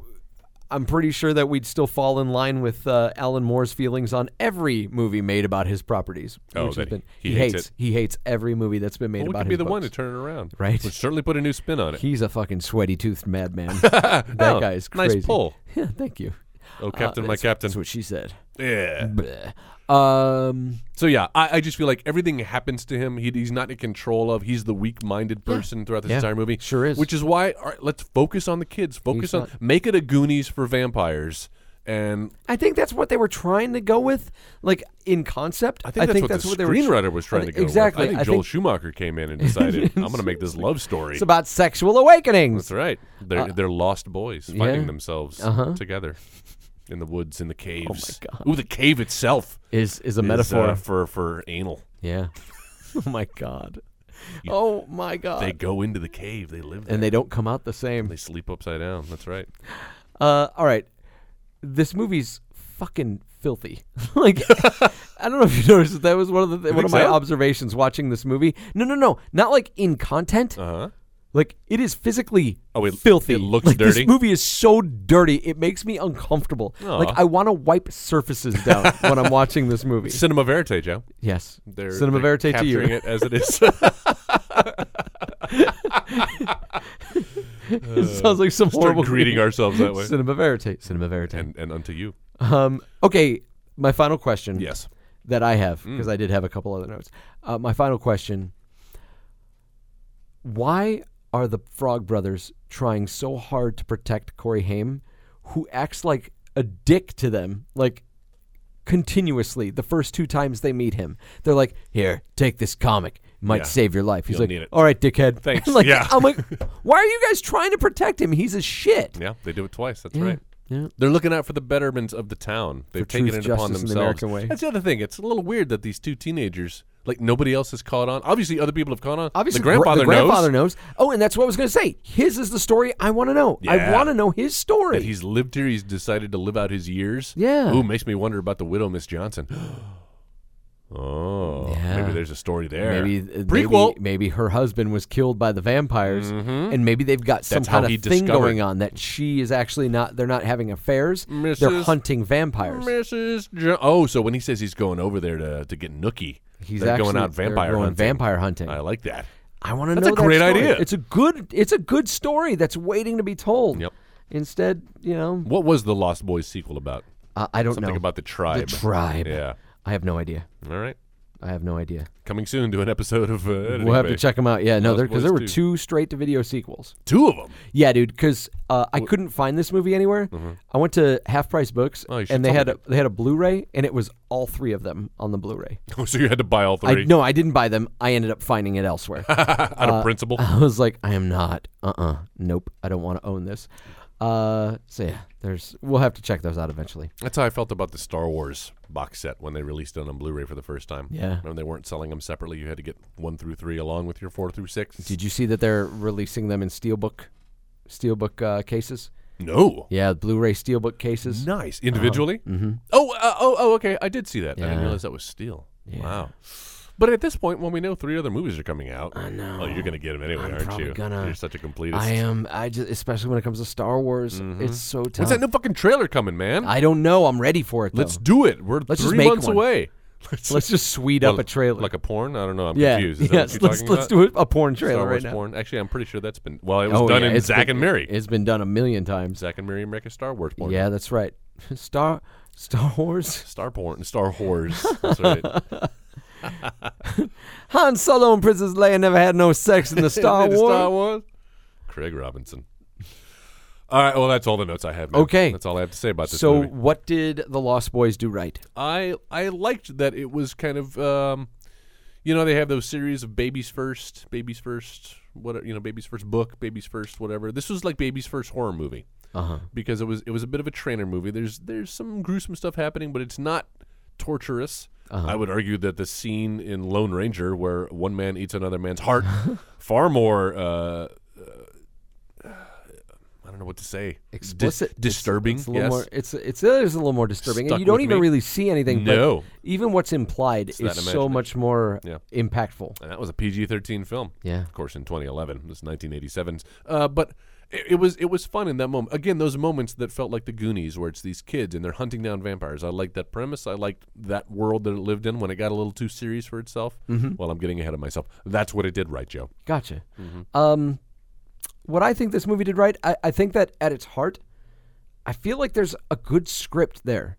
Speaker 3: I'm pretty sure that we'd still fall in line with uh, Alan Moore's feelings on every movie made about his properties.
Speaker 4: Oh,
Speaker 3: which has
Speaker 4: that he-
Speaker 3: been-
Speaker 4: he hates it.
Speaker 3: He hates every movie that's been made
Speaker 4: Well, we
Speaker 3: about
Speaker 4: could
Speaker 3: his
Speaker 4: be the one to
Speaker 3: books.
Speaker 4: turn it around.
Speaker 3: Right.
Speaker 4: Which certainly put a new spin on it.
Speaker 3: He's a fucking sweaty toothed madman. that
Speaker 4: Oh,
Speaker 3: guy is
Speaker 4: nice
Speaker 3: crazy.
Speaker 4: pull.
Speaker 3: Yeah, thank you.
Speaker 4: oh, Captain,
Speaker 3: Uh,
Speaker 4: my
Speaker 3: that's-
Speaker 4: Captain.
Speaker 3: That's what she said.
Speaker 4: Yeah.
Speaker 3: Bleh. Um,
Speaker 4: So yeah, I, I just feel like everything happens to him. He, he's not in control of. He's the weak-minded person throughout this
Speaker 3: Yeah.
Speaker 4: entire movie.
Speaker 3: Sure is.
Speaker 4: Which is why all right, let's focus on the kids. Focus
Speaker 3: He's
Speaker 4: on
Speaker 3: not-
Speaker 4: make it a Goonies for vampires. And
Speaker 3: I think that's what they were trying to go with, like in concept.
Speaker 4: I think that's what
Speaker 3: they
Speaker 4: the
Speaker 3: were tr-
Speaker 4: screenwriter was
Speaker 3: I
Speaker 4: trying
Speaker 3: think-
Speaker 4: to go with.
Speaker 3: exactly.
Speaker 4: I think
Speaker 3: I
Speaker 4: Joel
Speaker 3: think
Speaker 4: Schumacher came in and decided I'm going to make this love story.
Speaker 3: it's about sexual awakenings.
Speaker 4: That's right. They're, they're lost boys finding
Speaker 3: yeah.
Speaker 4: themselves
Speaker 3: Uh-huh. Oh
Speaker 4: together in the woods, in the caves.
Speaker 3: God.
Speaker 4: Ooh, the cave itself
Speaker 3: Is is a
Speaker 4: is,
Speaker 3: metaphor
Speaker 4: uh, for for anal.
Speaker 3: Yeah. oh my god. Oh my god.
Speaker 4: They go into the cave. They live there.
Speaker 3: and they don't come out the same.
Speaker 4: they sleep upside down. That's right.
Speaker 3: Uh, all right. This movie's fucking filthy. like I don't know if you noticed that, that was one of the one of
Speaker 4: think
Speaker 3: my
Speaker 4: so?
Speaker 3: observations watching this movie. No, no, no. Not like in content.
Speaker 4: Uh huh.
Speaker 3: Like it is physically
Speaker 4: Oh, it-
Speaker 3: filthy.
Speaker 4: it looks
Speaker 3: like,
Speaker 4: dirty?
Speaker 3: This movie is so dirty. It makes me uncomfortable. Like
Speaker 4: Aw.
Speaker 3: I want to wipe surfaces down when I'm watching this movie.
Speaker 4: Cinema Verite, Joe.
Speaker 3: yes.
Speaker 4: They're,
Speaker 3: Cinema
Speaker 4: they're
Speaker 3: verite to you.
Speaker 4: capturing it as it is.
Speaker 3: it sounds like some
Speaker 4: We're
Speaker 3: horrible
Speaker 4: greeting ourselves that way.
Speaker 3: Cinema verite. Cinema verite.
Speaker 4: And, and unto you.
Speaker 3: Um, okay, my final question.
Speaker 4: Yes. Mm.
Speaker 3: That I have, because I did have a couple other notes. Uh, my final question Why are the Frog Brothers trying so hard to protect Corey Haim, who acts like a dick to them? Like, continuously the first two times they meet him they're like here take this comic It might
Speaker 4: Yeah.
Speaker 3: save your life he's
Speaker 4: You'll
Speaker 3: like
Speaker 4: need it."
Speaker 3: all right dickhead
Speaker 4: Thanks.
Speaker 3: like,
Speaker 4: Yeah.
Speaker 3: i'm like why are you guys trying to protect him he's a shit
Speaker 4: Yeah, they do it twice. That's right.
Speaker 3: yeah.
Speaker 4: They're looking out for the betterment of the town. They've taken
Speaker 3: truth,
Speaker 4: it upon
Speaker 3: justice, and the
Speaker 4: themselves.
Speaker 3: American way.
Speaker 4: That's the other thing. It's a little weird that these two teenagers, like nobody else has caught on. Obviously, other people have caught on.
Speaker 3: Obviously,
Speaker 4: the
Speaker 3: gr-
Speaker 4: grandfather, knows
Speaker 3: grandfather knows. Oh, and that's what I was going to say. His is the story I want to know.
Speaker 4: Yeah.
Speaker 3: I want to know his story.
Speaker 4: that he's lived here. He's decided to live out his years.
Speaker 3: Yeah.
Speaker 4: Ooh, makes me wonder about the widow, Miss Johnson. oh, maybe there's a story there.
Speaker 3: maybe uh,
Speaker 4: prequel. Mm-hmm.
Speaker 3: Maybe, maybe her husband was killed by the vampires, and maybe they've got some
Speaker 4: That's how
Speaker 3: kind
Speaker 4: he
Speaker 3: of thing
Speaker 4: discovered-
Speaker 3: going on that she is actually not. They're not having affairs. They're
Speaker 4: Mrs.
Speaker 3: hunting vampires.
Speaker 4: Mrs. Jo- oh, so when he says he's going over there to, to get Nookie,
Speaker 3: He's
Speaker 4: they're
Speaker 3: actually
Speaker 4: going out
Speaker 3: they're
Speaker 4: vampire
Speaker 3: going
Speaker 4: hunting.
Speaker 3: vampire hunting.
Speaker 4: I like that.
Speaker 3: I want to know.
Speaker 4: That's a
Speaker 3: that
Speaker 4: great
Speaker 3: story.
Speaker 4: idea.
Speaker 3: It's a good. It's a good story that's waiting to be told.
Speaker 4: Yep.
Speaker 3: Instead, you know,
Speaker 4: What was the Lost Boys sequel about?
Speaker 3: I, I don't
Speaker 4: Something
Speaker 3: know.
Speaker 4: about the tribe.
Speaker 3: The tribe.
Speaker 4: Yeah.
Speaker 3: I have no idea.
Speaker 4: All right.
Speaker 3: I have no idea.
Speaker 4: Coming soon to an episode of. Uh, Editing
Speaker 3: We'll have to
Speaker 4: Bay.
Speaker 3: check them out. Yeah, no, because there were
Speaker 4: Boys
Speaker 3: two straight to video sequels.
Speaker 4: Two of them.
Speaker 3: Yeah, dude, because uh, I couldn't find this movie anywhere. I went to Half Price Books,
Speaker 4: Mm-hmm. Oh, you should
Speaker 3: and they
Speaker 4: tell
Speaker 3: had
Speaker 4: me
Speaker 3: a, they had a Blu-ray, and it was all three of them on the Blu-ray.
Speaker 4: Oh, so you had to buy all
Speaker 3: I,
Speaker 4: three
Speaker 3: no, I didn't buy them. I ended up finding it elsewhere.
Speaker 4: out
Speaker 3: uh,
Speaker 4: of principle.
Speaker 3: I was like, I am not. Uh uh Nope. I don't want to own this. Uh, so yeah, there's. We'll have to check those out eventually.
Speaker 4: That's how I felt about the Star Wars box set when they released it on Blu-ray for the first time.
Speaker 3: Yeah.
Speaker 4: and they weren't selling them separately. You had to get one through three along with your four through six.
Speaker 3: Did you see that they're releasing them in steelbook, steelbook uh, cases?
Speaker 4: no.
Speaker 3: Yeah, Blu-ray steelbook cases.
Speaker 4: Nice individually. mm-hmm. Oh, uh, oh, oh. Okay, I did see that. I didn't
Speaker 3: Uh-huh. Yeah.
Speaker 4: realize that was steel. Wow. But at this point, when we know three other movies are coming out, I know. Oh, you're gonna get them anyway, aren't
Speaker 3: probably
Speaker 4: you?
Speaker 3: gonna-
Speaker 4: You're such a completist.
Speaker 3: I am. I just, especially when it comes to Star Wars, it's so tough.
Speaker 4: When's Mm-hmm. that new fucking trailer coming, man?
Speaker 3: I don't know. I'm ready for it. Though.
Speaker 4: Let's do it. We're
Speaker 3: Let's just
Speaker 4: three
Speaker 3: make
Speaker 4: months
Speaker 3: one.
Speaker 4: away. Let's,
Speaker 3: let's just sweet up
Speaker 4: Well,
Speaker 3: a trailer.
Speaker 4: like a porn. I don't know. I'm
Speaker 3: yeah.
Speaker 4: confused. Is that
Speaker 3: Yes.
Speaker 4: what you're
Speaker 3: Let's
Speaker 4: talking
Speaker 3: let's
Speaker 4: about?
Speaker 3: do a, a porn trailer
Speaker 4: Star Wars
Speaker 3: right now.
Speaker 4: porn. Actually, I'm pretty sure that's been well. It was
Speaker 3: Oh,
Speaker 4: done
Speaker 3: yeah,
Speaker 4: in
Speaker 3: it's
Speaker 4: Zack
Speaker 3: been-
Speaker 4: and Mary.
Speaker 3: It's been done a million times.
Speaker 4: Zack and Mary make a Star Wars porn.
Speaker 3: Yeah, that's right. Star Star Wars.
Speaker 4: Star porn. Star whores. That's right.
Speaker 3: Han Solo and Princess Leia never had no sex in the Star Wars.
Speaker 4: Star Wars. Craig Robinson. All right. Well, that's all the notes I have. Man.
Speaker 3: Okay.
Speaker 4: That's all I have to say about this
Speaker 3: So,
Speaker 4: movie.
Speaker 3: what did the Lost Boys do right?
Speaker 4: I I liked that it was kind of um, you know they have those series of babies first, babies first, what you know, babies first book, babies first, whatever. This was like babies first horror movie uh-huh. because it was it was a bit of a trainer movie. There's there's some gruesome stuff happening, but it's not torturous.
Speaker 3: Uh-huh.
Speaker 4: I would argue that the scene in Lone Ranger where one man eats another man's heart far more. Uh, I don't know what to say. Dis-
Speaker 3: Explicit, It's-
Speaker 4: disturbing.
Speaker 3: It's, a little
Speaker 4: yes.
Speaker 3: more. It's it's it is a little more disturbing,
Speaker 4: Stuck
Speaker 3: and you don't
Speaker 4: with
Speaker 3: even
Speaker 4: me.
Speaker 3: really see anything.
Speaker 4: No.
Speaker 3: but even what's implied
Speaker 4: that
Speaker 3: is so
Speaker 4: imaginative.
Speaker 3: much more
Speaker 4: Yeah.
Speaker 3: impactful.
Speaker 4: and that was a PG-13 film.
Speaker 3: Yeah.
Speaker 4: of course, in 2011, this is 1987. Uh, but it, it was it was fun in that moment. Again, those moments that felt like the Goonies, where it's these kids and they're hunting down vampires. I liked that premise. I liked that world that it lived in. When it got a little too serious for itself,
Speaker 3: Mm-hmm.
Speaker 4: well, I'm getting ahead of myself. That's what it did right, Joe.
Speaker 3: Gotcha.
Speaker 4: Mm-hmm.
Speaker 3: Um, what I think this movie did right, I, I think that at its heart, I feel like there's a good script there.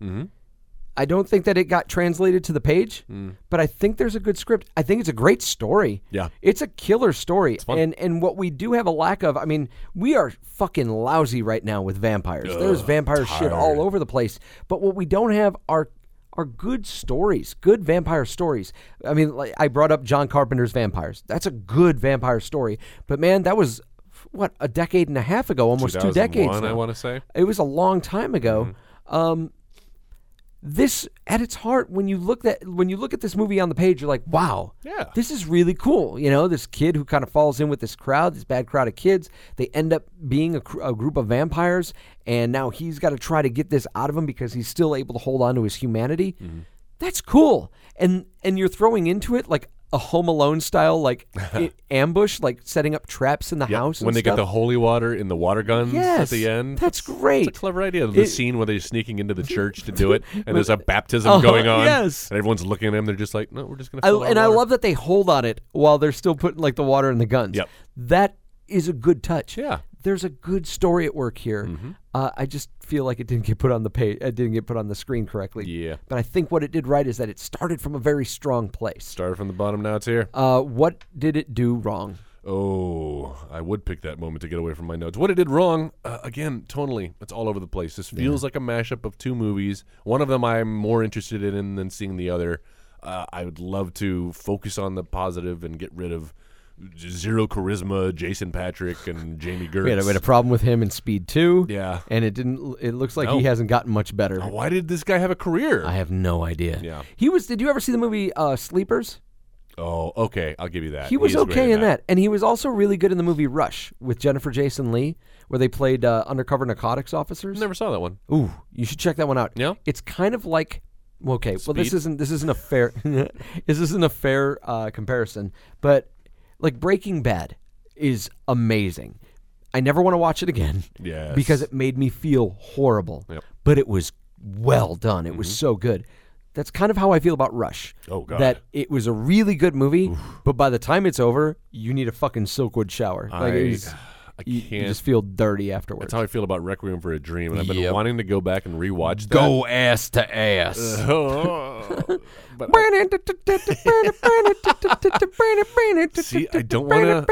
Speaker 3: I don't think that it got translated to the page, but I think there's a good script. I think it's a great story.
Speaker 4: Yeah.
Speaker 3: it's a killer story. And and what we do have a lack of, I mean, we are fucking lousy right now with vampires. there's vampire shit all over the place, but what we don't have are are good stories, good vampire stories. I mean, like, I brought up John Carpenter's Vampires. That's a good vampire story, but man, that was what a decade and a half ago, almost two decades.
Speaker 4: 2001, I
Speaker 3: now.
Speaker 4: want to say.
Speaker 3: It was a long time ago.
Speaker 4: Mm-hmm.
Speaker 3: Um, this at its heart, when you look that when you look at this movie on the page, you're like, wow,
Speaker 4: Yeah.
Speaker 3: this is really cool. You know, this kid who kind of falls in with this crowd, this bad crowd of kids. They end up being a, cr- a group of vampires, and now he's got to try to get this out of him because he's still able to hold on to his humanity.
Speaker 4: Mm-hmm.
Speaker 3: That's cool, and and you're throwing into it like a Home Alone style like i- ambush, like setting up traps in the house. and
Speaker 4: when they get the
Speaker 3: stuff.
Speaker 4: holy water in the water guns at
Speaker 3: Yes,
Speaker 4: the end.
Speaker 3: that's
Speaker 4: It's
Speaker 3: great.
Speaker 4: a clever idea. The
Speaker 3: It-
Speaker 4: scene where they're sneaking into the church to do it, and there's a baptism going on.
Speaker 3: Oh, yes.
Speaker 4: And everyone's looking at them. They're just like, no, we're just going to
Speaker 3: I,
Speaker 4: fill our
Speaker 3: and I
Speaker 4: water."
Speaker 3: love that they hold on it while they're still putting like the water in the guns.
Speaker 4: Yep.
Speaker 3: That is a good touch.
Speaker 4: Yeah. Mm-hmm.
Speaker 3: There's a good story at work here. Uh, I just feel like it didn't get put on the page. It didn't get put on the screen correctly.
Speaker 4: Yeah.
Speaker 3: But I think what it did right is that it started from a very strong place.
Speaker 4: Started from the bottom, now it's here.
Speaker 3: Uh, what did it do wrong?
Speaker 4: Oh, I would pick that moment to get away from my notes. What it did wrong, uh, again, tonally, it's all over the place. This feels like a mashup of two movies. One of them I'm more interested in than seeing the other. Uh, I would love to focus on the positive and get rid of zero charisma, Jason Patrick and Jamie Gertz.
Speaker 3: We had, a, we had a problem with him in Speed Two.
Speaker 4: Yeah.
Speaker 3: And it didn't. It looks like
Speaker 4: No.
Speaker 3: he hasn't gotten much better.
Speaker 4: Why did this guy have a career?
Speaker 3: I have no idea.
Speaker 4: Yeah.
Speaker 3: He was. Did you ever see the movie uh, Sleepers?
Speaker 4: oh, okay, I'll give you that.
Speaker 3: He was
Speaker 4: is great
Speaker 3: okay in that. and he was also really good in the movie Rush with Jennifer Jason Lee, where they played uh, undercover narcotics officers.
Speaker 4: Never saw that one.
Speaker 3: Ooh, you should check that one out.
Speaker 4: Yeah?
Speaker 3: it's kind of like well, okay. Well, this
Speaker 4: Speed?
Speaker 3: isn't this isn't a fair this isn't a fair uh, comparison, but like Breaking Bad is amazing. I never want to watch it again.
Speaker 4: Yes.
Speaker 3: because it made me feel horrible.
Speaker 4: Yep. Mm-hmm.
Speaker 3: But it was well done. It was so good. That's kind of how I feel about Rush.
Speaker 4: Oh, God.
Speaker 3: That it was a really good movie, but by the time it's over, you need a fucking Silkwood shower. Like
Speaker 4: I-
Speaker 3: it's-
Speaker 4: I
Speaker 3: you, you
Speaker 4: can't-
Speaker 3: just feel dirty afterwards.
Speaker 4: That's how I feel about Requiem for a Dream, and I've been
Speaker 3: Yep.
Speaker 4: wanting to go back and rewatch that. Oh.
Speaker 3: ass to ass.
Speaker 4: but I- See, I don't wanna-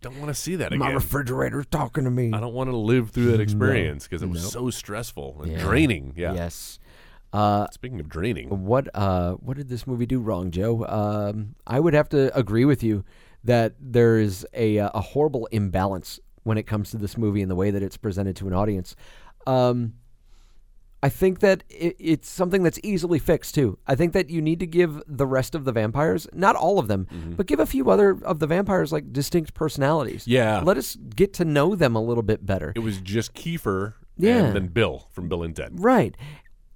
Speaker 4: don't want to see that
Speaker 3: My
Speaker 4: again.
Speaker 3: refrigerator's talking to me.
Speaker 4: I don't want to live through that experience because it was so stressful and draining. Yeah.
Speaker 3: Yes. Uh,
Speaker 4: Speaking of draining,
Speaker 3: what uh, what did this movie do wrong, Joe? Um, I would have to agree with you that there is a uh, a horrible imbalance when it comes to this movie and the way that it's presented to an audience. Um, I think that it, it's something that's easily fixed too. I think that you need to give the rest of the vampires, not all of them, but give a few other of the vampires like distinct personalities.
Speaker 4: Yeah.
Speaker 3: let us get to know them a little bit better.
Speaker 4: it was just Kiefer
Speaker 3: Yeah.
Speaker 4: and then Bill from Bill and Ted.
Speaker 3: Right.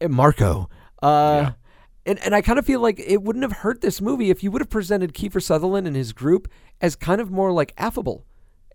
Speaker 3: And Marco. Uh, And, and I kind of feel like it wouldn't have hurt this movie if you would have presented Kiefer Sutherland and his group as kind of more like affable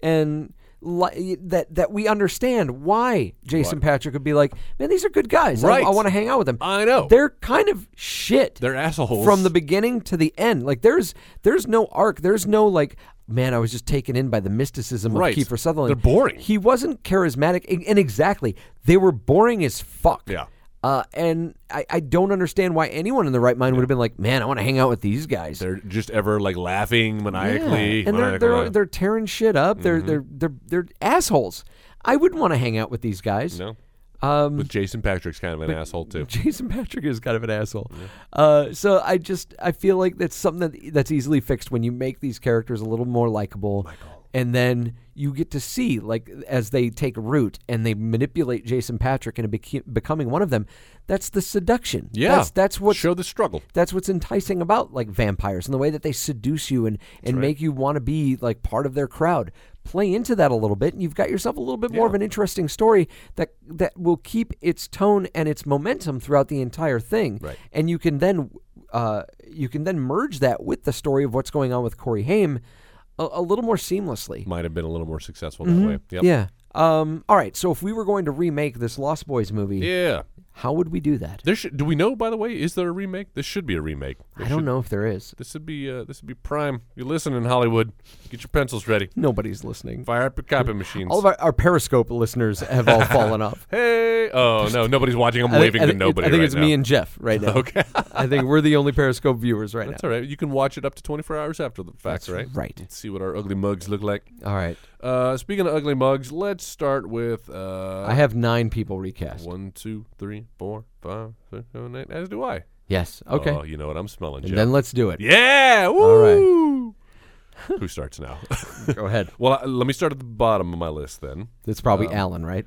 Speaker 3: and li- that that we understand why Jason Patrick would be like, man, these are good guys. I-
Speaker 4: Right.
Speaker 3: I, want to hang out with them.
Speaker 4: I know.
Speaker 3: They're kind of shit.
Speaker 4: They're assholes.
Speaker 3: From the beginning to the end. Like there's there's no arc. There's no like, man, I was just taken in by the mysticism
Speaker 4: Right.
Speaker 3: of Kiefer Sutherland.
Speaker 4: They're boring.
Speaker 3: He wasn't charismatic, and- and exactly, they were boring as fuck.
Speaker 4: Yeah.
Speaker 3: Uh, and I, I don't understand why anyone in the right mind would have been like, man, I want to hang out with these guys.
Speaker 4: They're just ever like laughing maniacally.
Speaker 3: and they're,
Speaker 4: maniacal
Speaker 3: they're
Speaker 4: laugh.
Speaker 3: they're tearing shit up.
Speaker 4: Mm-hmm.
Speaker 3: They're they're they're they're assholes. I wouldn't want to hang out with these guys.
Speaker 4: no. But Jason Patrick's kind of an asshole too.
Speaker 3: Jason Patrick is kind of an asshole. Uh, so I just I feel like that's something that, that's easily fixed when you make these characters a little more likable, and then you get to see like as they take root and they manipulate Jason Patrick into becu- becoming one of them. That's the seduction.
Speaker 4: Yeah,
Speaker 3: that's, that's what
Speaker 4: show the struggle.
Speaker 3: that's what's enticing about like vampires and the way that they seduce you and, and make you want to be like part of their crowd. Play into that a little bit, and you've got yourself a little bit more of an interesting story that that will keep its tone and its momentum throughout the entire thing. Right. And you can then uh, you can then merge that with the story of what's going on with Corey Haim a, a little more seamlessly.
Speaker 4: Might have been a little more successful that
Speaker 3: Mm-hmm.
Speaker 4: way. Yep.
Speaker 3: Yeah. Um, all right. So if we were going to remake this Lost Boys movie,
Speaker 4: Yeah.
Speaker 3: how would we do that?
Speaker 4: There should. Do we know? By the way, is there a remake? This should be a remake. There
Speaker 3: I don't
Speaker 4: should-
Speaker 3: know if there is.
Speaker 4: This would be. Uh, this would be prime. You're listening, Hollywood. Get your pencils ready.
Speaker 3: Nobody's listening.
Speaker 4: Fire up your copy machines.
Speaker 3: All of our, our Periscope listeners have all fallen off.
Speaker 4: hey! Oh no, nobody's watching. I'm
Speaker 3: I think-
Speaker 4: waving
Speaker 3: I
Speaker 4: to
Speaker 3: think-
Speaker 4: nobody.
Speaker 3: I think
Speaker 4: right
Speaker 3: it's me
Speaker 4: now.
Speaker 3: and Jeff right now.
Speaker 4: Okay.
Speaker 3: I think we're the only Periscope viewers right
Speaker 4: That's
Speaker 3: now.
Speaker 4: all right. You can watch it up to 24 hours after the fact, right?
Speaker 3: right.
Speaker 4: Let's see what our ugly mugs look like.
Speaker 3: All right.
Speaker 4: Uh, speaking of ugly mugs, let's start with uh,
Speaker 3: I have nine people recast.
Speaker 4: one, two, three, four, five, six, seven, eight. As do I.
Speaker 3: Yes. Okay.
Speaker 4: Oh, you know what I'm smelling, Jeff.
Speaker 3: and then let's do it.
Speaker 4: yeah. Woo! Who starts now?
Speaker 3: Go ahead.
Speaker 4: well, I, let me start at the bottom of my list then.
Speaker 3: It's
Speaker 4: Um,
Speaker 3: probably Alan, right?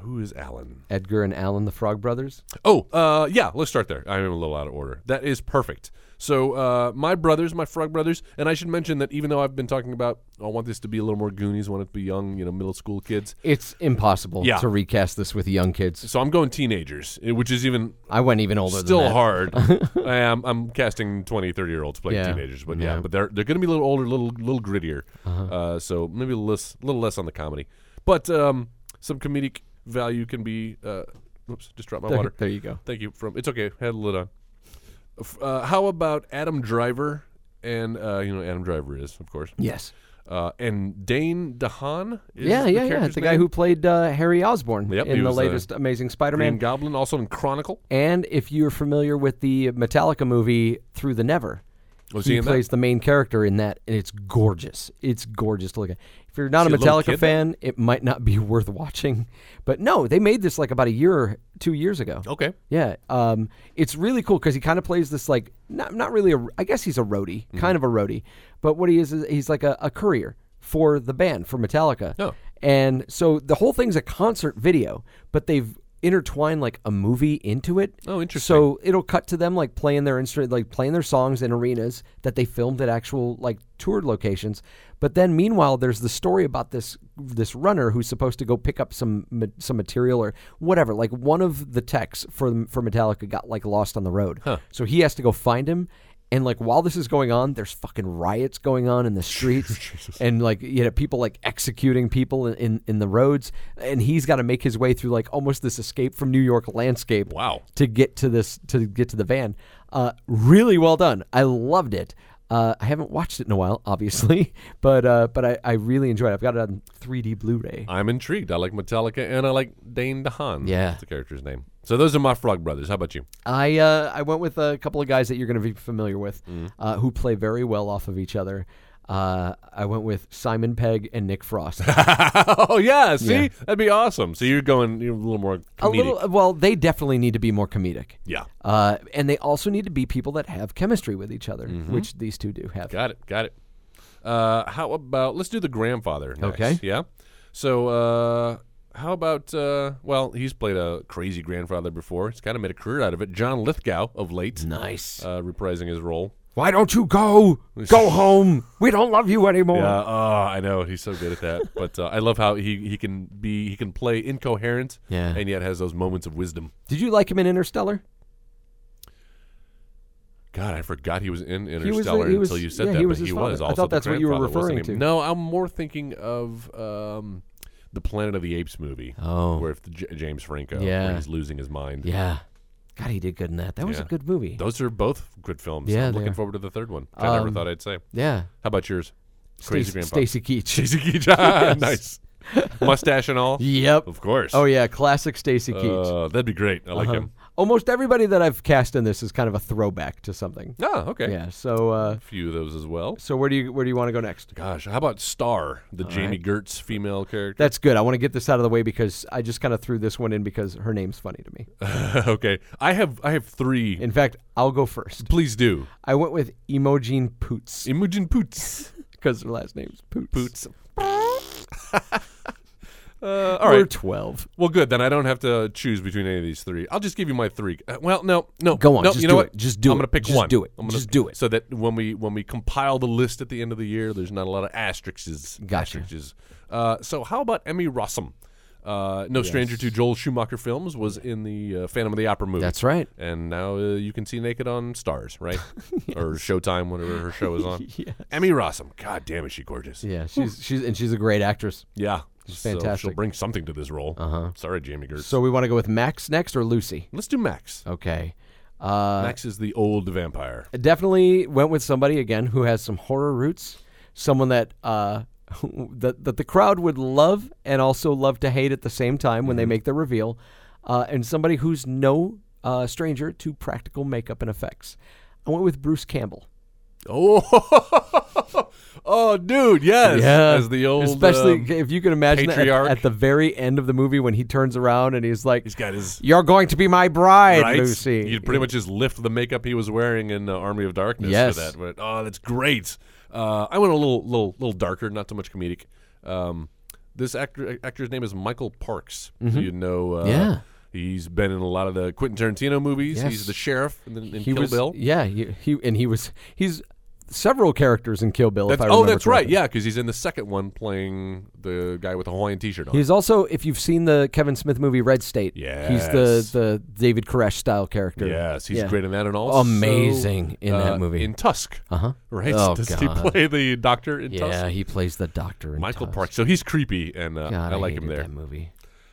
Speaker 4: Who is Alan?
Speaker 3: Edgar and Alan, the Frog Brothers.
Speaker 4: Oh, uh, yeah, let's start there. I'm a little out of order. That is perfect. So, uh, my brothers, my frog brothers, and I should mention that even though I've been talking about, I want this to be a little more Goonies, want it to be young, you know, middle school kids.
Speaker 3: It's impossible
Speaker 4: Yeah.
Speaker 3: to recast this with young kids.
Speaker 4: So I'm going teenagers, eh, which is even
Speaker 3: I went even older
Speaker 4: still
Speaker 3: than that.
Speaker 4: hard. I am, I'm casting 20, 30 year olds playing
Speaker 3: Yeah. Uh-huh.
Speaker 4: teenagers, but yeah, but they're they're going to be a little older, little little grittier. Uh, so maybe a less, little less on the comedy, but um, some comedic value can be. Uh, oops, just dropped my water.
Speaker 3: There you go.
Speaker 4: Thank you. From it's okay. Had the lid on. F- Uh, how about Adam Driver and uh, you know Adam Driver is of course.
Speaker 3: Yes.
Speaker 4: Uh, and Dane DeHaan. Is
Speaker 3: Yeah,
Speaker 4: the
Speaker 3: yeah, yeah.
Speaker 4: character's
Speaker 3: The guy
Speaker 4: name?
Speaker 3: who played uh, Harry Osborn
Speaker 4: Yep, he
Speaker 3: in the
Speaker 4: was, uh,
Speaker 3: latest Amazing Spider-Man.
Speaker 4: Green Goblin also in Chronicle.
Speaker 3: And if you're familiar with the Metallica movie Through the Never,
Speaker 4: Was
Speaker 3: he,
Speaker 4: Oh, he in that?
Speaker 3: plays the main character in that, and it's gorgeous. It's gorgeous to look at. If you're not
Speaker 4: Is
Speaker 3: a
Speaker 4: he a little
Speaker 3: Metallica
Speaker 4: kid, though?
Speaker 3: fan, it might not be worth watching. But no, they made this like about a year or two years ago.
Speaker 4: Okay.
Speaker 3: Yeah, um, it's really cool because he kind of plays this like not not really a I guess he's a roadie,
Speaker 4: Mm-hmm.
Speaker 3: kind of a roadie, but what he is is he's like a, a courier for the band for Metallica.
Speaker 4: Oh.
Speaker 3: and so the whole thing's a concert video, but they've intertwined like a movie into it.
Speaker 4: Oh, interesting.
Speaker 3: So it'll cut to them like playing their instrument, like playing their songs in arenas that they filmed at actual like toured locations. But then meanwhile, there's the story about this this runner who's supposed to go pick up some ma- some material or whatever. Like one of the techs for for Metallica got like lost on the road, so he has to go find him. And like while this is going on, there's fucking riots going on in the streets, and like you know people like executing people in, in in the roads, and he's got to make his way through like almost this escape from New York landscape.
Speaker 4: Wow.
Speaker 3: To get to this to get to the van, uh, really well done. I loved it. Uh, I haven't watched it in a while, obviously, but uh, but I, I really enjoyed it. I've got it on 3D Blu-ray.
Speaker 4: I'm intrigued. I like Metallica and I like Dane DeHaan.
Speaker 3: Yeah.
Speaker 4: That's the character's name. So those are my Frog Brothers. How about you?
Speaker 3: I uh, I went with a couple of guys that you're going to be familiar with,
Speaker 4: Mm.
Speaker 3: uh, who play very well off of each other. Uh, I went with Simon Pegg and Nick Frost.
Speaker 4: oh yeah, see? That'd be awesome. So you're going you're a little uh, more comedic.
Speaker 3: a little, well, they definitely need to be more comedic.
Speaker 4: Yeah.
Speaker 3: Uh, and they also need to be people that have chemistry with each other,
Speaker 4: Mm-hmm.
Speaker 3: which these two do have.
Speaker 4: Got it. Got it. Uh, how about let's do the grandfather. next,
Speaker 3: Okay.
Speaker 4: Yeah. So uh, how about uh, well, he's played a crazy grandfather before. He's kind of made a career out of it. John Lithgow of late.
Speaker 3: Nice.
Speaker 4: Uh, reprising his role.
Speaker 3: Why don't you go? Go home. We don't love you anymore.
Speaker 4: Yeah, oh, I know he's so good at that. but uh, I love how he, he can be he can play incoherent,
Speaker 3: Yeah.
Speaker 4: and yet has those moments of wisdom.
Speaker 3: Did you like him in Interstellar?
Speaker 4: God, I forgot he was in
Speaker 3: was the-
Speaker 4: Interstellar
Speaker 3: he was-
Speaker 4: until you said
Speaker 3: yeah,
Speaker 4: that.
Speaker 3: he
Speaker 4: but
Speaker 3: was his
Speaker 4: he was
Speaker 3: father. I
Speaker 4: also
Speaker 3: thought
Speaker 4: the
Speaker 3: that's what you were
Speaker 4: grandfather, wasn't
Speaker 3: referring
Speaker 4: he?
Speaker 3: to.
Speaker 4: No, I'm more thinking of um, the Planet of the Apes movie.
Speaker 3: Oh.
Speaker 4: where if the J- James Franco, where
Speaker 3: Yeah.
Speaker 4: he's losing his mind.
Speaker 3: Yeah. God, he did good in that. That was
Speaker 4: Yeah.
Speaker 3: a good movie.
Speaker 4: Those are both good films.
Speaker 3: Yeah,
Speaker 4: I'm
Speaker 3: they
Speaker 4: looking
Speaker 3: are.
Speaker 4: forward to the third one. which I never thought I'd say. How
Speaker 3: yeah.
Speaker 4: about yours?
Speaker 3: Stacy
Speaker 4: Crazy grandfather.
Speaker 3: Stacy Keach.
Speaker 4: Stacy Keach. nice mustache and all.
Speaker 3: Yep.
Speaker 4: Of course.
Speaker 3: Oh yeah, classic Stacy Keach.
Speaker 4: Uh, that'd be great. I
Speaker 3: Uh-huh.
Speaker 4: like him.
Speaker 3: Almost everybody that I've cast in this is kind of a throwback to something.
Speaker 4: Ah, okay.
Speaker 3: Yeah. So, uh,
Speaker 4: A few of those as well.
Speaker 3: so where do you where do you want to go next?
Speaker 4: Gosh, how about Star, the Jamie Gertz female character?
Speaker 3: That's good. I want to get this out of the way because I just kind of threw this one in because her name's funny to me.
Speaker 4: okay. I have I have three.
Speaker 3: In fact, I'll go first.
Speaker 4: Please do.
Speaker 3: I went with Emojine Poots
Speaker 4: Imogen Poots.
Speaker 3: because her last name's Poots.
Speaker 4: Poots. Uh, all right.
Speaker 3: We're twelve.
Speaker 4: well, good. Then I don't have to choose between any of these three. I'll just give you my three. Uh, well, no, no.
Speaker 3: Go on,
Speaker 4: No,
Speaker 3: just
Speaker 4: you know
Speaker 3: do
Speaker 4: what?
Speaker 3: it, just do
Speaker 4: I'm
Speaker 3: it,
Speaker 4: gonna pick
Speaker 3: just
Speaker 4: one.
Speaker 3: do it,
Speaker 4: I'm gonna,
Speaker 3: just do it.
Speaker 4: So that when we when we compile the list at the end of the year, there's not a lot of asterisks.
Speaker 3: Gotcha.
Speaker 4: Asterisks. Uh, so how about Emmy Rossum? Uh, no stranger to Joel Schumacher films was in the uh, Phantom of the Opera movie.
Speaker 3: That's right.
Speaker 4: And now uh, you can see Naked on Stars, right? Or Showtime, whatever her show is on. Emmy Rossum. God damn, is she gorgeous?
Speaker 3: Yeah, she's she's and she's a great actress.
Speaker 4: Yeah. So she'll
Speaker 3: fantastic.
Speaker 4: bring something to this role. Uh-huh. Sorry, Jamie Gertz.
Speaker 3: So we want to go with Max next or Lucy?
Speaker 4: Let's do Max.
Speaker 3: Okay. Uh,
Speaker 4: Max is the old vampire.
Speaker 3: definitely went with somebody again who has some horror roots, someone that uh, that that the crowd would love and also love to hate at the same time when they
Speaker 4: Mm-hmm.
Speaker 3: make the reveal, uh, and somebody who's no uh, stranger to practical makeup and effects. I went with Bruce Campbell,
Speaker 4: Oh, oh, dude, yes. As the old,
Speaker 3: especially
Speaker 4: um,
Speaker 3: if you can imagine that at,
Speaker 4: patriarch.
Speaker 3: at the very end of the movie when he turns around and he's like,
Speaker 4: he's got his
Speaker 3: "You're going to be my bride,
Speaker 4: right.
Speaker 3: Lucy."
Speaker 4: You'd pretty much just lift the makeup he was wearing in uh, Army of Darkness
Speaker 3: Yes.
Speaker 4: for that. But, oh, that's great. Uh, I went a little, little, little darker, not so much comedic. Um, this actor, actor's name is Michael Parks. So you know, uh,
Speaker 3: Mm-hmm. Yeah.
Speaker 4: He's been in a lot of the Quentin Tarantino movies. He's
Speaker 3: Yes.
Speaker 4: the sheriff in, in
Speaker 3: he
Speaker 4: Kill
Speaker 3: was,
Speaker 4: Bill.
Speaker 3: yeah, he, he and he was he's several characters in Kill Bill. if I
Speaker 4: That's- oh,
Speaker 3: remember
Speaker 4: that's right.
Speaker 3: correctly.
Speaker 4: Yeah, because he's in the second one playing the guy with the Hawaiian T-shirt on.
Speaker 3: He's also, if you've seen the Kevin Smith movie Red State, he's
Speaker 4: Yes.
Speaker 3: the, the David Koresh style character.
Speaker 4: yes, he's
Speaker 3: Yeah.
Speaker 4: great in that and also
Speaker 3: Amazing in that
Speaker 4: uh,
Speaker 3: movie.
Speaker 4: In Tusk,
Speaker 3: Uh-huh.
Speaker 4: right?
Speaker 3: Oh,
Speaker 4: Does he
Speaker 3: God.
Speaker 4: play the doctor in
Speaker 3: Yeah,
Speaker 4: Tusk?
Speaker 3: he plays the doctor. In
Speaker 4: Michael
Speaker 3: Tusk.
Speaker 4: Parks. So he's creepy, and uh,
Speaker 3: God,
Speaker 4: I like him
Speaker 3: hated
Speaker 4: there.
Speaker 3: That movie,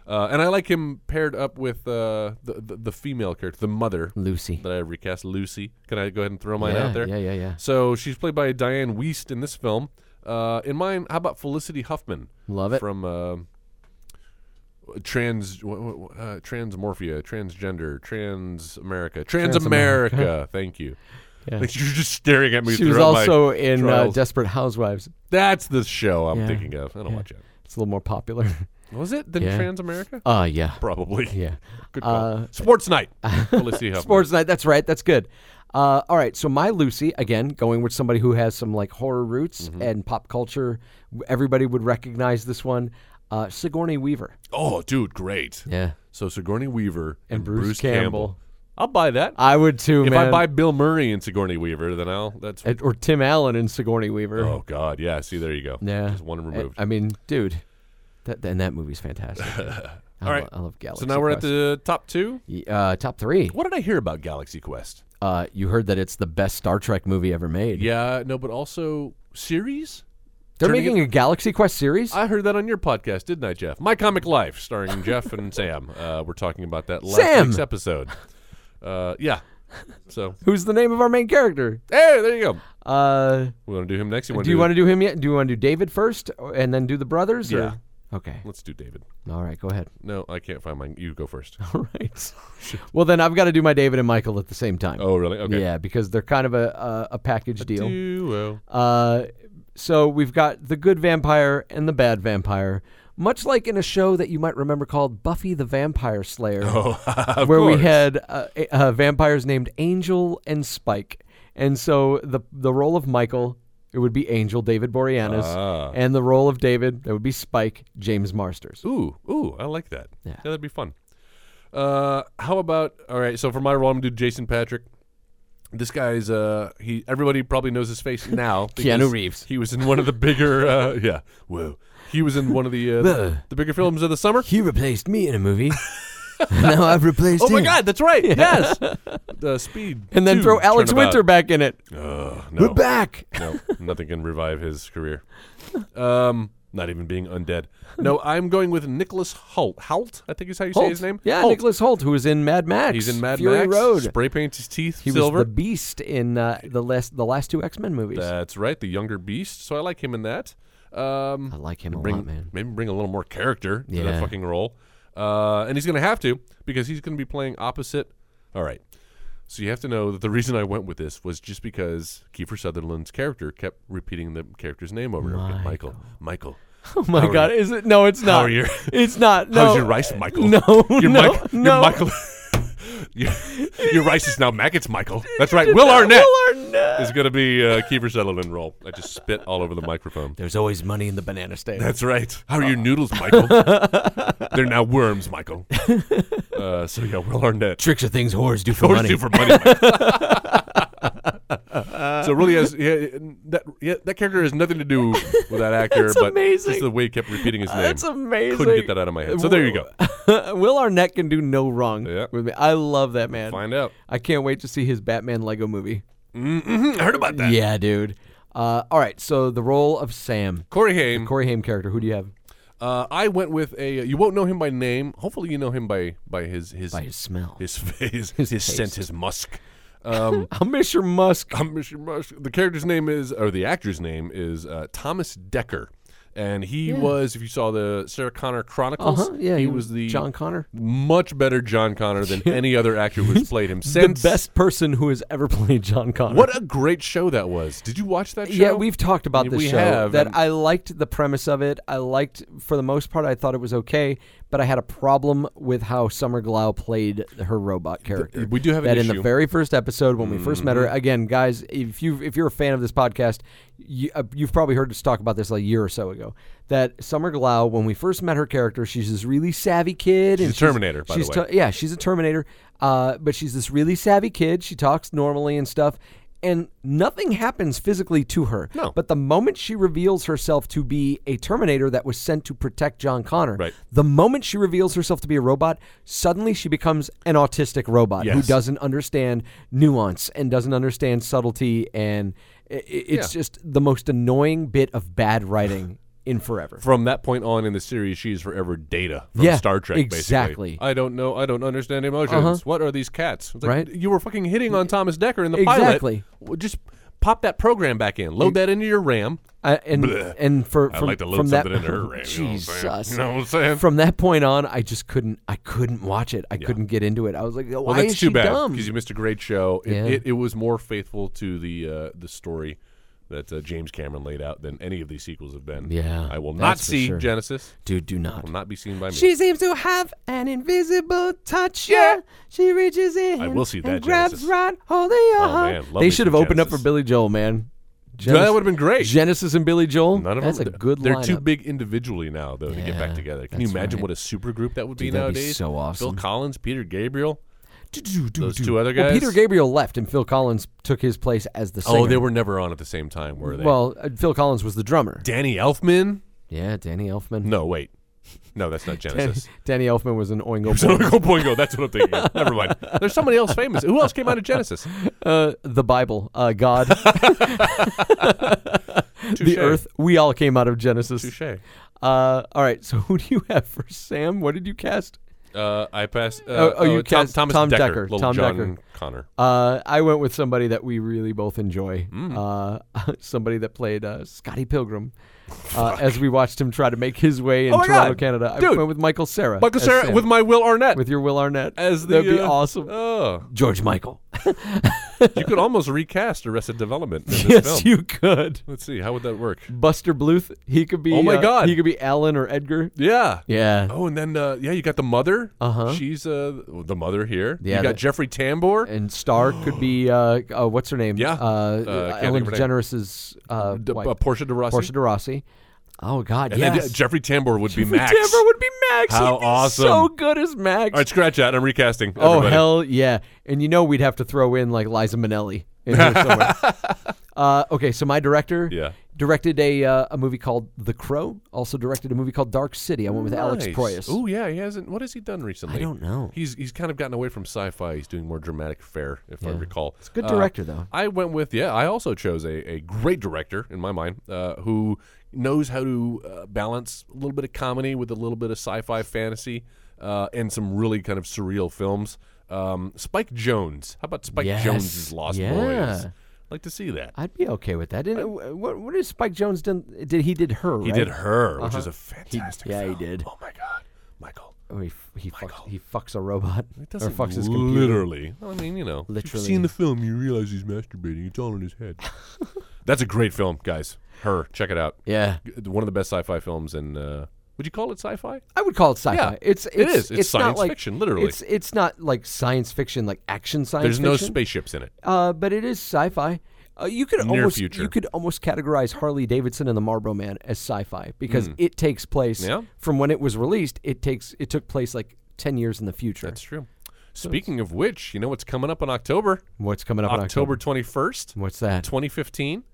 Speaker 4: Uh, and I like him paired up with uh, the, the the female character, the mother
Speaker 3: Lucy.
Speaker 4: that I recast, Lucy. Can I go ahead and throw mine
Speaker 3: yeah,
Speaker 4: out there?
Speaker 3: yeah, yeah, yeah.
Speaker 4: So she's played by Diane Wiest in this film. Uh, in mine, how about Felicity Huffman?
Speaker 3: Love it.
Speaker 4: From uh, trans, wha- wha- uh, transmorphia, transgender, trans America, trans America. Thank you. Like, you're just staring at me.
Speaker 3: She was
Speaker 4: throughout my
Speaker 3: also in uh,
Speaker 4: trials.
Speaker 3: Desperate Housewives.
Speaker 4: That's the show I'm
Speaker 3: Yeah.
Speaker 4: thinking of. I don't watch it.
Speaker 3: It's a little more popular.
Speaker 4: Was it the
Speaker 3: Yeah.
Speaker 4: Trans America?
Speaker 3: Uh yeah,
Speaker 4: Probably.
Speaker 3: yeah. Uh,
Speaker 4: Good call. Sports night. Felicity Huffman.
Speaker 3: Sports night. That's right. That's good. Uh, all right. So my Lucy again, going with somebody who has some like horror roots
Speaker 4: Mm-hmm.
Speaker 3: and pop culture. Everybody would recognize this one. Uh, Sigourney Weaver.
Speaker 4: Oh, dude, great.
Speaker 3: Yeah.
Speaker 4: So Sigourney Weaver and,
Speaker 3: Bruce Campbell.
Speaker 4: I'll buy that.
Speaker 3: I would too,
Speaker 4: If
Speaker 3: man.
Speaker 4: I buy Bill Murray and Sigourney Weaver, then I'll. That's
Speaker 3: And- or Tim Allen and Sigourney Weaver.
Speaker 4: oh god, yeah. See, there you go.
Speaker 3: yeah,
Speaker 4: just one removed.
Speaker 3: I, I mean, dude, that and that movie's fantastic. I
Speaker 4: All right.
Speaker 3: lo- I love Galaxy.
Speaker 4: so now we're at
Speaker 3: Quest.
Speaker 4: the top two.
Speaker 3: Y- uh, top three.
Speaker 4: What did I hear about Galaxy Quest?
Speaker 3: uh, you heard that it's the best Star Trek movie ever made.
Speaker 4: Yeah, no, but also series.
Speaker 3: They're
Speaker 4: turning
Speaker 3: making a Galaxy Quest series.
Speaker 4: I heard that on your podcast, didn't I, Jeff? My Comic Life, starring Jeff and Sam. Uh, we're talking about that last
Speaker 3: Sam!
Speaker 4: week's episode. Uh, yeah. So
Speaker 3: Who's the name of our main character?
Speaker 4: hey, there you go.
Speaker 3: Uh,
Speaker 4: We want to do him next. You want
Speaker 3: do you want to do him yet? Do you want to do David first, or- and then do the brothers? or-
Speaker 4: Yeah.
Speaker 3: Okay.
Speaker 4: Let's do David.
Speaker 3: All right. Go ahead.
Speaker 4: No, I can't find mine. You go first.
Speaker 3: All right. well, then I've got to do my David and Michael at the same time.
Speaker 4: Oh, really? Okay.
Speaker 3: Yeah, because they're kind of a a, a package deal.
Speaker 4: Duo.
Speaker 3: Uh, so we've got the good vampire and the bad vampire, much like in a show that you might remember called Buffy the Vampire Slayer, where we
Speaker 4: Oh, course.
Speaker 3: had uh, a- uh, vampires named Angel and Spike. And so the the role of Michael it would be Angel David Boreanaz,
Speaker 4: Ah.
Speaker 3: and the role of David that would be Spike James Marsters.
Speaker 4: Ooh, ooh, I like that.
Speaker 3: Yeah.
Speaker 4: that'd be fun. Uh, how about all right? So for my role, I'm gonna do Jason Patrick. This guy's uh, he everybody probably knows his face now.
Speaker 3: Keanu
Speaker 4: because
Speaker 3: Reeves.
Speaker 4: He was in one of the bigger uh, yeah. Whoa. He was in one of the uh, the, bigger films of the summer.
Speaker 3: He replaced me in a movie. now I've replaced
Speaker 4: Oh my God, that's right. Yes, the Speed.
Speaker 3: And then
Speaker 4: 2
Speaker 3: throw Alex
Speaker 4: Turnabout.
Speaker 3: Winter back in it.
Speaker 4: Ugh,
Speaker 3: We're
Speaker 4: no.
Speaker 3: back.
Speaker 4: No, nothing can revive his career. Um, not even being undead. No, I'm going with Nicholas Holt. Holt, I think is how you say his name.
Speaker 3: Yeah,
Speaker 4: Holt.
Speaker 3: Nicholas Holt, who was in Mad Max.
Speaker 4: He's in Mad
Speaker 3: Fury
Speaker 4: Max.
Speaker 3: Road.
Speaker 4: Spray paints his teeth
Speaker 3: he
Speaker 4: silver.
Speaker 3: was the Beast in uh, the last the last two X Men movies.
Speaker 4: That's right, the younger Beast. So I like him in that. Um,
Speaker 3: I like him a
Speaker 4: bring,
Speaker 3: lot, man.
Speaker 4: Maybe bring a little more character to that
Speaker 3: Yeah.
Speaker 4: fucking role. Uh, and he's going to have to because he's going to be playing opposite. All right. So you have to know that the reason I went with this was just because Kiefer Sutherland's character kept repeating the character's name over and over again. Michael. Michael.
Speaker 3: Oh my
Speaker 4: How are
Speaker 3: God,
Speaker 4: you?
Speaker 3: is it? No, it's not.
Speaker 4: are you?
Speaker 3: It's not. No.
Speaker 4: How's your rice, Michael?
Speaker 3: No,
Speaker 4: your
Speaker 3: no,
Speaker 4: Michael, Your
Speaker 3: no.
Speaker 4: Michael. your, your rice is now maggots, Michael. That's right. Will Arnett. is going to be uh, Kiefer Sutherland role. I just spit all over the microphone.
Speaker 3: There's always money in the banana stand.
Speaker 4: That's right. How are
Speaker 3: Uh,
Speaker 4: your noodles, Michael? They're now worms, Michael. Uh, so yeah, Will Arnett.
Speaker 3: Tricks are things whores do for
Speaker 4: Or
Speaker 3: money.
Speaker 4: do for money. Michael. so really, has yeah, that yeah, that character has nothing to do with that actor,
Speaker 3: That's
Speaker 4: but just
Speaker 3: amazing.
Speaker 4: the way he kept repeating his name.
Speaker 3: That's amazing.
Speaker 4: Couldn't get that out of my head. So there you go.
Speaker 3: Will Arnett can do no wrong
Speaker 4: Yeah.
Speaker 3: with me. I love that man.
Speaker 4: Find out.
Speaker 3: I can't wait to see his Batman Lego movie.
Speaker 4: I heard about that.
Speaker 3: Yeah, dude. Uh, all right, so the role of Sam,
Speaker 4: Corey Haim.
Speaker 3: Corey Haim character. Who do you have?
Speaker 4: Uh, I went with a. You won't know him by name. Hopefully, you know him by by his his
Speaker 3: By his smell.
Speaker 4: his his, his,
Speaker 3: His
Speaker 4: scent,
Speaker 3: taste.
Speaker 4: his musk. Um,
Speaker 3: I'm Mr. Musk.
Speaker 4: I'm Mr. Um, Musk. The character's name is, or the actor's name is uh, Thomas Decker, and he was, if you saw the Sarah Connor Chronicles,
Speaker 3: Uh-huh, yeah,
Speaker 4: he,
Speaker 3: he
Speaker 4: was
Speaker 3: was
Speaker 4: the
Speaker 3: John Connor.
Speaker 4: much better John Connor than any other actor who's played him
Speaker 3: the
Speaker 4: since.
Speaker 3: best person who has ever played John Connor.
Speaker 4: What a great show that was! Did you watch that show?
Speaker 3: Yeah, we've talked about
Speaker 4: Yeah,
Speaker 3: this
Speaker 4: we
Speaker 3: show.
Speaker 4: have,
Speaker 3: that
Speaker 4: and-
Speaker 3: I liked the premise of it. I liked, for the most part, I thought it was okay, but I had a problem with how Summer Glau played her robot character.
Speaker 4: we do have an
Speaker 3: that in
Speaker 4: issue. Mm-hmm.
Speaker 3: the very first episode when we first met her. Again, guys, if you if you're a fan of this podcast, you, uh, you've probably heard us talk about this like a year or so ago. That Summer Glau, when we first met her character, she's this really savvy kid.
Speaker 4: She's
Speaker 3: and
Speaker 4: a Terminator, by the
Speaker 3: she's
Speaker 4: way.
Speaker 3: t- yeah, she's a Terminator, uh, but she's this really savvy kid. She talks normally and stuff, and nothing happens physically to her.
Speaker 4: No.
Speaker 3: But the moment she reveals herself to be a Terminator that was sent to protect John Connor,
Speaker 4: Right.
Speaker 3: the moment she reveals herself to be a robot, suddenly she becomes an autistic robot who
Speaker 4: Yes.
Speaker 3: doesn't understand nuance and doesn't understand subtlety, and i- i- it's
Speaker 4: Yeah.
Speaker 3: just the most annoying bit of bad writing. In forever.
Speaker 4: from that point on in the series, she is forever Data from
Speaker 3: Yeah,
Speaker 4: Star Trek. Basically,
Speaker 3: exactly. Uh-huh.
Speaker 4: I don't know. I don't understand emotions. What are these cats? It's like,
Speaker 3: Right.
Speaker 4: You were fucking hitting on Thomas Decker in the
Speaker 3: Exactly.
Speaker 4: pilot. Well, Just pop that program back in. Load that into your RAM.
Speaker 3: I, and and for
Speaker 4: I'd
Speaker 3: from,
Speaker 4: like to load
Speaker 3: from that
Speaker 4: something into her RAM.
Speaker 3: Jesus,
Speaker 4: You know what I'm saying?
Speaker 3: from that point on, I just couldn't. I couldn't watch it. I couldn't get into it. I was like, why
Speaker 4: well, that's
Speaker 3: is
Speaker 4: too
Speaker 3: she
Speaker 4: bad
Speaker 3: dumb?
Speaker 4: because you missed a great show. It,
Speaker 3: Yeah.
Speaker 4: it, it was more faithful to the uh, the story that uh, James Cameron laid out than any of these sequels have been.
Speaker 3: Yeah,
Speaker 4: I will
Speaker 3: that's
Speaker 4: not
Speaker 3: for
Speaker 4: see
Speaker 3: sure.
Speaker 4: Genesis.
Speaker 3: Dude, do not.
Speaker 4: Will not be seen by me.
Speaker 3: She seems to have an invisible touch. Yeah, she reaches in.
Speaker 4: I will see that,
Speaker 3: And grabs
Speaker 4: Genesis.
Speaker 3: right hold of your
Speaker 4: Oh,
Speaker 3: heart.
Speaker 4: man, love me
Speaker 3: They should have
Speaker 4: some
Speaker 3: opened up
Speaker 4: Genesis.
Speaker 3: for Billy Joel, man.
Speaker 4: Yeah,
Speaker 3: Genesis-
Speaker 4: that would have been great.
Speaker 3: Genesis and Billy Joel.
Speaker 4: None of
Speaker 3: That's
Speaker 4: them.
Speaker 3: a good
Speaker 4: They're too
Speaker 3: lineup.
Speaker 4: big individually now, though, to get back
Speaker 3: Yeah,
Speaker 4: together. Can you
Speaker 3: that's
Speaker 4: imagine
Speaker 3: right.
Speaker 4: what a super group that would be
Speaker 3: that'd be
Speaker 4: nowadays?
Speaker 3: so awesome.
Speaker 4: Bill Collins, Peter Gabriel.
Speaker 3: Those
Speaker 4: two other
Speaker 3: Well,
Speaker 4: guys?
Speaker 3: Peter Gabriel left, and Phil Collins took his place as the singer.
Speaker 4: Oh, they were never on at the same time, were they?
Speaker 3: Well, uh, Phil Collins was the drummer.
Speaker 4: Danny Elfman.
Speaker 3: yeah, Danny Elfman.
Speaker 4: No, wait. No, that's not Genesis.
Speaker 3: Danny Elfman was an Oingo.
Speaker 4: So Oingo Boingo, that's what I'm thinking. Of. Never mind. There's somebody else famous. Who else came out of Genesis?
Speaker 3: Uh, the Bible, uh, God,
Speaker 4: Touche.
Speaker 3: the Earth. We all came out of Genesis.
Speaker 4: Touche.
Speaker 3: Uh, all right. So who do you have for Sam? What did you cast?
Speaker 4: Uh, I passed. Uh,
Speaker 3: Oh, oh, you
Speaker 4: Tom,
Speaker 3: cast
Speaker 4: Thomas
Speaker 3: Tom
Speaker 4: Decker.
Speaker 3: Dekker,
Speaker 4: Little
Speaker 3: Tom
Speaker 4: John
Speaker 3: Dekker.
Speaker 4: Connor.
Speaker 3: Uh, I went with somebody that we really both enjoy.
Speaker 4: Mm.
Speaker 3: Uh, somebody that played uh, Scotty Pilgrim. Uh, as we watched him try to make his way in
Speaker 4: Oh my
Speaker 3: Toronto,
Speaker 4: God.
Speaker 3: Canada, I
Speaker 4: Dude.
Speaker 3: went with Michael Sarah.
Speaker 4: Michael
Speaker 3: as
Speaker 4: Sarah
Speaker 3: Sam.
Speaker 4: with my Will Arnett
Speaker 3: with your Will Arnett
Speaker 4: as the.
Speaker 3: That'd be
Speaker 4: uh,
Speaker 3: awesome.
Speaker 4: Oh,
Speaker 7: George Michael.
Speaker 4: you could almost recast Arrested Development in this film.
Speaker 3: yes, you could.
Speaker 4: Let's see. How would that work?
Speaker 3: Buster Bluth. He could be.
Speaker 4: Oh my
Speaker 3: uh,
Speaker 4: God.
Speaker 3: He could be Alan or Edgar.
Speaker 4: Yeah.
Speaker 3: Yeah.
Speaker 4: Oh, and then uh, yeah, you got the mother.
Speaker 3: Uh-huh.
Speaker 4: She's uh the mother here.
Speaker 3: Yeah,
Speaker 4: You got
Speaker 3: that-
Speaker 4: Jeffrey Tambor.
Speaker 3: And Star could be uh, uh what's her name?
Speaker 4: Yeah.
Speaker 3: Uh,
Speaker 4: Uh, can't
Speaker 3: Ellen
Speaker 4: think of her name.
Speaker 3: DeGeneres' uh,
Speaker 4: D-
Speaker 3: wife,
Speaker 4: uh, Portia de Rossi.
Speaker 3: Portia de Rossi. Oh God,
Speaker 4: and
Speaker 3: yes.
Speaker 4: then uh, Jeffrey Tambor would be Max.
Speaker 3: Tamra would be Max.
Speaker 4: How
Speaker 3: He'd be
Speaker 4: awesome.
Speaker 3: So good as Max.
Speaker 4: All right, scratch that. I'm recasting.
Speaker 3: oh
Speaker 4: everybody.
Speaker 3: hell yeah! And you know we'd have to throw in like Liza Minnelli in here somewhere. uh, okay, so my director.
Speaker 4: Yeah.
Speaker 3: Directed a uh, a movie called The Crow. Also directed a movie called Dark City. I went with Alex
Speaker 4: Nice.
Speaker 3: Proyas.
Speaker 4: Oh yeah, he hasn't. What has he done recently?
Speaker 7: I don't know.
Speaker 4: He's he's kind of gotten away from sci-fi. He's doing more dramatic fare, if I recall. It's a
Speaker 3: good director, though.
Speaker 4: I went with yeah. I also chose a, a great director in my mind uh, who knows how to uh, balance a little bit of comedy with a little bit of sci-fi fantasy uh, and some really kind of surreal films. Um, Spike Jones. How about Spike
Speaker 3: Yes.
Speaker 4: Jones's Lost
Speaker 3: Yeah.
Speaker 4: Boys? I'd like to see that.
Speaker 3: I'd be okay with that. And, uh, what what did Spike Jones done? Did he did her?
Speaker 4: He
Speaker 3: right?
Speaker 4: did Her, which is a fantastic.
Speaker 3: yeah, Uh-huh. he
Speaker 4: film.
Speaker 3: did.
Speaker 4: Oh my god, Michael.
Speaker 3: Oh, he f- he fucks, he fucks a robot or
Speaker 4: doesn't
Speaker 3: fucks his computer.
Speaker 4: literally. Well, I mean, you know, If you've
Speaker 3: Literally.
Speaker 4: seen the film, you realize he's masturbating. It's all in his head. That's a great film, guys. Her, check it out.
Speaker 3: Yeah,
Speaker 4: G- One of the best sci-fi films, and uh, would you call it sci-fi?
Speaker 3: I would call it sci-fi.
Speaker 4: Yeah,
Speaker 3: it's,
Speaker 4: it
Speaker 3: it's
Speaker 4: is. It's
Speaker 3: not
Speaker 4: science
Speaker 3: like-
Speaker 4: fiction, literally.
Speaker 3: It's it's not like science fiction, like action science.
Speaker 4: There's no
Speaker 3: fiction,
Speaker 4: spaceships in it.
Speaker 3: uh, but it is sci-fi. Uh, you could
Speaker 4: Near
Speaker 3: almost
Speaker 4: future.
Speaker 3: you could almost categorize Harley Davidson and the Marlboro Man as sci-fi because it takes place
Speaker 4: Hmm. Yeah.
Speaker 3: from when it was released. It takes it took place like ten years in the future.
Speaker 4: That's true. Speaking of which, you know what's coming up in October?
Speaker 3: What's coming up in
Speaker 4: October
Speaker 3: October?
Speaker 4: 21st,
Speaker 3: What's that?
Speaker 4: 2015.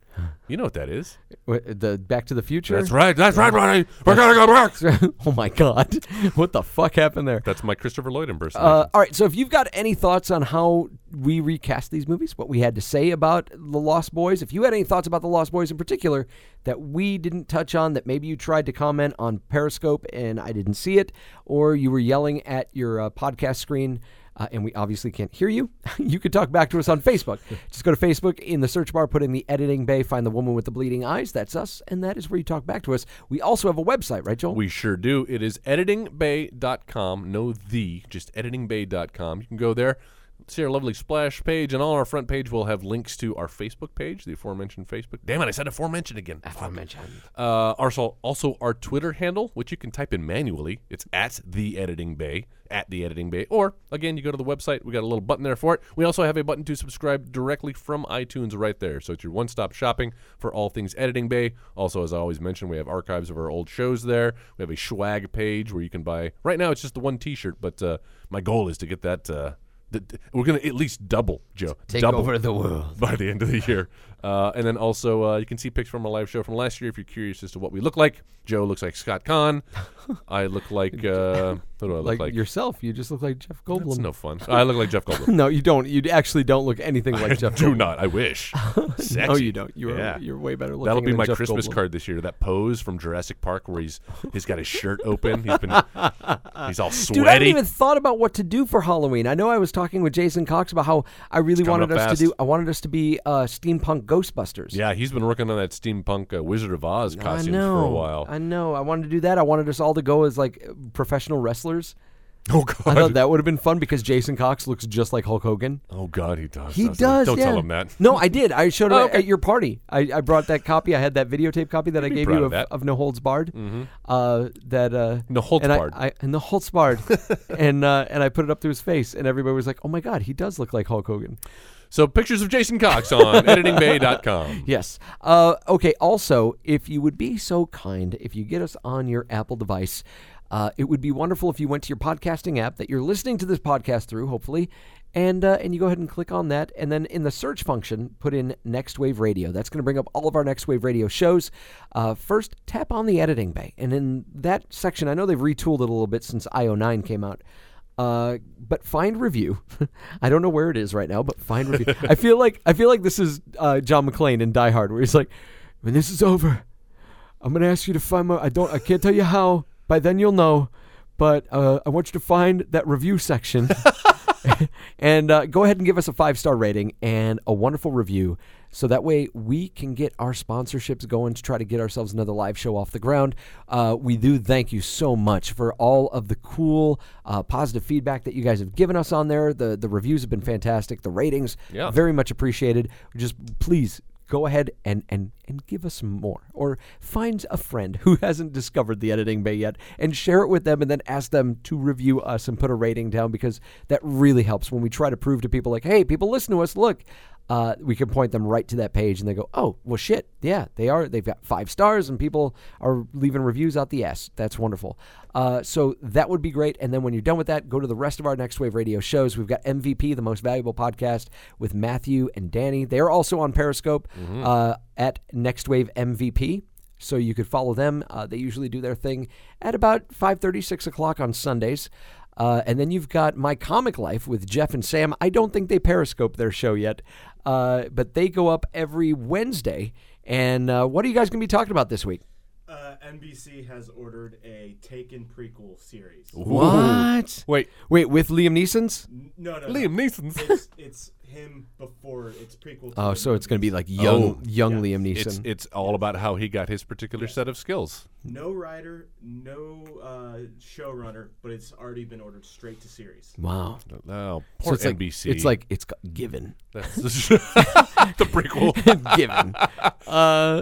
Speaker 4: You know what that is?
Speaker 3: Wh- the Back to the Future.
Speaker 4: That's right. That's right, buddy. We're gonna go back.
Speaker 3: oh my god, what the fuck happened there?
Speaker 4: That's my Christopher Lloyd impersonation.
Speaker 3: Uh, all right, so if you've got any thoughts on how we recast these movies, what we had to say about The Lost Boys, if you had any thoughts about The Lost Boys in particular that we didn't touch on, that maybe you tried to comment on Periscope and I didn't see it, or you were yelling at your uh, podcast screen. Uh, and we obviously can't hear you. you could talk back to us on Facebook. Just go to Facebook in the search bar, put in the editing bay, find the woman with the bleeding eyes. That's us, and that is where you talk back to us. We also have a website, right, Joel?
Speaker 4: We sure do. It is editingbay.com. No the, just editingbay.com. You can go there, see our lovely splash page, and on our front page we'll have links to our Facebook page, the aforementioned Facebook. Damn it, I said aforementioned again.
Speaker 3: aforementioned.
Speaker 4: Uh, also, also our Twitter handle, which you can type in manually. It's at the editing bay, at the editing bay. Or again, you go to the website. We got a little button there for it. We also have a button to subscribe directly from iTunes right there. So it's your one-stop shopping for all things editing bay. Also, as I always mention, we have archives of our old shows there. We have a swag page where you can buy. Right now, it's just the one T-shirt, but uh, my goal is to get that. Uh, th- th- we're gonna at least double, Joe. double
Speaker 3: the world.
Speaker 4: by the end of the year. Uh, and then also, uh, you can see pics from our live show from last year if you're curious as to what we look like. Joe looks like Scott Kahn. I look like. Uh, what do I look like?
Speaker 3: Like, yourself, you just look like Jeff Goldblum.
Speaker 4: That's no fun. I look like Jeff Goldblum.
Speaker 3: No, you don't. You actually don't look anything like Jeff.
Speaker 4: do
Speaker 3: Goldblum.
Speaker 4: not. I wish. Sexy.
Speaker 3: No, you don't. You're
Speaker 4: Yeah.
Speaker 3: you're way better looking.
Speaker 4: That'll be
Speaker 3: than
Speaker 4: my
Speaker 3: Jeff
Speaker 4: Christmas
Speaker 3: Goldblum.
Speaker 4: card this year. That pose from Jurassic Park where he's he's got his shirt open. He's been he's all sweaty.
Speaker 3: Dude, I haven't even thought about what to do for Halloween. I know I was talking with Jason Cox about how I really
Speaker 4: coming
Speaker 3: wanted us
Speaker 4: up
Speaker 3: to do.
Speaker 4: fast.
Speaker 3: I wanted us to be uh, steampunk Ghostbusters.
Speaker 4: yeah, he's been working on that steampunk uh, Wizard of Oz
Speaker 3: I
Speaker 4: costume
Speaker 3: know.
Speaker 4: for a while.
Speaker 3: I know. I wanted to do that. I wanted us all to go as like professional wrestlers.
Speaker 4: oh
Speaker 3: I
Speaker 4: God!
Speaker 3: thought that would have been fun because Jason Cox looks just like Hulk Hogan.
Speaker 4: oh God! He does.
Speaker 3: He
Speaker 4: doesn't
Speaker 3: does.
Speaker 4: Don't tell
Speaker 3: yeah.
Speaker 4: him that.
Speaker 3: No, I did. I showed it
Speaker 4: Oh, okay.
Speaker 3: at your party. I, I brought that copy. I had that videotape copy that I gave
Speaker 4: proud
Speaker 3: you
Speaker 4: of
Speaker 3: of,
Speaker 4: that. Mm-hmm.
Speaker 3: of No Holds Barred. Uh, that uh,
Speaker 4: No Holds
Speaker 3: and I-
Speaker 4: Barred.
Speaker 3: I, and No Holds Barred, and uh, and I put it up to his face, and everybody was like, "Oh my God, he does look like Hulk Hogan."
Speaker 4: So pictures of Jason Cox on editingbay.com.
Speaker 3: Yes. Uh, okay. Also, if you would be so kind, if you get us on your Apple device, uh, it would be wonderful if you went to your podcasting app that you're listening to this podcast through, hopefully, and uh, and you go ahead and click on that, and then in the search function, put in Next Wave Radio. That's going to bring up all of our Next Wave Radio shows. Uh, first, tap on the editing bay, and in that section, I know they've retooled it a little bit since IO9 came out. Uh, but find review. I don't know where it is right now, but find review. I feel like I feel like this is uh, John McClane in Die Hard, where he's like, "When this is over, I'm gonna ask you to find my. I don't. I can't tell you how. By then you'll know, but uh, I want you to find that review section." and uh, go ahead and give us a five star rating and a wonderful review so that way we can get our sponsorships going to try to get ourselves another live show off the ground uh, we do thank you so much for all of the cool uh, positive feedback that you guys have given us on there the the reviews have been fantastic the ratings
Speaker 4: Yeah.
Speaker 3: very much appreciated just please go ahead and, and, and give us some more or find a friend who hasn't discovered the editing bay yet and share it with them and then ask them to review us and put a rating down because that really helps when we try to prove to people like hey people listen to us look uh, we can point them right to that page and they go oh well shit yeah they are they've got five stars and people are leaving reviews out the ass that's wonderful uh, so that would be great and then when you're done with that go to the rest of our next wave radio shows we've got mvp the most valuable podcast with matthew and danny they are also on periscope uh, at next wave mvp so you could follow them uh, they usually do their thing at about 5.30 6 o'clock on sundays uh, and then you've got my comic life with jeff and sam i don't think they periscope their show yet uh, but they go up every wednesday and uh, what are you guys going to be talking about this week
Speaker 8: Uh, NBC has ordered a Taken prequel series.
Speaker 3: what
Speaker 4: Wait,
Speaker 3: wait with liam neeson's
Speaker 8: N- No, no, no.
Speaker 4: Liam Neeson.
Speaker 8: It's, it's him before it's prequel.
Speaker 3: Oh,
Speaker 8: him.
Speaker 3: so it's going to be like young,
Speaker 4: Oh.
Speaker 3: young Liam Neeson.
Speaker 4: It's it's all about how he got his particular set of skills.
Speaker 8: no writer, no uh, showrunner, but it's already been ordered straight to series.
Speaker 3: wow.
Speaker 4: Oh,
Speaker 3: So
Speaker 4: poor
Speaker 3: it's like
Speaker 4: NBC.
Speaker 3: it's like it's g- given,
Speaker 4: That's the prequel.
Speaker 3: given.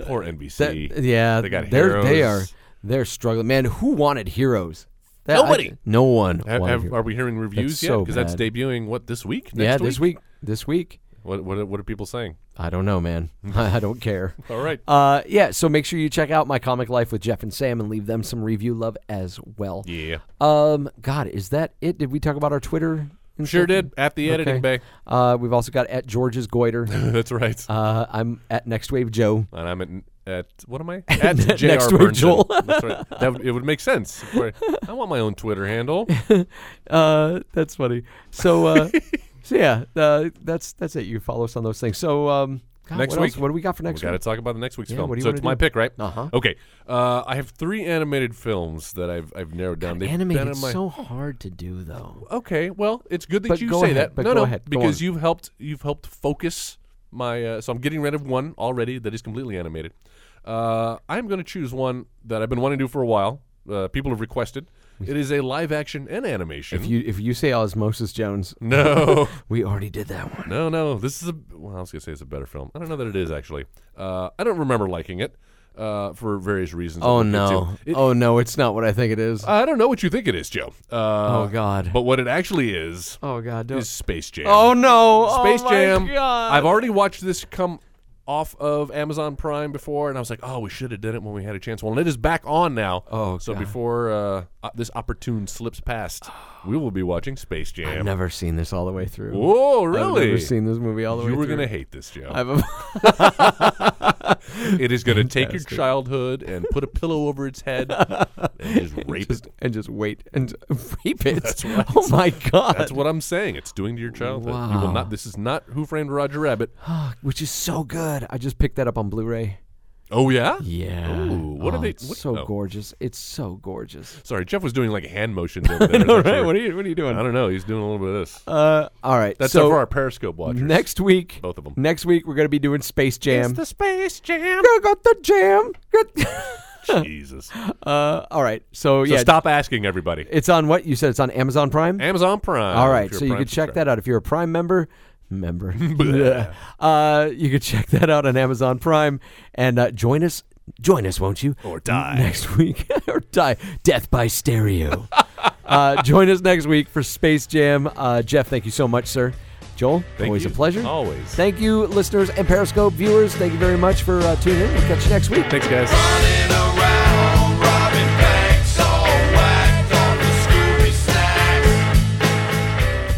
Speaker 4: Poor NBC.
Speaker 3: That- yeah,
Speaker 4: They got
Speaker 3: they're, They are
Speaker 4: heroes.
Speaker 3: they're struggling. Man, who wanted heroes? That- I-
Speaker 4: Nobody.
Speaker 3: no one.
Speaker 4: Have-
Speaker 3: wanted
Speaker 4: have-
Speaker 3: heroes.
Speaker 4: are we hearing reviews
Speaker 3: That's
Speaker 4: yet?
Speaker 3: so
Speaker 4: Because that's
Speaker 3: bad.
Speaker 4: debuting what this week? Next
Speaker 3: yeah, this week. This week.
Speaker 4: What, what are- what are people saying?
Speaker 3: I don't know, man. I, I don't care.
Speaker 4: All right.
Speaker 3: Uh, yeah. So make sure you check out my comic life with Jeff and Sam and leave them some review love as well.
Speaker 4: yeah,
Speaker 3: Um. God, is that it? Did we talk about our Twitter? and
Speaker 4: sure
Speaker 3: stuff?
Speaker 4: did at the editing
Speaker 3: Okay.
Speaker 4: bay.
Speaker 3: Uh, we've also got at George's Goiter.
Speaker 4: that's right.
Speaker 3: Uh, I'm at Next Wave Joe.
Speaker 4: and I'm at, at what am I? At Jr.
Speaker 3: Next week,
Speaker 4: Bernson.
Speaker 3: Joel.
Speaker 4: That's right. That would, it would make sense. Where- I want my own Twitter handle.
Speaker 3: Uh, that's funny. So, uh, so yeah, uh, that's that's it. You follow us on those things. So um, God,
Speaker 4: Next
Speaker 3: what else?
Speaker 4: week?
Speaker 3: What do we got for
Speaker 4: We
Speaker 3: next
Speaker 4: got to
Speaker 3: week?
Speaker 4: talk about the next week's
Speaker 3: Yeah,
Speaker 4: film.
Speaker 3: what do you
Speaker 4: so
Speaker 3: wanna
Speaker 4: it's my
Speaker 3: do?
Speaker 4: pick, right?
Speaker 3: Uh-huh.
Speaker 4: Okay. Uh, I have three animated films that I've I've narrowed down. They've been
Speaker 3: Animated
Speaker 4: on my-
Speaker 3: so hard to do though.
Speaker 4: Okay. Well, it's good that
Speaker 3: But
Speaker 4: you
Speaker 3: go
Speaker 4: say
Speaker 3: ahead,
Speaker 4: that.
Speaker 3: but
Speaker 4: no,
Speaker 3: go
Speaker 4: no,
Speaker 3: ahead, go
Speaker 4: because
Speaker 3: on.
Speaker 4: you've helped you've helped focus my. Uh, so I'm getting rid of one already that is completely animated. Uh, I'm going to choose one that I've been wanting to do for a while. Uh, people have requested. It is a live action and animation.
Speaker 3: If you if you say Osmosis Jones,
Speaker 4: no.
Speaker 3: we already did that one.
Speaker 4: No, no. This is a. Well, I was gonna say it's a better film. I don't know that it is actually. Uh, I don't remember liking it uh, for various reasons.
Speaker 3: Oh
Speaker 4: I'll get
Speaker 3: no!
Speaker 4: to. It- Uh,
Speaker 3: oh no! It's not what I think it is.
Speaker 4: I don't know what you think it is, Joe. Uh,
Speaker 3: Oh, God.
Speaker 4: But what it actually is
Speaker 3: oh God! Don't.
Speaker 4: is Space Jam.
Speaker 3: Oh no!
Speaker 4: Space
Speaker 3: oh, my
Speaker 4: Jam.
Speaker 3: God.
Speaker 4: I've already watched this come off of Amazon Prime before, and I was like, oh, we should have done it when we had a chance. Well, and it is back on now.
Speaker 3: Oh,
Speaker 4: so
Speaker 3: God.
Speaker 4: before uh, uh, this opportune slips past, we will be watching Space Jam.
Speaker 3: I've never seen this all the way through.
Speaker 4: Whoa, really?
Speaker 3: I've never seen this movie all the way
Speaker 4: you were
Speaker 3: through.
Speaker 4: gonna hate this, Joe.
Speaker 3: I've a-
Speaker 4: It is going to take your childhood and put a pillow over its head and just rape it.
Speaker 3: and just wait and rape it. Oh my god!
Speaker 4: That's what I'm saying. It's doing to your childhood. You will
Speaker 3: Wow.
Speaker 4: not. This is not Who Framed Roger Rabbit.
Speaker 3: which is so good. I just picked that up on Blu-ray.
Speaker 4: Oh yeah.
Speaker 3: Yeah.
Speaker 4: Ooh, what are
Speaker 3: Oh,
Speaker 4: they?
Speaker 3: It's
Speaker 4: what-
Speaker 3: so
Speaker 4: oh.
Speaker 3: gorgeous. It's so gorgeous.
Speaker 4: Sorry, Jeff was doing like hand motions. Over there, as I'm sure.
Speaker 3: you What are you doing?
Speaker 4: I don't know. He's doing a little bit of this.
Speaker 3: Uh, all right.
Speaker 4: That's
Speaker 3: so
Speaker 4: so, for our Periscope watchers.
Speaker 3: next week.
Speaker 4: Both of 'em.
Speaker 3: Next week we're gonna be doing Space Jam.
Speaker 4: Space Jam.
Speaker 3: I got the jam. Got-
Speaker 4: Jesus.
Speaker 3: uh, all right. So,
Speaker 4: So
Speaker 3: yeah,
Speaker 4: stop asking everybody.
Speaker 3: It's on what you said. It's on Amazon Prime.
Speaker 4: Amazon Prime.
Speaker 3: All right,
Speaker 4: if you're
Speaker 3: so you
Speaker 4: Prime
Speaker 3: could check
Speaker 4: subscriber.
Speaker 3: that out if you're a Prime member. Member, Bleh. uh, you could check that out on Amazon Prime and uh, join us. Join us, won't you?
Speaker 4: Or die.
Speaker 3: next week, or die. Death by stereo. uh, join us next week for Space Jam. Uh, Jeff, thank you so much, sir. Joel,
Speaker 4: Thank
Speaker 3: always
Speaker 4: you. Oh.
Speaker 3: a pleasure.
Speaker 4: Always.
Speaker 3: Thank you, listeners and Periscope viewers. Thank you very much for uh, tuning in. We'll catch you next week.
Speaker 4: Thanks, guys.
Speaker 9: Running around, robbing banks, all whacked on the Scooby Snacks.